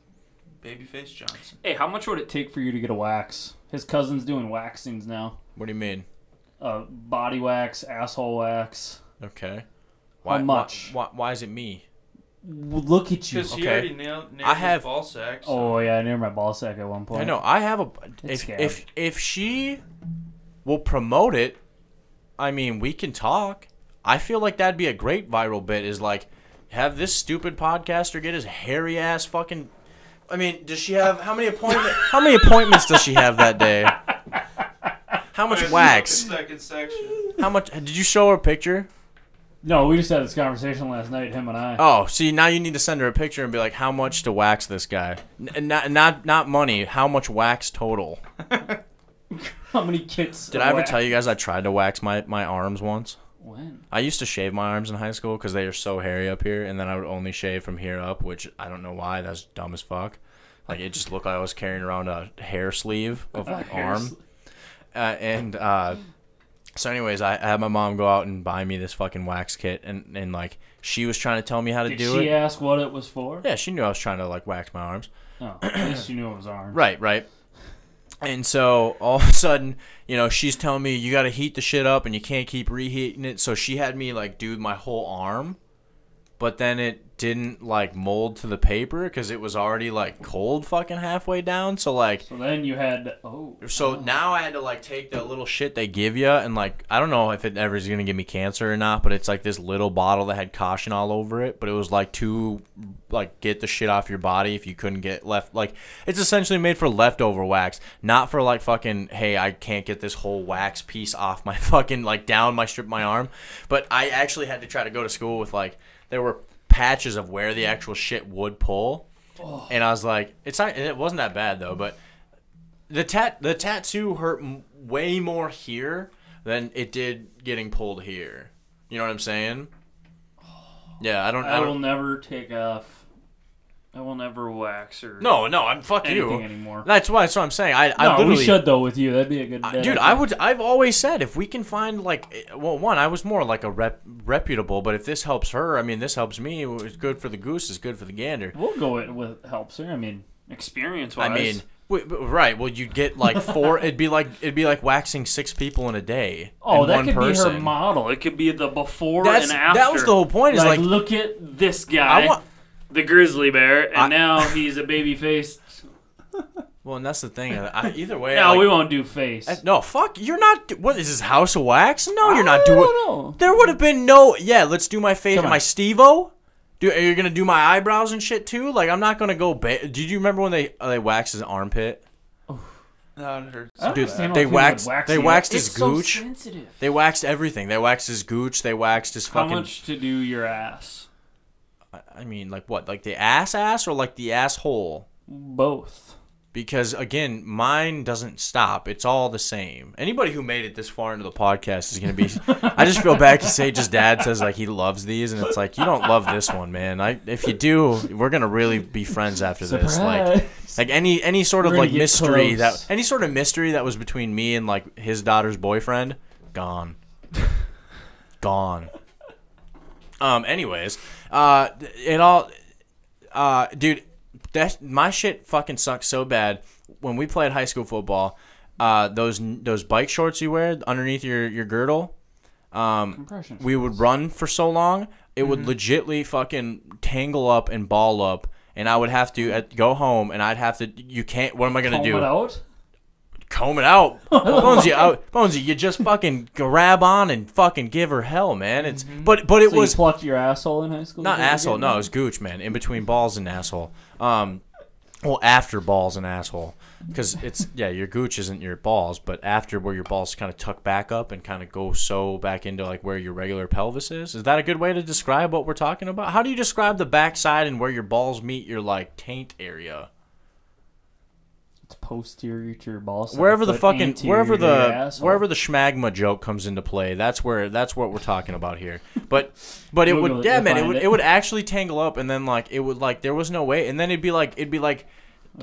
Babyface Johnson.
Hey, how much would it take for you to get a wax? His cousin's doing waxings now.
What do you mean?
Uh, body wax, asshole wax.
Okay.
much?
Why, why, why is it me?
W- Look at you.
Because
Okay.
he already nailed, nailed
I
I
have-
his ball sack. so-
Oh yeah, I near my ball sack at one point.
I know. I have a. If
It's
if if she will promote it, I mean, we can talk. I feel like that'd be a great viral bit. Is like, have this stupid podcaster get his hairy ass fucking. I mean, does she have how many appointments? how many appointments does she have that day? How much
Alright,
wax?
the Second section.
How much? Did you show her a picture?
No, we just had this conversation last night, him and I.
Oh, see, now you need to send her a picture and be like, "How much to wax this guy? N- not, not, not money. How much wax total?
How many kits?
Did I ever tell you guys I tried to wax my, my arms once?
When?
I used to shave my arms in high school because they are so hairy up here, and then I would only shave from here up, which I don't know why. That's dumb as fuck. Like it just looked like I was carrying around a hair sleeve of my
hair
arm.
sleeve.
Uh, and uh, so, anyways, I, I had my mom go out and buy me this fucking wax kit, and, and like she was trying to tell me how to
Did
do
she
it.
ask what it was for?
Yeah, she knew I was trying to like wax my arms.
No, at least she knew it was arm.
Right, right. And so all of a sudden, you know, she's telling me you got to heat the shit up and you can't keep reheating it. So she had me like do my whole arm, but then it didn't like mold to the paper because it was already like cold fucking halfway down. So like,
So then you had oh
so now I had to like take the little shit they give you and like I don't know if it ever is gonna give me cancer or not, but it's like this little bottle that had caution all over it, but it was like to like get the shit off your body if you couldn't get left like it's essentially made for leftover wax, not for like fucking hey I can't get this whole wax piece off my fucking like down my strip my arm, but I actually had to try to go to school with like there were patches of where the actual shit would pull. And I was like, it's not. and It wasn't that bad though, but the tat the tattoo hurt m- way more here than it did getting pulled here. You know what I'm saying? Yeah, I don't. I
I will
don't.
never take off. I will never wax or
No, no, I'm fuck you.
anything anymore.
That's why. That's what I'm saying. I, I
No, we
literally.
should though with you. That'd be a good
I-
day.
Dude, I would. I've always said if we can find like, eh, well, one, I was more like a rep, reputable, but if this helps her, I mean, this helps me. It's good for the goose. It's good for the gander.
We'll go it with helps her. I mean, experience wise.
I mean, w- w- right? Well, you'd get like four. it'd be like it'd be like waxing six people in a day.
oh,
and
that
one
could be her
person.
model. It could be the before
That's-
and after.
that was the whole point, is like-
look at this
I
guy,
want.
the grizzly bear, and
I-
now he's a baby face.
Well, and that's the thing. I, either way,
No,
like-
we won't do face.
I- no, fuck. You're not. What is this House of Wax? No, you're not
I
doing.
don't know.
There would have been no. Yeah, let's do my face,
Come
my
on.
Stevo. Do are you gonna do my eyebrows and shit too? Like I'm not gonna go. Ba- Did you remember when they uh, they waxed his armpit?
No, it hurts.
I don't
Dude,
understand why
they
people would
waxed-
wax
they
you.
waxed
It's
his
so
gooch.
sensitive.
They waxed everything. They waxed his gooch. They waxed his
How
fucking.
much to do your ass?
I mean, like what? Like the ass ass or like the asshole?
Both.
because again, mine doesn't stop. It's all the same. Anybody who made it this far into the podcast is gonna be. I just feel bad because Sage's dad says like he loves these, and it's like you don't love this one, man. I if you do, we're gonna really be friends after this. Like, like any any sort of
We're gonna
like
get
mystery
close.
that any sort of mystery that was between me and like his daughter's boyfriend, gone, gone. Um. Anyways, uh, it all, uh, dude, that my shit fucking sucks so bad. When we played high school football, uh, those those bike shorts you wear underneath your your girdle,
Compression.
we would run for so long, it would
Mm-hmm.
legitly fucking tangle up and ball up. And I would have to at, go home, and I'd have to. You can't. What am I gonna
Comb
do?
it out.
comb it out. Bonesy, I, Bonesy, you just fucking grab on and fucking give her hell, man. It's but but it
Mm-hmm. So
was
you plucked your asshole in high school.
not
Is that what you're
asshole.
getting
No,
at?
it was gooch, man. In between balls and asshole. Um, well, after balls and asshole, because it's yeah, your gooch isn't your balls, but after where your balls kind of tuck back up and kind of go so back into like where your regular pelvis is. Is that a good way to describe what we're talking about? How do you describe the backside and where your balls meet your like taint area?
It's posterior to your ball. sack,
wherever the
but
fucking
anterior
wherever
to your
the
asshole.
wherever the schmagma joke comes into play that's where that's what we're talking about here but but it
Google
would
it,
yeah
you'll
man it
find
would
it.
it would actually tangle up and then like it would like there was no way and then it'd be like it'd be like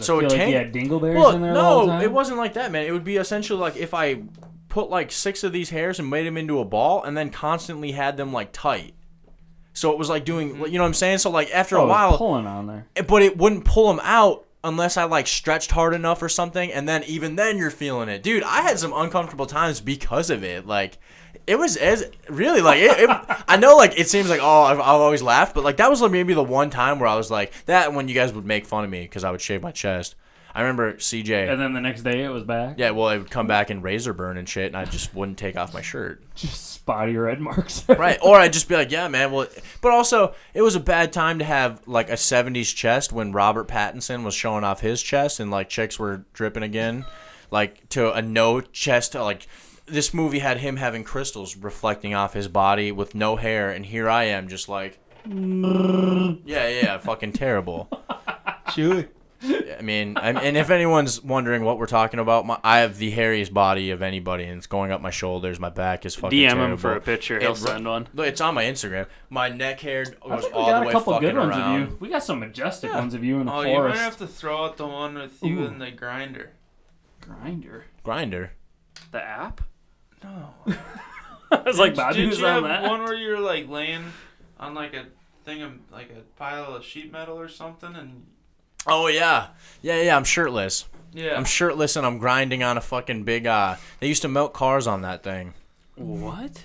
so
feel
it
like
tang-
you had dingleberries
well,
in there
no
the whole time?
it wasn't like that man it would be essentially like if I put like six of these hairs and made them into a ball and then constantly had them like tight so it was like doing you know what I'm saying so like after
Hmm. Oh,
a
it's
while
pulling on there.
but it wouldn't pull them out unless I like stretched hard enough or something, and then even then you're feeling it, dude. I had some uncomfortable times because of it. Like, it was as really like it. it I know like it seems like oh I've, I've always laughed, but like that was like maybe the one time where I was like that when you guys would make fun of me because I would shave my chest. I remember CJ.
And then the next day it was back.
yeah, well, it would come back and razor burn and shit, and I just wouldn't take off my shirt.
Just spotty red marks.
Right. Or I'd just be like, yeah, man. Well, but also, it was a bad time to have like a 70s chest when Robert Pattinson was showing off his chest and like chicks were dripping again. like to a no chest like this movie had him having crystals reflecting off his body with no hair and here I am just like yeah yeah fucking terrible
Chewy.
I mean I, and if anyone's wondering what we're talking about my, I have the hairiest body of anybody and it's going up my shoulders my back is fucking
DM
terrible
him for a picture. He'll
It-
send one.
Look, it's on my Instagram my neck hair
I
goes
think we
all
got
the
a
way
couple
fucking
good ones
around
of you. We got some majestic ones of you in the
Oh, you might
forest.
have to throw out the one with you
Ooh.
in the grinder.
Grinder,
grinder
The app?
No.
I was like,
Did
Bobby
you
was
have
on that.
one where you're like laying on like a thing of like a pile of sheet metal or something, and
oh yeah yeah yeah I'm shirtless
yeah,
I'm shirtless and I'm grinding on a fucking big uh they used to melt cars on that thing.
What?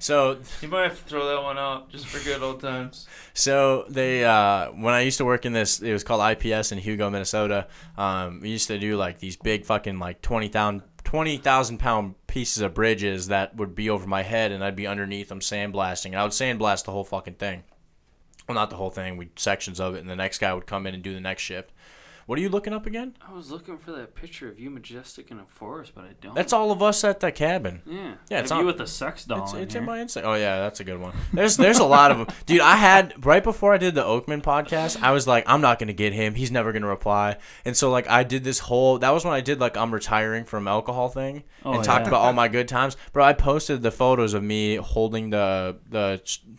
So
you might have to throw that one out just for good old times.
so they uh when I used to work in this it was called IPS in Hugo, Minnesota. Um we used to do like these big fucking like 20,000 20,000 pound pieces of bridges that would be over my head and I'd be underneath them sandblasting and I would sandblast the whole fucking thing. Well not the whole thing, we sections of it and the next guy would come in and do the next shift. What are you looking up again?
Oh.
I was looking for that picture of you majestic in a forest, but I don't.
That's all of us at the cabin.
Yeah.
Yeah, it's
Have
on-
you with the sex doll.
It's,
in
it's
here.
in my Insta. Oh yeah, that's a good one. There's there's a lot of them, dude. I had right before I did the Oakman podcast, I was like, I'm not gonna get him. He's never gonna reply. And so like I did this whole. That was when I did like I'm retiring from alcohol thing
Oh,
and talked
yeah.
about all my good times, bro. I posted the photos of me holding the the.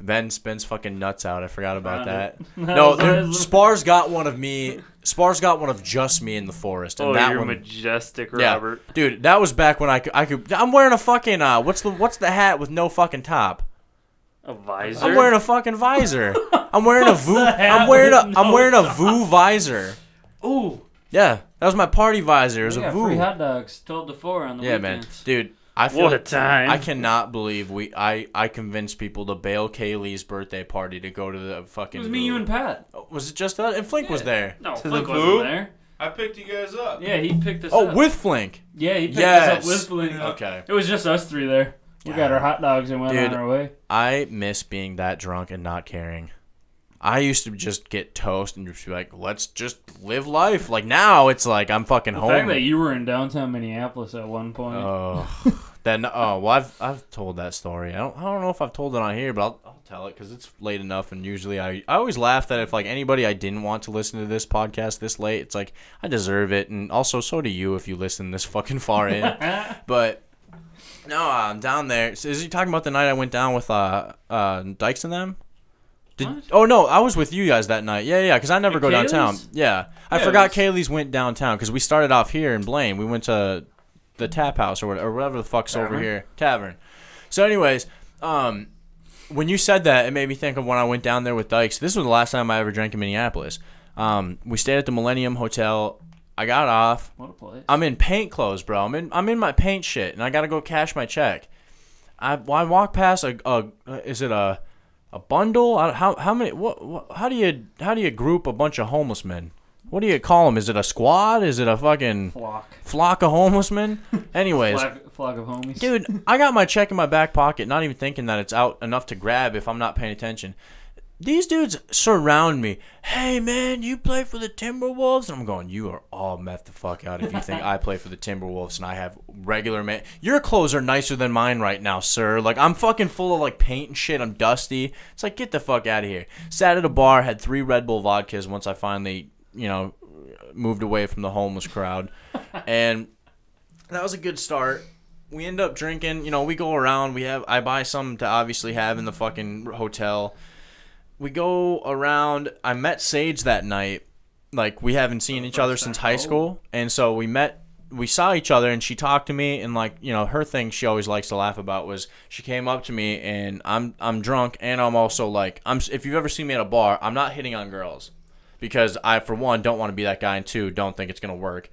Ben spins fucking nuts out. I forgot about
Found
that.
it.
No,
That was-
Spars got one of me. Spars got one of just me in the forest, and
Oh,
that
you're
one
majestic, Robert.
yeah, dude, that was back when I could. I could. I'm wearing a fucking uh. What's the What's the hat with no fucking top?
A visor.
I'm wearing a fucking visor. I'm wearing a vu.
hat
I'm wearing a.
with
I'm
no
wearing a vu visor.
Ooh,
Yeah, that was my party visor. It was
we
a
got
vu.
free
Yeah,
hot dogs, twelve to four on the
man,
weekends.
dude. I feel
What a time.
I cannot believe we. I I convinced people to bail Kaylee's birthday party to go to the fucking.
It was me, you, and Pat.
Was it just that? And Flink was there.
No,
the
Flink
food?
wasn't there.
I picked you guys up.
Yeah, he picked us
Oh,
up.
with Flink.
yeah, he picked
Yes.
us up with Flink.
Okay.
It was just us three there. We got our hot dogs and went
Dude.
on our way.
I miss being that drunk and not caring. I used to just get toast and just be like, let's just live life. Like now, it's like I'm fucking
The fact that
home.
you were in downtown Minneapolis at one point.
Oh, then oh well, I've I've told that story. I don't I don't know if I've told it on here, but I'll, I'll tell it because it's late enough. And usually I I always laugh that if like anybody I didn't want to listen to this podcast this late, it's like I deserve it, and also so do you if you listen this fucking far in. but no, I'm down there. So is he talking about the night I went down with uh uh Dykes and them? Did, oh no, I was with you guys that night. Yeah, yeah, because I never
At
go downtown.
Kaylee's?
Yeah, I
Yeah,
forgot
it
Kaylee's went downtown because we started off here in Blaine. We went to the tap house or whatever, or whatever the fuck's over
Tavern?
here tavern. So, anyways, um, when you said that, it made me think of when I went down there with Dykes. This was the last time I ever drank in Minneapolis. Um, we stayed at the Millennium Hotel. I got off.
What a place.
I'm in paint clothes, bro. I'm in I'm in my paint shit, and I gotta go cash my check. I well, I walk past a, a is it a a bundle? I- How how many? What, what how do you how do you group a bunch of homeless men? What do you call them? Is it a squad? Is it a fucking
Flock.
flock of homeless men? Anyways,
Flock, flock of homies.
dude, I got my check in my back pocket, not even thinking that it's out enough to grab if I'm not paying attention. These dudes surround me. Hey man, you play for the Timberwolves? And I'm going, you are all met the fuck out if you think I play for the Timberwolves and I have regular man. Your clothes are nicer than mine right now, sir. Like I'm fucking full of like paint and shit. I'm dusty. It's like get the fuck out of here. Sat at a bar, had three Red Bull vodkas once I finally, you know, moved away from the homeless crowd, and that was a good start we end up drinking. You know, we go around. We have I buy some to obviously have in the fucking hotel. We go around. I met Sage that night. Like we haven't seen each other since
Oh.
high school, and so we met. We saw each other, and she talked to me, and like you know, her thing she always likes to laugh about was she came up to me, and I'm I'm drunk, and I'm also like I'm. If you've ever seen me at a bar, I'm not hitting on girls because I, for one, don't want to be that guy, and two, don't think it's gonna work.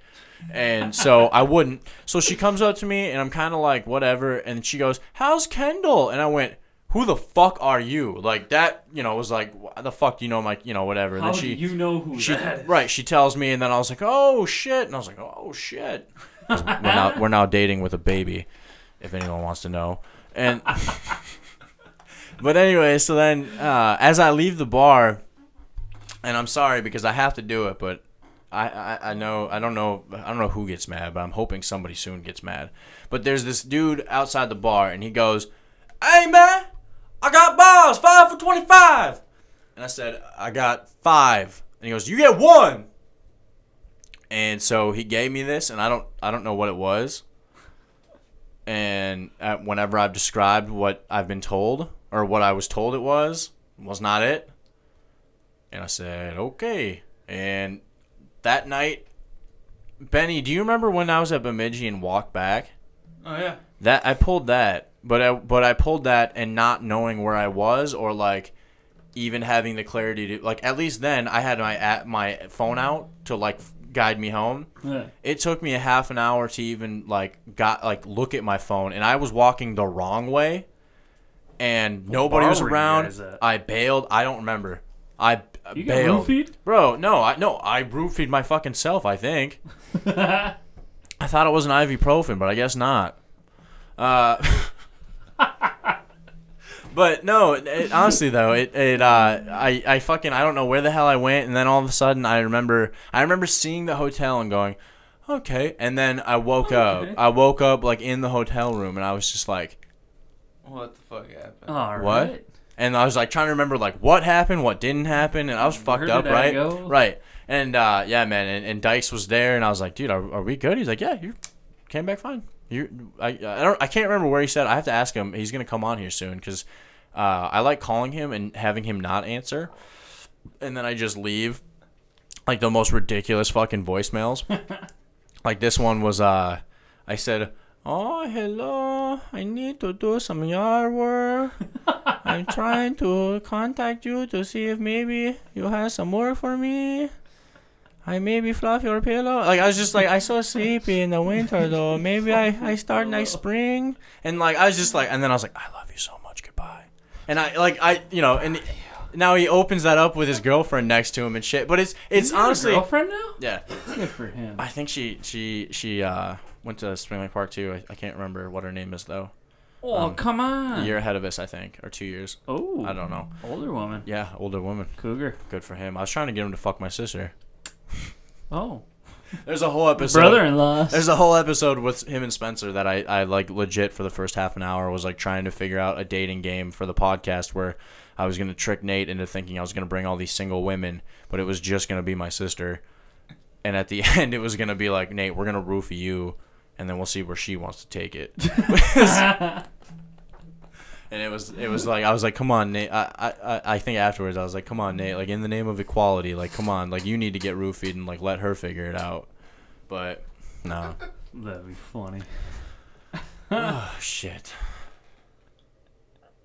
And so I wouldn't. So she comes up to me, and I'm kind of like, whatever. And she goes, "How's Kendall?" And I went, "Who the fuck are you?" Like that, you know, was like, "Wh- "The fuck, do you know, my, you know, whatever." And
How
then she,
do you know who
she,
that is?
right? She tells me, and then I was like, "Oh shit!" And I was like, "Oh shit!" 'Cause we're now we're now dating with a baby, if anyone wants to know. And but anyway, so then uh, as I leave the bar, and I'm sorry because I have to do it, but I, I I know I don't know I don't know who gets mad, but I'm hoping somebody soon gets mad. But there's this dude outside the bar, and he goes, "Hey man, I got balls, five for twenty-five. And I said, "I got five. And he goes, "You get one." And so he gave me this, and I don't I don't know what it was. And uh, whenever I've described what I've been told or what I was told it was, was not it. And I said, okay. And that night, Benny, do you remember when I was at Bemidji and walked back?
Oh yeah.
That I pulled that, but I but I pulled that and not knowing where I was or like even having the clarity to like at least then I had my at my phone out to like f- guide me home.
Yeah.
It took me a half an hour to even like got like look at my phone, and I was walking the wrong way, and nobody
bar
was
were you
around.
guys at?
I bailed. I don't remember. I b-
You got
bailed,
roofied?
bro. No, I no, I roofied my fucking self. I think. I thought it was an ibuprofen, but I guess not. Uh, but no, it, it- honestly though, it it uh, I I fucking I don't know where the hell I went, and then all of a sudden I remember I remember seeing the hotel and going, okay, and then I woke up. I woke up like in the hotel room, and I was just like,
What the fuck happened?
All
What?
right.
and I was like trying to remember like what happened, what didn't happen, and I was fucked
did
up,
I
right?
go?
Right. And uh, yeah, man, and, and Dykes was there, and I was like, dude, are, are we good? He's like, yeah, you came back fine. You, I, I don't, I can't remember where he said. I have to ask him. He's gonna come on here soon because uh, I like calling him and having him not answer, and then I just leave like the most ridiculous fucking voicemails. like this one was, uh, I said. Oh hello! I need to do some yard work. I'm trying to contact you to see if maybe you have some work for me. I maybe fluff your pillow. Like I was just like I so sleepy in the winter though. Maybe I, I start next spring. And like I was just like and then I was like, I love you so much, goodbye. And I like I you know, and now he opens that up with his girlfriend next to him and shit. But it's it's
Is he got a
honestly
girlfriend now?
Yeah.
Good for him.
I think she she she uh went to Spring Lake Park too. I, I can't remember what her name is though.
Oh, come
A
on.
year ahead of us, I think, or two years.
oh,
um, I don't know.
Older woman.
Yeah, older woman.
Cougar.
Good for him. I was trying to get him to fuck my sister.
Oh,
There's a whole episode.
brother-in-law.
There's a whole episode with him and Spencer that I, I like legit for the first half an hour was like trying to figure out a dating game for the podcast where I was gonna trick Nate into thinking I was gonna bring all these single women, but it was just gonna be my sister. And at the end, it was gonna be like Nate, we're gonna roofie you, and then we'll see where she wants to take it. and it was it was like I was like, come on, Nate. I, I- I I think afterwards I was like, come on, Nate. Like in the name of equality, like come on, like you need to get roofied and like let her figure it out. But no.
That'd be funny.
Oh, Shit.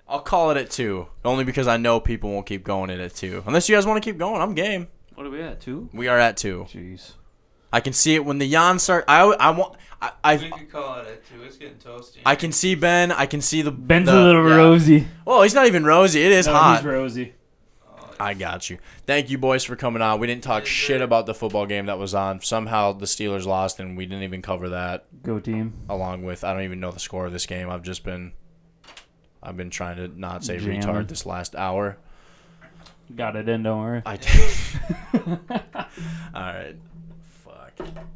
I'll call it at two, only because I know people won't keep going it at two. Unless you guys want to keep going, I'm game.
What are we at? Two?
We are at two.
Jeez.
I can see it when the yawn start. I I want. I
We
I,
could call it a two. It's getting toasty.
I can see Ben. I can see the
Ben's
the-
a little
yeah.
rosy.
Oh, he's not even rosy. It is
No,
hot.
he's rosy.
I got you. Thank you, boys, for coming on. We didn't talk shit about the football game that was on. Somehow the Steelers lost, and we didn't even cover that.
Go team.
Along with, I don't even know the score of this game. I've just been, I've been trying to not say
Jamming.
retard this last hour.
Got it in. Don't worry.
I did. All right. Fuck.